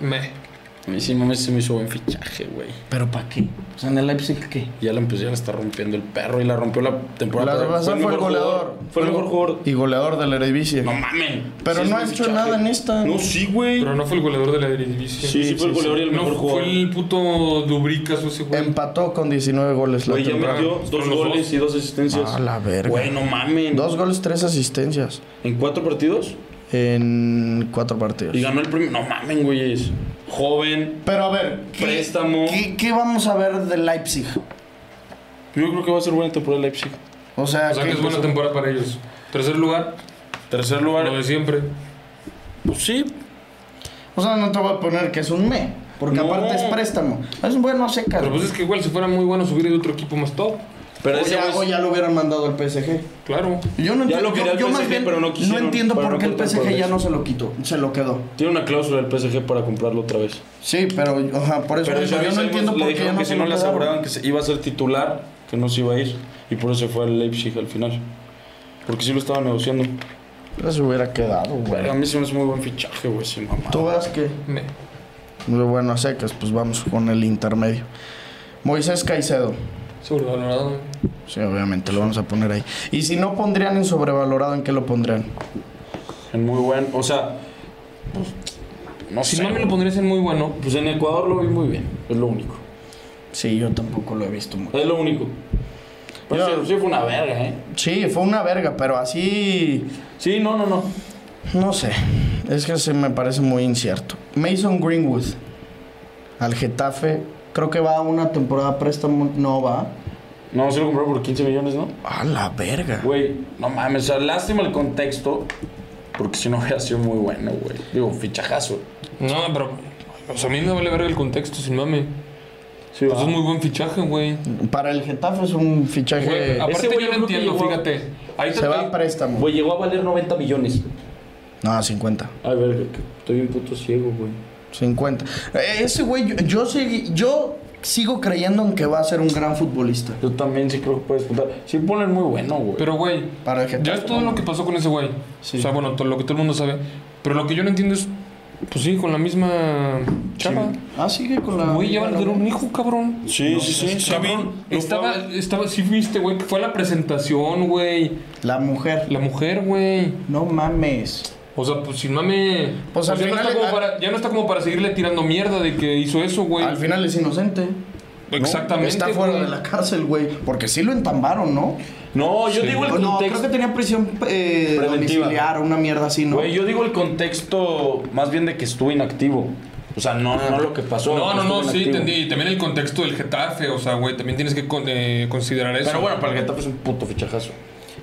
[SPEAKER 6] Me.
[SPEAKER 5] A mí sí mames se me hizo buen fichaje, güey.
[SPEAKER 4] ¿Pero para qué? O sea, en el Leipzig, ¿qué?
[SPEAKER 5] Ya la empezó, pues, ya la está rompiendo el perro y la rompió la temporada.
[SPEAKER 4] La
[SPEAKER 5] pasada.
[SPEAKER 4] razón fue el
[SPEAKER 5] mejor
[SPEAKER 4] goleador.
[SPEAKER 5] jugador, Fue el mejor jugador.
[SPEAKER 4] Y goleador del Eredivisie.
[SPEAKER 5] No mamen.
[SPEAKER 4] Pero no
[SPEAKER 5] Sí, es
[SPEAKER 4] ha
[SPEAKER 5] buen
[SPEAKER 4] hecho
[SPEAKER 5] fichaje.
[SPEAKER 4] nada en esta.
[SPEAKER 5] No, sí, güey.
[SPEAKER 6] Pero no fue el goleador de la Eredivisie.
[SPEAKER 5] Sí, sí, fue el goleador y el
[SPEAKER 6] No,
[SPEAKER 5] mejor jugador.
[SPEAKER 6] fue el puto Dubricas o ese güey.
[SPEAKER 4] Empató con 19 goles la
[SPEAKER 5] Güey, ya
[SPEAKER 4] temporada.
[SPEAKER 5] metió dos
[SPEAKER 6] Con los
[SPEAKER 5] goles
[SPEAKER 6] dos.
[SPEAKER 5] y dos asistencias.
[SPEAKER 4] A la verga.
[SPEAKER 5] Güey, no mamen.
[SPEAKER 4] Dos goles, tres asistencias
[SPEAKER 5] ¿En cuatro partidos?
[SPEAKER 4] en cuatro partidos.
[SPEAKER 5] Y ganó el premio. No mamen, güey. es Joven.
[SPEAKER 4] Pero a ver, ¿qué,
[SPEAKER 5] Préstamo.
[SPEAKER 4] ¿qué, qué vamos a ver de Leipzig?
[SPEAKER 5] Yo creo que va a ser buena temporada Leipzig.
[SPEAKER 4] O sea,
[SPEAKER 6] O sea que
[SPEAKER 4] ¿qué-
[SPEAKER 6] es buena temporada para ellos. Tercer lugar,
[SPEAKER 5] Tercer lugar.
[SPEAKER 6] lo de siempre.
[SPEAKER 5] Pues sí.
[SPEAKER 4] o sea, no te voy a poner que es un me. Porque
[SPEAKER 5] No.
[SPEAKER 4] aparte es préstamo. Es un bueno secas.
[SPEAKER 6] Pero pues es que igual si fuera muy bueno subir de otro equipo más top.
[SPEAKER 5] Pero
[SPEAKER 4] O
[SPEAKER 5] ese
[SPEAKER 4] ya,
[SPEAKER 5] güey-
[SPEAKER 4] o ya lo hubieran mandado al PSG.
[SPEAKER 6] Claro.
[SPEAKER 4] Yo no
[SPEAKER 5] Ya
[SPEAKER 4] entiendo,
[SPEAKER 5] lo quería
[SPEAKER 4] yo-
[SPEAKER 5] el
[SPEAKER 4] yo más
[SPEAKER 5] PSG,
[SPEAKER 4] bien
[SPEAKER 5] pero no quisieron,
[SPEAKER 4] entiendo
[SPEAKER 5] pero
[SPEAKER 4] por
[SPEAKER 5] no
[SPEAKER 4] qué el
[SPEAKER 5] contaron con
[SPEAKER 4] PSG ya
[SPEAKER 5] eso.
[SPEAKER 4] no se lo quitó, se lo quedó.
[SPEAKER 5] Tiene una cláusula del PSG para comprarlo otra vez.
[SPEAKER 4] Sí, pero ajá, por eso
[SPEAKER 5] Pero
[SPEAKER 4] mismo,
[SPEAKER 5] ya
[SPEAKER 4] yo no entiendo por
[SPEAKER 5] le
[SPEAKER 4] qué ya
[SPEAKER 5] dijeron
[SPEAKER 4] no
[SPEAKER 5] que
[SPEAKER 4] se
[SPEAKER 5] si no
[SPEAKER 4] lo
[SPEAKER 5] le
[SPEAKER 4] quedaron.
[SPEAKER 5] aseguraban que se- iba a ser titular, que no se iba a ir. Y por eso fue al Leipzig al final. Porque sí lo estaba negociando.
[SPEAKER 4] Ya se hubiera quedado, güey.
[SPEAKER 5] Pero a mí se me hace muy buen fichaje, güey, sin mamá.
[SPEAKER 4] Tú vas que
[SPEAKER 6] Me.
[SPEAKER 4] muy bueno a secas, pues vamos con el intermedio. Moisés Caicedo.
[SPEAKER 6] Sobrevalorado.
[SPEAKER 4] Sí, obviamente lo vamos a poner ahí. Y si no pondrían en sobrevalorado, ¿en qué lo pondrían?
[SPEAKER 5] En muy buen. O sea, pues, no
[SPEAKER 6] Si
[SPEAKER 5] sé.
[SPEAKER 6] no me lo pondrías en muy bueno.
[SPEAKER 5] Pues en Ecuador lo vi muy bien. Es lo único.
[SPEAKER 4] Sí, yo tampoco lo he visto mucho.
[SPEAKER 5] Es lo único. Pero
[SPEAKER 4] Yo-
[SPEAKER 5] Pues sí, sí fue una verga, ¿eh?
[SPEAKER 4] Sí, fue una verga, pero así
[SPEAKER 5] Sí, no, no, no.
[SPEAKER 4] no sé. Es que se me parece muy incierto. Mason Greenwood al Getafe, creo que va a una temporada préstamo, no va.
[SPEAKER 5] No, se lo compró por 15 millones, ¿no?
[SPEAKER 4] A la verga.
[SPEAKER 5] Güey, no mames, o sea, lástima el contexto, porque si no hubiera sido muy bueno, güey. Digo, fichajazo.
[SPEAKER 6] No, pero. O sea, a mí me vale ver el contexto, sin mame.
[SPEAKER 5] Sí,
[SPEAKER 6] Pues
[SPEAKER 5] va.
[SPEAKER 6] es muy buen fichaje, güey.
[SPEAKER 4] Para el Getafe es un fichaje.
[SPEAKER 6] Güey, Aparte,
[SPEAKER 5] güey
[SPEAKER 6] yo
[SPEAKER 5] yo
[SPEAKER 6] no
[SPEAKER 5] creo que
[SPEAKER 6] entiendo,
[SPEAKER 5] llegó a-
[SPEAKER 6] fíjate. Ahí
[SPEAKER 4] se va a préstamo.
[SPEAKER 5] Güey, llegó a valer 90 millones.
[SPEAKER 4] No, 50.
[SPEAKER 5] A ver, que estoy bien puto ciego, güey.
[SPEAKER 4] 50. Eh, Ese güey, yo, yo, segui- yo sigo creyendo en que va a ser un gran futbolista.
[SPEAKER 5] Yo también sí creo que puedes contar. Sí ponen muy bueno, güey.
[SPEAKER 6] Pero, güey,
[SPEAKER 4] Para el Getafe.
[SPEAKER 6] ya es todo lo que pasó con ese güey.
[SPEAKER 4] Sí.
[SPEAKER 6] O sea, bueno, todo lo que todo el mundo sabe. Pero lo que yo no entiendo es, pues sí, con la misma chava.
[SPEAKER 4] Ah, sigue con la.
[SPEAKER 6] Güey, ya van a tener un hijo, cabrón.
[SPEAKER 5] sí, sí, sí, sí.
[SPEAKER 6] Cabrón,
[SPEAKER 5] vi.
[SPEAKER 6] estaba, estaba, sí viste, güey, que fue a la presentación, güey.
[SPEAKER 4] La mujer.
[SPEAKER 6] La mujer, güey.
[SPEAKER 4] No mames.
[SPEAKER 6] O sea, pues si no me.
[SPEAKER 4] Pues, al
[SPEAKER 6] ya, no
[SPEAKER 4] final-
[SPEAKER 6] está como
[SPEAKER 4] al-
[SPEAKER 6] para, ya no está como para seguirle tirando mierda de que hizo eso, güey.
[SPEAKER 4] Al final es inocente.
[SPEAKER 6] Exactamente.
[SPEAKER 4] Está fuera
[SPEAKER 6] güey.
[SPEAKER 4] de la cárcel, güey. Porque sí lo entambaron, ¿no?
[SPEAKER 5] No, yo
[SPEAKER 6] Sí.
[SPEAKER 5] digo el
[SPEAKER 4] O
[SPEAKER 5] contexto.
[SPEAKER 4] no, creo que tenía prisión eh,
[SPEAKER 5] Preventiva.
[SPEAKER 4] domiciliar, una mierda así, ¿no?
[SPEAKER 5] Güey, yo digo el contexto más bien de que estuvo inactivo. O sea, no, no lo que pasó.
[SPEAKER 6] No, no, no,
[SPEAKER 5] estuvo
[SPEAKER 6] sí,
[SPEAKER 5] inactivo.
[SPEAKER 6] entendí. Y también el contexto del Getafe, o sea, güey, también tienes que con- eh, considerar eso.
[SPEAKER 5] Pero bueno, para el Getafe es un puto fichajazo.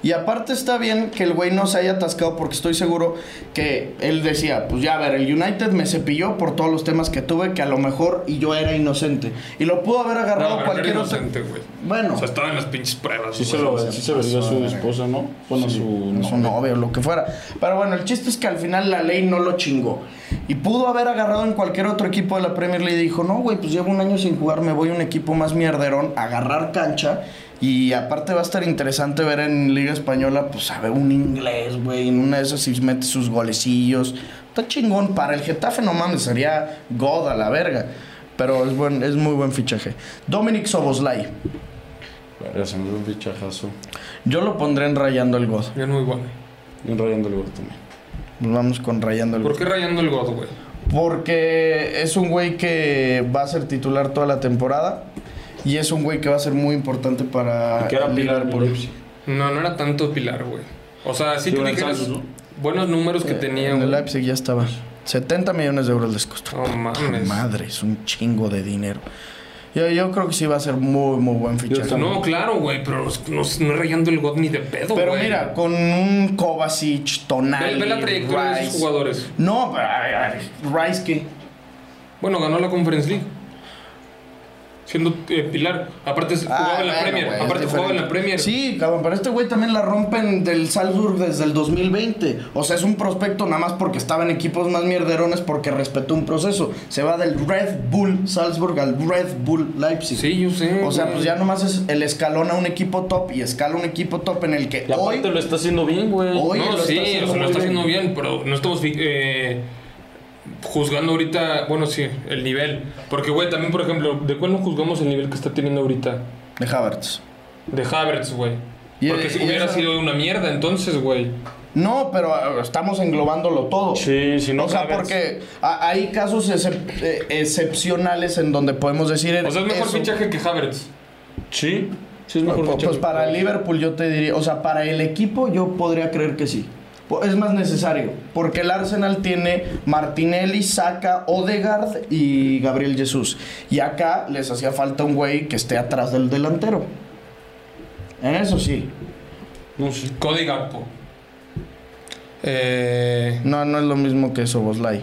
[SPEAKER 4] Y aparte está bien que el güey no se haya atascado porque estoy seguro que él decía, pues ya a ver, el United me cepilló por todos los temas que tuve que a lo mejor y yo era inocente. Y lo pudo haber
[SPEAKER 6] No,
[SPEAKER 4] agarrado
[SPEAKER 6] pero no era
[SPEAKER 4] cualquier otro.
[SPEAKER 6] inocente, güey.
[SPEAKER 4] Bueno.
[SPEAKER 6] O sea, estaba en las pinches pruebas.
[SPEAKER 5] Sí se
[SPEAKER 6] güey.
[SPEAKER 5] lo, sí se lo dio a su esposa, ¿no? Bueno, su
[SPEAKER 4] no, su novia o lo que fuera. Pero bueno, el chiste es que al final la ley no lo chingó. Y pudo haber agarrado en cualquier otro equipo de la Premier League y dijo, no, güey, pues llevo un año sin jugar, me voy a un equipo más mierderón, a agarrar cancha. Y aparte va a estar interesante ver en Liga Española, pues a ver un inglés, güey, en una de esas si mete sus golecillos. Está chingón, para el Getafe no mames, sería God a la verga. Pero es, buen, es muy buen fichaje. Dominic Soboslai.
[SPEAKER 5] Verga, se me dio un fichajazo.
[SPEAKER 4] Yo lo pondré en Rayando el God.
[SPEAKER 6] Bien, muy bueno.
[SPEAKER 5] Y un rayando el gol también.
[SPEAKER 4] Vamos con Rayando el God.
[SPEAKER 6] ¿Por qué rayando el God, güey?
[SPEAKER 4] Porque es un güey que va a ser titular toda la temporada y es un güey que va a ser muy importante para
[SPEAKER 5] Y que era
[SPEAKER 4] el
[SPEAKER 5] pilar
[SPEAKER 4] Liverpool.
[SPEAKER 5] por Ipsi.
[SPEAKER 6] No, no era tanto Pilar, güey. O sea, sí
[SPEAKER 5] Sí,
[SPEAKER 6] tú
[SPEAKER 5] era el
[SPEAKER 6] dijeras
[SPEAKER 5] Santos,
[SPEAKER 6] buenos números que
[SPEAKER 4] Eh,
[SPEAKER 6] tenía,
[SPEAKER 4] En el
[SPEAKER 6] güey.
[SPEAKER 4] Leipzig ya estaba. 70 millones de euros les costó.
[SPEAKER 6] No mames.
[SPEAKER 4] Madre, es un chingo de dinero. Yo, yo creo que sí va a ser muy, muy buen fichaje.
[SPEAKER 6] No, claro, güey, pero no, no rayando el God ni de pedo, güey.
[SPEAKER 4] Pero mira, con un Kovacic,
[SPEAKER 6] Ve,
[SPEAKER 4] Tonali,
[SPEAKER 6] ve la trayectoria de esos
[SPEAKER 4] Rice.
[SPEAKER 6] jugadores.
[SPEAKER 4] No, pero a ver, a ver, Rice que
[SPEAKER 6] Bueno, ganó la Conference League. Siendo eh, Pilar. Aparte, jugaba en la
[SPEAKER 4] Ah, bueno,
[SPEAKER 6] Premier.
[SPEAKER 4] güey, es
[SPEAKER 6] Aparte, jugaba en la
[SPEAKER 4] diferente.
[SPEAKER 6] Premier.
[SPEAKER 4] Sí, cabrón, pero este güey también la rompen del Salzburg desde el 2020. O sea, es un prospecto nada más porque estaba en equipos más mierderones porque respetó un proceso. Se va del Red Bull Salzburg al Red Bull Leipzig.
[SPEAKER 6] Sí, yo sé.
[SPEAKER 4] O sea,
[SPEAKER 6] güey.
[SPEAKER 4] pues ya nomás es el escalón a un equipo top y escala un equipo top en el que
[SPEAKER 5] Y
[SPEAKER 4] hoy.
[SPEAKER 5] aparte lo está haciendo bien, güey.
[SPEAKER 4] Hoy-
[SPEAKER 6] no,
[SPEAKER 4] lo está
[SPEAKER 6] sí,
[SPEAKER 4] haciendo
[SPEAKER 6] o sea, lo
[SPEAKER 4] muy
[SPEAKER 6] está
[SPEAKER 4] bien.
[SPEAKER 6] haciendo bien, pero no estamos fi- eh, juzgando ahorita, bueno, sí, el nivel. Porque, güey, también, por ejemplo, ¿de cuál no juzgamos el nivel que está teniendo ahorita?
[SPEAKER 4] De Havertz.
[SPEAKER 6] De Havertz, güey.
[SPEAKER 4] Y-
[SPEAKER 6] Porque si
[SPEAKER 4] y
[SPEAKER 6] hubiera
[SPEAKER 4] eso-
[SPEAKER 6] sido una mierda, entonces, güey.
[SPEAKER 4] No, pero ah, estamos englobándolo todo.
[SPEAKER 5] Sí, si no
[SPEAKER 4] O sea,
[SPEAKER 5] Havertz.
[SPEAKER 4] porque ah, hay casos excep- eh, excepcionales en donde podemos decir.
[SPEAKER 6] O sea, es mejor
[SPEAKER 4] eso.
[SPEAKER 6] fichaje que Havertz.
[SPEAKER 5] Sí, sí es mejor eh,
[SPEAKER 4] Pues,
[SPEAKER 5] fichaje.
[SPEAKER 4] pues para Liverpool yo te diría, o sea, para el equipo yo podría creer que sí. Po- Es más necesario, porque el Arsenal tiene Martinelli, Saka, Odegaard y Gabriel Jesús. Y acá les hacía falta un güey que esté atrás del delantero. En eso sí.
[SPEAKER 6] No sé. Cody Gakpo. Eh,
[SPEAKER 4] No, no es lo mismo que Soboslai.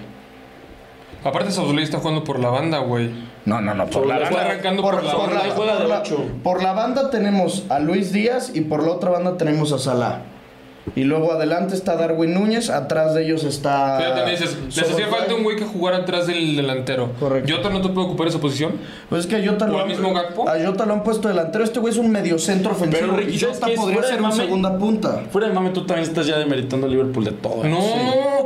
[SPEAKER 6] aparte, Sazulay está jugando por la banda, güey.
[SPEAKER 4] No, no, no. Por la,
[SPEAKER 6] Fue
[SPEAKER 4] banda,
[SPEAKER 6] arrancando por la banda.
[SPEAKER 5] juega de
[SPEAKER 4] por la-
[SPEAKER 5] ocho.
[SPEAKER 4] por la banda tenemos a Luis Díaz y por la otra banda tenemos a Salah. Y luego adelante está Darwin Núñez, atrás de ellos está.
[SPEAKER 6] Pero también dices, les hacía
[SPEAKER 4] Soboslai.
[SPEAKER 6] falta un güey que jugara atrás del delantero.
[SPEAKER 4] Correcto.
[SPEAKER 6] ¿Yota no te puede ocupar esa posición?
[SPEAKER 4] Pues es que a Jota
[SPEAKER 6] ¿O
[SPEAKER 4] lo
[SPEAKER 6] el
[SPEAKER 4] han-
[SPEAKER 6] mismo Gakpo?
[SPEAKER 4] A Jota lo han puesto delantero. Este güey es un mediocentro ofensivo.
[SPEAKER 5] Pero, Ricky,
[SPEAKER 4] y Jota
[SPEAKER 5] ¿sabes qué?
[SPEAKER 4] podría
[SPEAKER 5] Fuera de
[SPEAKER 4] ser un
[SPEAKER 5] mame.
[SPEAKER 4] segunda punta.
[SPEAKER 5] Fuera de mame, tú también estás ya demeritando a Liverpool de todo. ¿eh?
[SPEAKER 6] No,
[SPEAKER 5] Sí.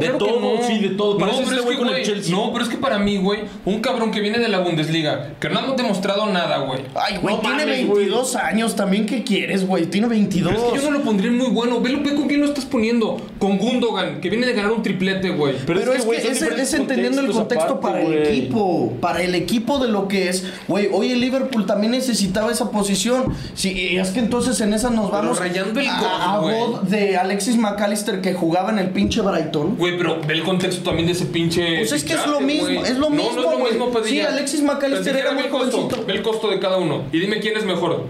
[SPEAKER 5] De
[SPEAKER 6] claro que
[SPEAKER 5] todo,
[SPEAKER 6] no.
[SPEAKER 5] sí, de todo.
[SPEAKER 6] No,
[SPEAKER 5] Parece
[SPEAKER 6] pero
[SPEAKER 5] este
[SPEAKER 6] es que,
[SPEAKER 5] güey con el
[SPEAKER 6] güey,
[SPEAKER 5] Chelsea.
[SPEAKER 6] no, pero es que para mí, güey, un cabrón que viene de la Bundesliga, que no ha demostrado nada, güey.
[SPEAKER 4] Ay, güey,
[SPEAKER 5] No
[SPEAKER 4] tiene
[SPEAKER 5] mames,
[SPEAKER 4] 22 años también. ¿Qué quieres, güey? Tiene 22.
[SPEAKER 6] Pero es que yo no lo pondría en muy bueno. Ve, ve con quién lo estás poniendo. Con Gundogan, que viene de ganar un triplete, güey.
[SPEAKER 4] Pero, es,
[SPEAKER 5] güey,
[SPEAKER 4] que
[SPEAKER 5] son
[SPEAKER 4] ese- es,
[SPEAKER 5] diferentes
[SPEAKER 4] entendiendo el
[SPEAKER 5] contextos
[SPEAKER 4] contexto para
[SPEAKER 5] aparte,
[SPEAKER 4] el
[SPEAKER 5] güey.
[SPEAKER 4] equipo, para el equipo de lo que es. Güey, hoy el Liverpool también necesitaba esa posición. Sí, y es que entonces en esa nos vamos
[SPEAKER 6] rayando el
[SPEAKER 4] a, a
[SPEAKER 6] gol, güey.
[SPEAKER 4] God de Alexis McAllister que jugaba en el pinche Brighton.
[SPEAKER 6] Güey, pero ve el contexto también de ese pinche.
[SPEAKER 4] Pues es que es
[SPEAKER 6] fichaje,
[SPEAKER 4] lo mismo,
[SPEAKER 6] güey.
[SPEAKER 4] es lo mismo,
[SPEAKER 6] No, no es lo
[SPEAKER 4] güey.
[SPEAKER 6] mismo, Padilla.
[SPEAKER 4] Sí, Alexis McAllister
[SPEAKER 6] Pero
[SPEAKER 4] era
[SPEAKER 6] ve
[SPEAKER 4] muy
[SPEAKER 6] el costo,
[SPEAKER 4] jovencito.
[SPEAKER 6] Ve el costo de cada uno. Y dime quién es mejor.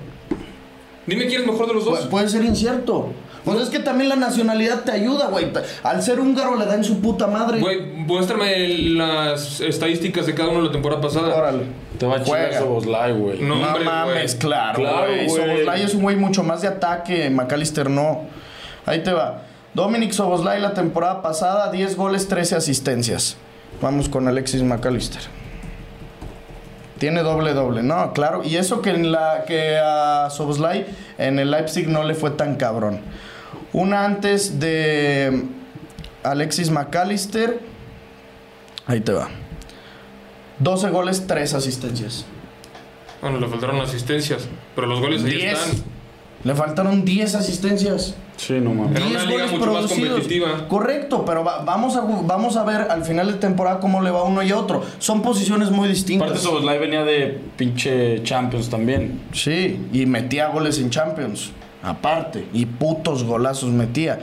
[SPEAKER 6] Dime quién es mejor de los dos.
[SPEAKER 4] Pu- puede ser incierto. Pues es que también la nacionalidad te ayuda, güey. Ta- Al ser húngaro le dan su puta madre.
[SPEAKER 6] Güey, muéstrame las estadísticas de cada uno de la temporada pasada.
[SPEAKER 4] Órale.
[SPEAKER 5] Te va a chingar
[SPEAKER 4] Juega.
[SPEAKER 5] Soboslai, güey.
[SPEAKER 6] No,
[SPEAKER 4] No
[SPEAKER 6] hombre,
[SPEAKER 4] mames,
[SPEAKER 6] güey.
[SPEAKER 4] claro,
[SPEAKER 5] Claro,
[SPEAKER 4] güey.
[SPEAKER 5] güey.
[SPEAKER 4] Soboslai es un güey mucho más de ataque, McAllister no. Ahí te va. Dominic Soboslai la temporada pasada, 10 goles, 13 asistencias. Vamos con Alexis McAllister. Tiene doble doble, no, claro. Y eso que en la que a Soboslai en el Leipzig no le fue tan cabrón. Una antes de Alexis McAllister. Ahí te va. 12 goles, 3 asistencias.
[SPEAKER 6] Bueno, le faltaron asistencias, pero los goles Pues ahí
[SPEAKER 4] Diez.
[SPEAKER 6] están.
[SPEAKER 4] Le faltaron 10 asistencias.
[SPEAKER 5] Sí, no mames.
[SPEAKER 6] En una
[SPEAKER 4] 10
[SPEAKER 6] liga
[SPEAKER 4] goles
[SPEAKER 6] mucho más
[SPEAKER 4] producidos.
[SPEAKER 6] competitiva.
[SPEAKER 4] Correcto, pero va- vamos, a, ju- vamos a ver al final de temporada cómo le va uno y a otro. Son posiciones muy
[SPEAKER 5] Aparte,
[SPEAKER 4] distintas.
[SPEAKER 5] Soboslai venía de pinche Champions también.
[SPEAKER 4] Sí, y metía goles en Champions. Aparte, y putos golazos metía.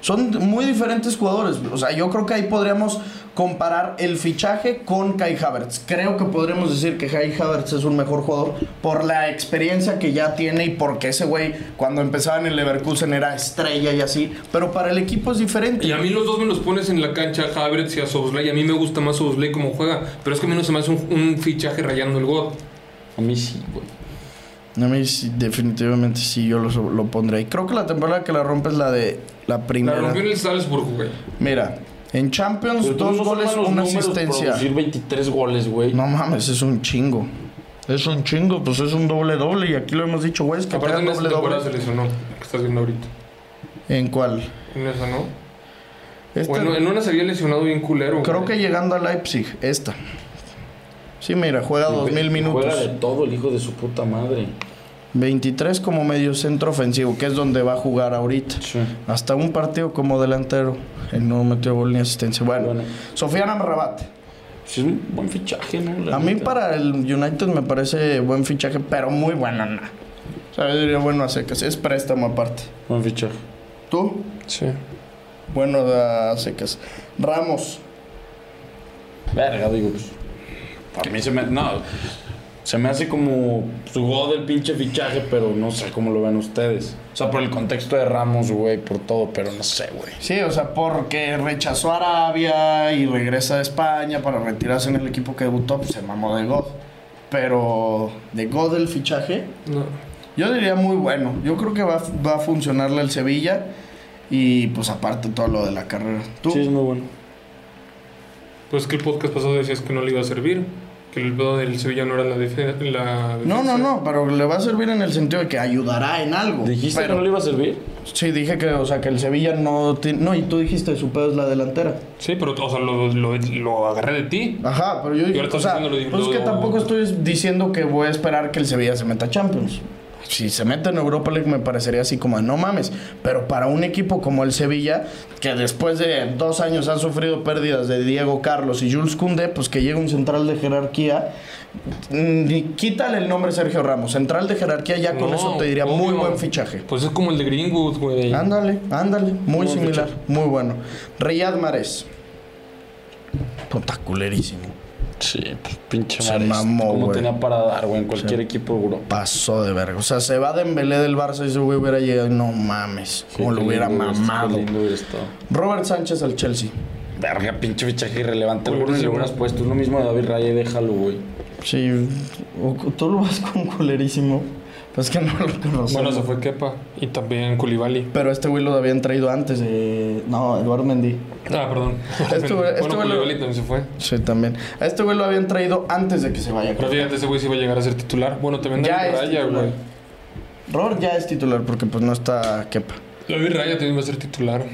[SPEAKER 4] Son muy diferentes jugadores. O sea, yo creo que ahí podríamos comparar el fichaje con Kai Havertz. Creo que podremos decir que Kai Havertz es un mejor jugador por la experiencia que ya tiene y porque ese güey cuando empezaba en el Leverkusen era estrella y así. Pero para el equipo es diferente.
[SPEAKER 6] Y a mí los dos me los pones en la cancha, a Havertz y a Soboslay. A mí me gusta más Soboslay como juega, pero es que a mí no se me hace un, un fichaje rayando el God.
[SPEAKER 5] A mí sí,
[SPEAKER 4] Pues,
[SPEAKER 5] güey.
[SPEAKER 4] A mí sí, definitivamente sí, yo lo, lo pondré. Y Creo que la temporada que la rompe es la de la
[SPEAKER 6] La
[SPEAKER 4] primera.
[SPEAKER 6] rompió en el Salzburg, güey.
[SPEAKER 4] Mira, en Champions
[SPEAKER 5] Pero tú
[SPEAKER 4] dos
[SPEAKER 5] no
[SPEAKER 4] goles,
[SPEAKER 5] sumas los
[SPEAKER 4] una
[SPEAKER 5] números
[SPEAKER 4] asistencia.
[SPEAKER 5] Producir 23 goles, güey.
[SPEAKER 4] No mames, es un chingo. Es un chingo, pues es un doble doble y aquí lo hemos dicho, güey, es que
[SPEAKER 6] Aparte
[SPEAKER 4] pegan
[SPEAKER 6] en esa
[SPEAKER 4] doble
[SPEAKER 6] temporada se
[SPEAKER 4] doble.
[SPEAKER 6] lesionó, que estás viendo ahorita.
[SPEAKER 4] ¿En cuál?
[SPEAKER 6] En esa, ¿no?
[SPEAKER 4] Esta-
[SPEAKER 6] Bueno, en una se había lesionado bien culero.
[SPEAKER 4] creo
[SPEAKER 6] güey.
[SPEAKER 4] que llegando a Leipzig, esta. Sí, mira, juega dos mil
[SPEAKER 5] Juega
[SPEAKER 4] minutos.
[SPEAKER 5] de todo el hijo de su puta madre.
[SPEAKER 4] 23 como medio centro ofensivo, que es donde va a jugar ahorita.
[SPEAKER 5] Sí.
[SPEAKER 4] Hasta un partido como delantero. Él no metió gol ni asistencia. Bueno,
[SPEAKER 5] Bueno.
[SPEAKER 4] Sofiana Amrabat.
[SPEAKER 5] Sí, es un buen fichaje, ¿no? La
[SPEAKER 4] A mí
[SPEAKER 5] neta.
[SPEAKER 4] para el United me parece buen fichaje, pero muy buena. O sea, yo diría bueno a secas. Es préstamo aparte.
[SPEAKER 5] Buen fichaje.
[SPEAKER 4] ¿Tú?
[SPEAKER 6] Sí.
[SPEAKER 4] Bueno a secas. Ramos.
[SPEAKER 5] Verga, digo, pues. A mí se me. No. Se me hace como su god del pinche fichaje, pero no sé cómo lo ven ustedes. O sea, por el contexto de Ramos, güey, por todo, pero no sé, güey.
[SPEAKER 4] Sí, o sea, porque rechazó a Arabia y regresa a España para retirarse en el equipo que debutó, pues se mamó de God. Pero de God el fichaje,
[SPEAKER 6] No.
[SPEAKER 4] yo diría muy bueno. Yo creo que va, va a funcionarle el Sevilla y pues aparte todo lo de la carrera. ¿Tú?
[SPEAKER 5] Sí, es muy bueno.
[SPEAKER 6] Pues que el podcast pasado decías que no le iba a servir. Que el pedo del Sevilla no era la, defe- la defensa.
[SPEAKER 4] No, no, no, pero le va a servir en el sentido de que ayudará en algo.
[SPEAKER 5] ¿Dijiste
[SPEAKER 4] Pero-
[SPEAKER 5] que no le iba a servir?
[SPEAKER 4] Sí, dije que, o sea, que el Sevilla no ti- No, y tú dijiste su pedo es la delantera.
[SPEAKER 6] Sí, pero, o sea, lo, lo, lo agarré de ti.
[SPEAKER 4] Ajá, pero yo
[SPEAKER 6] Y
[SPEAKER 4] dije,
[SPEAKER 6] ahora
[SPEAKER 4] o
[SPEAKER 6] estás
[SPEAKER 4] sea,
[SPEAKER 6] diciendo lo de-
[SPEAKER 4] pues
[SPEAKER 6] lo-
[SPEAKER 4] que tampoco estoy diciendo que voy a esperar que el Sevilla se meta a Champions. Si se mete en Europa League me parecería así como, de, no mames, pero para un equipo como el Sevilla, que después de dos años ha sufrido pérdidas de Diego Carlos y Jules Koundé, pues que llega un central de jerarquía, mm, quítale el nombre Sergio Ramos, central de jerarquía ya con
[SPEAKER 6] No,
[SPEAKER 4] eso te diría muy
[SPEAKER 6] obvio.
[SPEAKER 4] buen fichaje.
[SPEAKER 6] Pues es como el de Greenwood, güey.
[SPEAKER 4] Ándale, ándale, muy
[SPEAKER 5] Buen
[SPEAKER 4] similar,
[SPEAKER 5] fichaje.
[SPEAKER 4] muy bueno. Riyad Mahrez. Puta culerísimo.
[SPEAKER 5] Sí, pues pinche
[SPEAKER 4] Se
[SPEAKER 5] madre.
[SPEAKER 4] mamó,
[SPEAKER 5] Como
[SPEAKER 4] güey.
[SPEAKER 5] tenía para dar, güey, en cualquier equipo de Europa.
[SPEAKER 4] Pasó de verga. O sea, se va Dembélé del Barça y ese güey hubiera llegado. y No mames. Como
[SPEAKER 5] Sí,
[SPEAKER 4] lo
[SPEAKER 5] qué
[SPEAKER 4] hubiera
[SPEAKER 5] lindo hubiera-
[SPEAKER 4] mamado.
[SPEAKER 5] Qué lindo hubiera estado.
[SPEAKER 4] Robert Sánchez al Chelsea.
[SPEAKER 5] Verga, pinche fichaje irrelevante. Algunos le hubieras puesto. Es lo mismo de David Raya y déjalo, güey.
[SPEAKER 4] Sí. o- Tú lo vas con culerísimo. Pues que no lo conocemos.
[SPEAKER 6] Bueno, se fue Kepa y también Koulibaly.
[SPEAKER 4] Pero este güey lo habían traído antes.
[SPEAKER 6] Eh,
[SPEAKER 4] de... No, Eduardo Mendy.
[SPEAKER 6] Ah, perdón.
[SPEAKER 4] Este güey-
[SPEAKER 6] bueno,
[SPEAKER 4] este güey lo-
[SPEAKER 6] Koulibaly también se fue.
[SPEAKER 4] Sí, también. A este güey lo habían traído antes de que se vaya.
[SPEAKER 6] Pero fíjate, ese güey sí iba a llegar a ser titular. Bueno, también
[SPEAKER 4] Ya
[SPEAKER 6] David
[SPEAKER 4] es
[SPEAKER 6] Raya,
[SPEAKER 4] titular.
[SPEAKER 6] güey.
[SPEAKER 4] Robert ya es titular porque pues no está Kepa.
[SPEAKER 6] David Raya también iba a ser titular.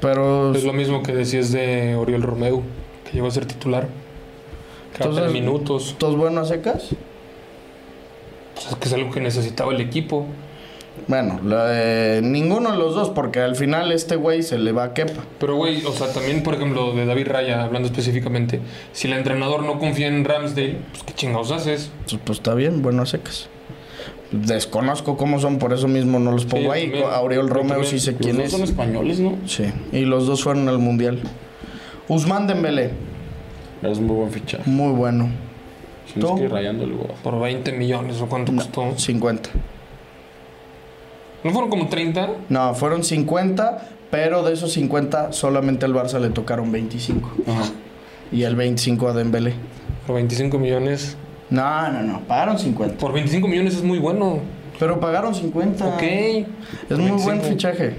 [SPEAKER 4] Pero
[SPEAKER 6] Es lo mismo que decías de Oriol Romeu, que llegó a ser titular. Cada
[SPEAKER 4] Entonces-
[SPEAKER 6] tres minutos.
[SPEAKER 4] ¿Todos buenos a secas?
[SPEAKER 6] Pues es que es algo que necesitaba el equipo.
[SPEAKER 4] Bueno, la- eh, ninguno de los dos, porque al final este güey se le va a Kepa.
[SPEAKER 6] Pero, güey, o sea, también, por ejemplo, de David Raya, hablando específicamente, si el entrenador no confía en Ramsdale, pues qué chingados haces.
[SPEAKER 4] Pues, pues, está bien, bueno a secas. Desconozco cómo son, por eso mismo no los pongo
[SPEAKER 6] yo
[SPEAKER 4] ahí.
[SPEAKER 6] también.
[SPEAKER 4] Auriel
[SPEAKER 6] Yo
[SPEAKER 4] Romeo
[SPEAKER 6] también.
[SPEAKER 4] sí sé
[SPEAKER 6] Los
[SPEAKER 4] quién
[SPEAKER 5] No
[SPEAKER 4] es.
[SPEAKER 5] son españoles, ¿no?
[SPEAKER 4] Sí, y los dos fueron al Mundial. Usman Dembélé,
[SPEAKER 5] Es un muy buen fichaje.
[SPEAKER 4] muy bueno.
[SPEAKER 5] Si no
[SPEAKER 4] ¿Tú?
[SPEAKER 5] es que rayando el güey.
[SPEAKER 6] Por 20 millones o cuánto costó.
[SPEAKER 4] 50.
[SPEAKER 6] ¿No fueron como 30?
[SPEAKER 4] No, fueron 50, pero de esos 50 solamente al Barça le tocaron 25.
[SPEAKER 5] Ajá.
[SPEAKER 4] Y el 25 a Dembélé.
[SPEAKER 6] Por 25 millones.
[SPEAKER 4] No, no, no, pagaron 50.
[SPEAKER 6] Por 25 millones es muy bueno.
[SPEAKER 4] Pero pagaron 50.
[SPEAKER 6] Ok.
[SPEAKER 4] Es muy buen
[SPEAKER 6] 25.
[SPEAKER 4] fichaje.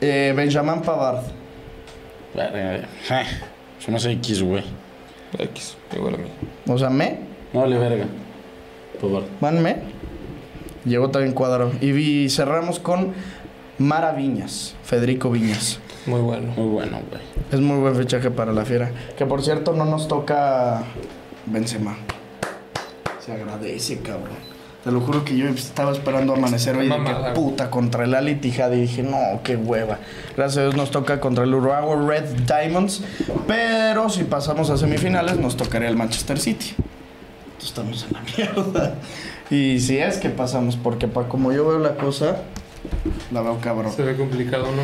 [SPEAKER 4] Eh, Benjamin Pavard.
[SPEAKER 5] Verga, eh. Se me hace X, güey.
[SPEAKER 6] X, igual a mí.
[SPEAKER 4] O sea, me,
[SPEAKER 5] No le verga. Pues vale.
[SPEAKER 4] van me. Llegó también cuadro. Y vi- cerramos con Mara Viñas, Federico Viñas.
[SPEAKER 6] Muy bueno.
[SPEAKER 5] Muy bueno, güey.
[SPEAKER 4] Es muy buen fichaje para la fiera. Que por cierto no nos toca Benzema. Se agradece, cabrón. Te lo juro que yo estaba esperando amanecer hoy. y dije,
[SPEAKER 6] Mamada.
[SPEAKER 4] puta, contra el Ali Tijadi. Y dije, no, qué hueva. Gracias a Dios nos toca contra el Uruguay Red Diamonds. Pero si pasamos a semifinales, nos tocaría el Manchester City. Entonces, Estamos en la mierda. Y si es que pasamos, porque pa, como yo veo la cosa, La veo cabrón.
[SPEAKER 6] Se ve complicado, ¿no?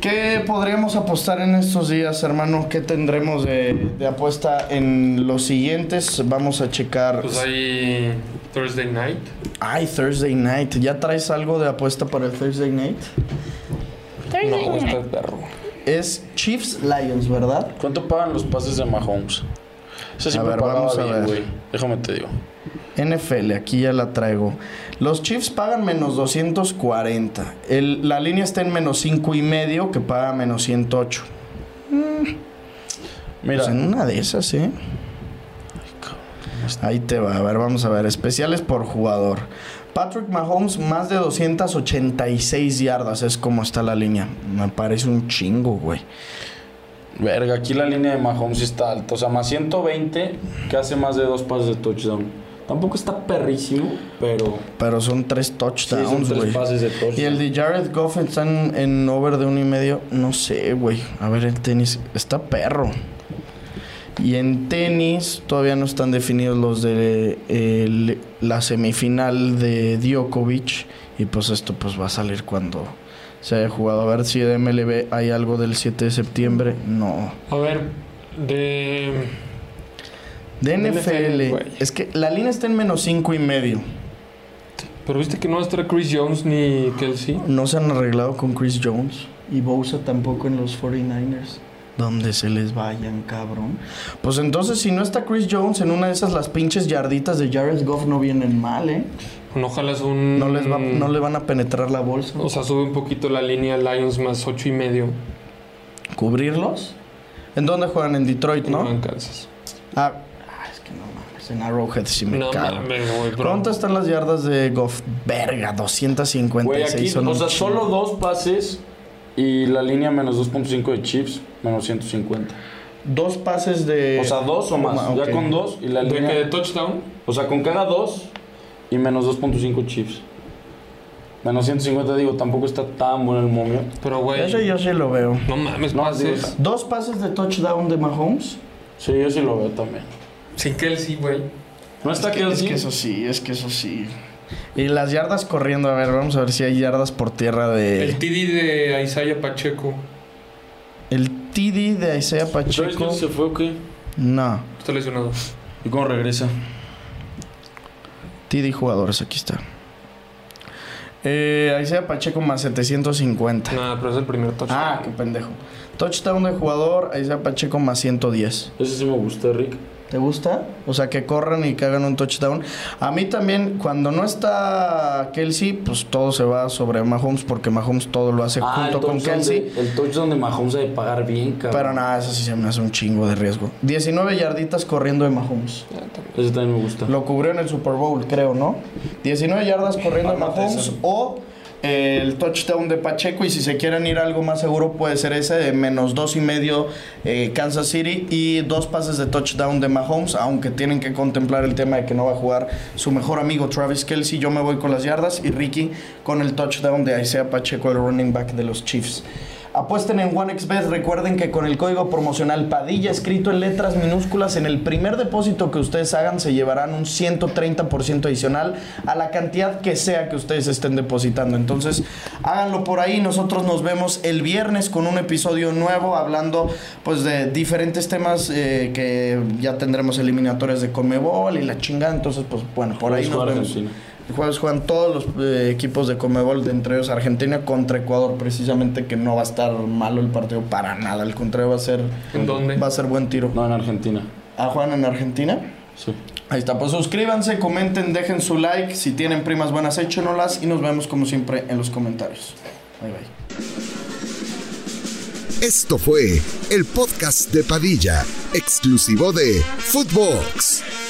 [SPEAKER 4] ¿Qué podríamos apostar en estos días, hermano? ¿Qué tendremos de, de apuesta en los siguientes? Vamos a checar.
[SPEAKER 6] Pues hay Thursday Night.
[SPEAKER 4] Ay, Thursday night. ¿Ya traes algo de apuesta para el Thursday night?
[SPEAKER 9] Thursday
[SPEAKER 5] No,
[SPEAKER 9] night.
[SPEAKER 5] está perro.
[SPEAKER 4] Es Chiefs Lions, ¿verdad?
[SPEAKER 5] ¿Cuánto pagan los pases de Mahomes? Ese
[SPEAKER 4] A
[SPEAKER 5] siempre
[SPEAKER 4] ver,
[SPEAKER 5] pagaba
[SPEAKER 4] vamos a
[SPEAKER 5] bien,
[SPEAKER 4] ver.
[SPEAKER 5] güey. Déjame te digo.
[SPEAKER 4] NFL, aquí ya la traigo. Los Chiefs pagan menos 240. El- la línea está en menos 5 y medio, que paga menos 108.
[SPEAKER 5] Mira,
[SPEAKER 4] Pues en una de esas, ¿eh? Ahí te va, a ver, vamos a ver. Especiales por jugador. Patrick Mahomes, más de 286 yardas, es como está la línea. Me parece un chingo, güey.
[SPEAKER 5] verga, aquí la línea de Mahomes sí está alta. O sea, más 120 que hace más de dos pases de touchdown. Tampoco está perrísimo, pero
[SPEAKER 4] Pero son tres
[SPEAKER 5] sí son
[SPEAKER 4] touchdowns,
[SPEAKER 5] tres
[SPEAKER 4] güey.
[SPEAKER 5] pases de touchdown.
[SPEAKER 4] y el de Jared Goff está en, en over de uno y medio. No sé, güey. A ver, el tenis está perro. Y en tenis todavía no están definidos los de eh, el- la semifinal de Djokovic. Y pues esto pues va a salir cuando se haya jugado. A ver si de MLB hay algo del 7 de septiembre. No.
[SPEAKER 6] A ver, de.
[SPEAKER 4] De
[SPEAKER 6] NFL,
[SPEAKER 4] NFL.
[SPEAKER 6] güey.
[SPEAKER 4] es que la línea está en menos cinco y medio.
[SPEAKER 6] Pero viste que no va a estar Chris Jones ni Kelsey.
[SPEAKER 4] No se han arreglado con Chris Jones. Y Bosa tampoco en los 49ers. Donde se les vayan, cabrón. Pues entonces, si no está Chris Jones, en una de esas las pinches yarditas de Jared Goff no vienen mal, ¿eh?
[SPEAKER 6] No jalas un.
[SPEAKER 4] No, les va, no le van a penetrar la bolsa.
[SPEAKER 6] O sea, sube un poquito la línea Lions más ocho y medio.
[SPEAKER 4] ¿Cubrirlos? ¿En dónde juegan? En Detroit,
[SPEAKER 6] No,
[SPEAKER 4] ¿no?
[SPEAKER 6] en Kansas.
[SPEAKER 4] Ah, ah, es que no mames. En Arrowhead sí me
[SPEAKER 6] No
[SPEAKER 4] cago.
[SPEAKER 6] mames, güey, bro.
[SPEAKER 4] Pronto están las yardas de Goff. Verga, 256
[SPEAKER 5] Güey, aquí,
[SPEAKER 4] son
[SPEAKER 5] o
[SPEAKER 4] un
[SPEAKER 5] sea,
[SPEAKER 4] chingo.
[SPEAKER 5] solo dos pases y la línea menos 2.5 de chips, menos 150.
[SPEAKER 4] dos pases de.
[SPEAKER 5] O sea, dos o más.
[SPEAKER 4] Ah, ok.
[SPEAKER 5] Ya con dos y la
[SPEAKER 6] ¿De que de
[SPEAKER 5] línea.
[SPEAKER 6] touchdown?
[SPEAKER 5] O sea, con cada dos y menos 2.5 chips. Menos 150, digo, tampoco está tan bueno el momio.
[SPEAKER 6] Pero,
[SPEAKER 4] Ese
[SPEAKER 6] güey.
[SPEAKER 4] yo sí lo veo.
[SPEAKER 6] No mames,
[SPEAKER 5] No,
[SPEAKER 6] pases.
[SPEAKER 5] digo-
[SPEAKER 4] Dos pases de touchdown de Mahomes.
[SPEAKER 5] Sí, yo sí lo veo también.
[SPEAKER 6] Sin Kelsey, güey.
[SPEAKER 5] No está
[SPEAKER 4] Es que, es
[SPEAKER 5] Kelsey.
[SPEAKER 4] que eso sí, es que eso sí. Y las yardas corriendo, a ver, vamos a ver si hay yardas por tierra
[SPEAKER 6] El
[SPEAKER 4] de.
[SPEAKER 6] TD de Isaiah Pacheco.
[SPEAKER 4] El TD de Isaiah
[SPEAKER 5] ¿Travis
[SPEAKER 4] Pacheco.
[SPEAKER 5] Kelce se fue o qué?
[SPEAKER 4] No,
[SPEAKER 6] Está lesionado.
[SPEAKER 5] ¿Y cómo regresa?
[SPEAKER 4] TD jugadores, aquí está. Eh, Isaiah Pacheco más 750.
[SPEAKER 6] Nada, pero es el primer touchdown.
[SPEAKER 4] Ah, qué pendejo. Touchdown de jugador, Isaiah Pacheco más 110.
[SPEAKER 5] Ese sí me gustó, Rick.
[SPEAKER 4] ¿Te gusta? O sea, que corran y que hagan un touchdown. A mí también, cuando no está Kelsey, pues todo se va sobre Mahomes, porque Mahomes todo lo hace junto
[SPEAKER 5] Ah, el
[SPEAKER 4] con
[SPEAKER 5] touchdown
[SPEAKER 4] Kelsey.
[SPEAKER 5] de- el touchdown de Mahomes ha de pagar bien, cabrón.
[SPEAKER 4] Pero nada, eso sí se me hace un chingo de riesgo. 19 yarditas corriendo de Mahomes.
[SPEAKER 5] Ese también me gusta.
[SPEAKER 4] Lo cubrió en el Super Bowl, creo, ¿no? 19 yardas corriendo de Mahomes o eh, el touchdown de Pacheco. Y si se quieren ir a algo más seguro, puede ser ese de menos dos y medio eh, Kansas City y dos pases de touchdown de Mahomes. Aunque tienen que contemplar el tema de que no va a jugar su mejor amigo Travis Kelsey. Yo me voy con las yardas y Ricky con el touchdown de Isaiah Pacheco, el running back de los Chiefs. Apuesten en OneXBet. Recuerden que con el código promocional Padilla escrito en letras minúsculas en el primer depósito que ustedes hagan se llevarán un 130% adicional a la cantidad que sea que ustedes estén depositando. Entonces, háganlo por ahí. Nosotros nos vemos el viernes con un episodio nuevo hablando pues de diferentes temas eh, que ya tendremos eliminatorias de Comebol y la chingada. Entonces, pues bueno, por ahí nos
[SPEAKER 5] Jueves juega
[SPEAKER 4] vemos.
[SPEAKER 5] Argentina.
[SPEAKER 4] El jueves juegan todos los eh, equipos de Comebol, de entre ellos Argentina contra Ecuador, precisamente que no va a estar malo el partido para nada. Al contrario, va a ser,
[SPEAKER 6] ¿En dónde?
[SPEAKER 4] va a ser buen tiro.
[SPEAKER 5] No, en Argentina.
[SPEAKER 4] ¿A Juan en Argentina?
[SPEAKER 5] Sí.
[SPEAKER 4] Ahí está, pues suscríbanse, comenten, dejen su like. Si tienen primas buenas, échenolas y nos vemos como siempre en los comentarios. Bye bye.
[SPEAKER 3] Esto fue el podcast de Padilla, exclusivo de Footbox.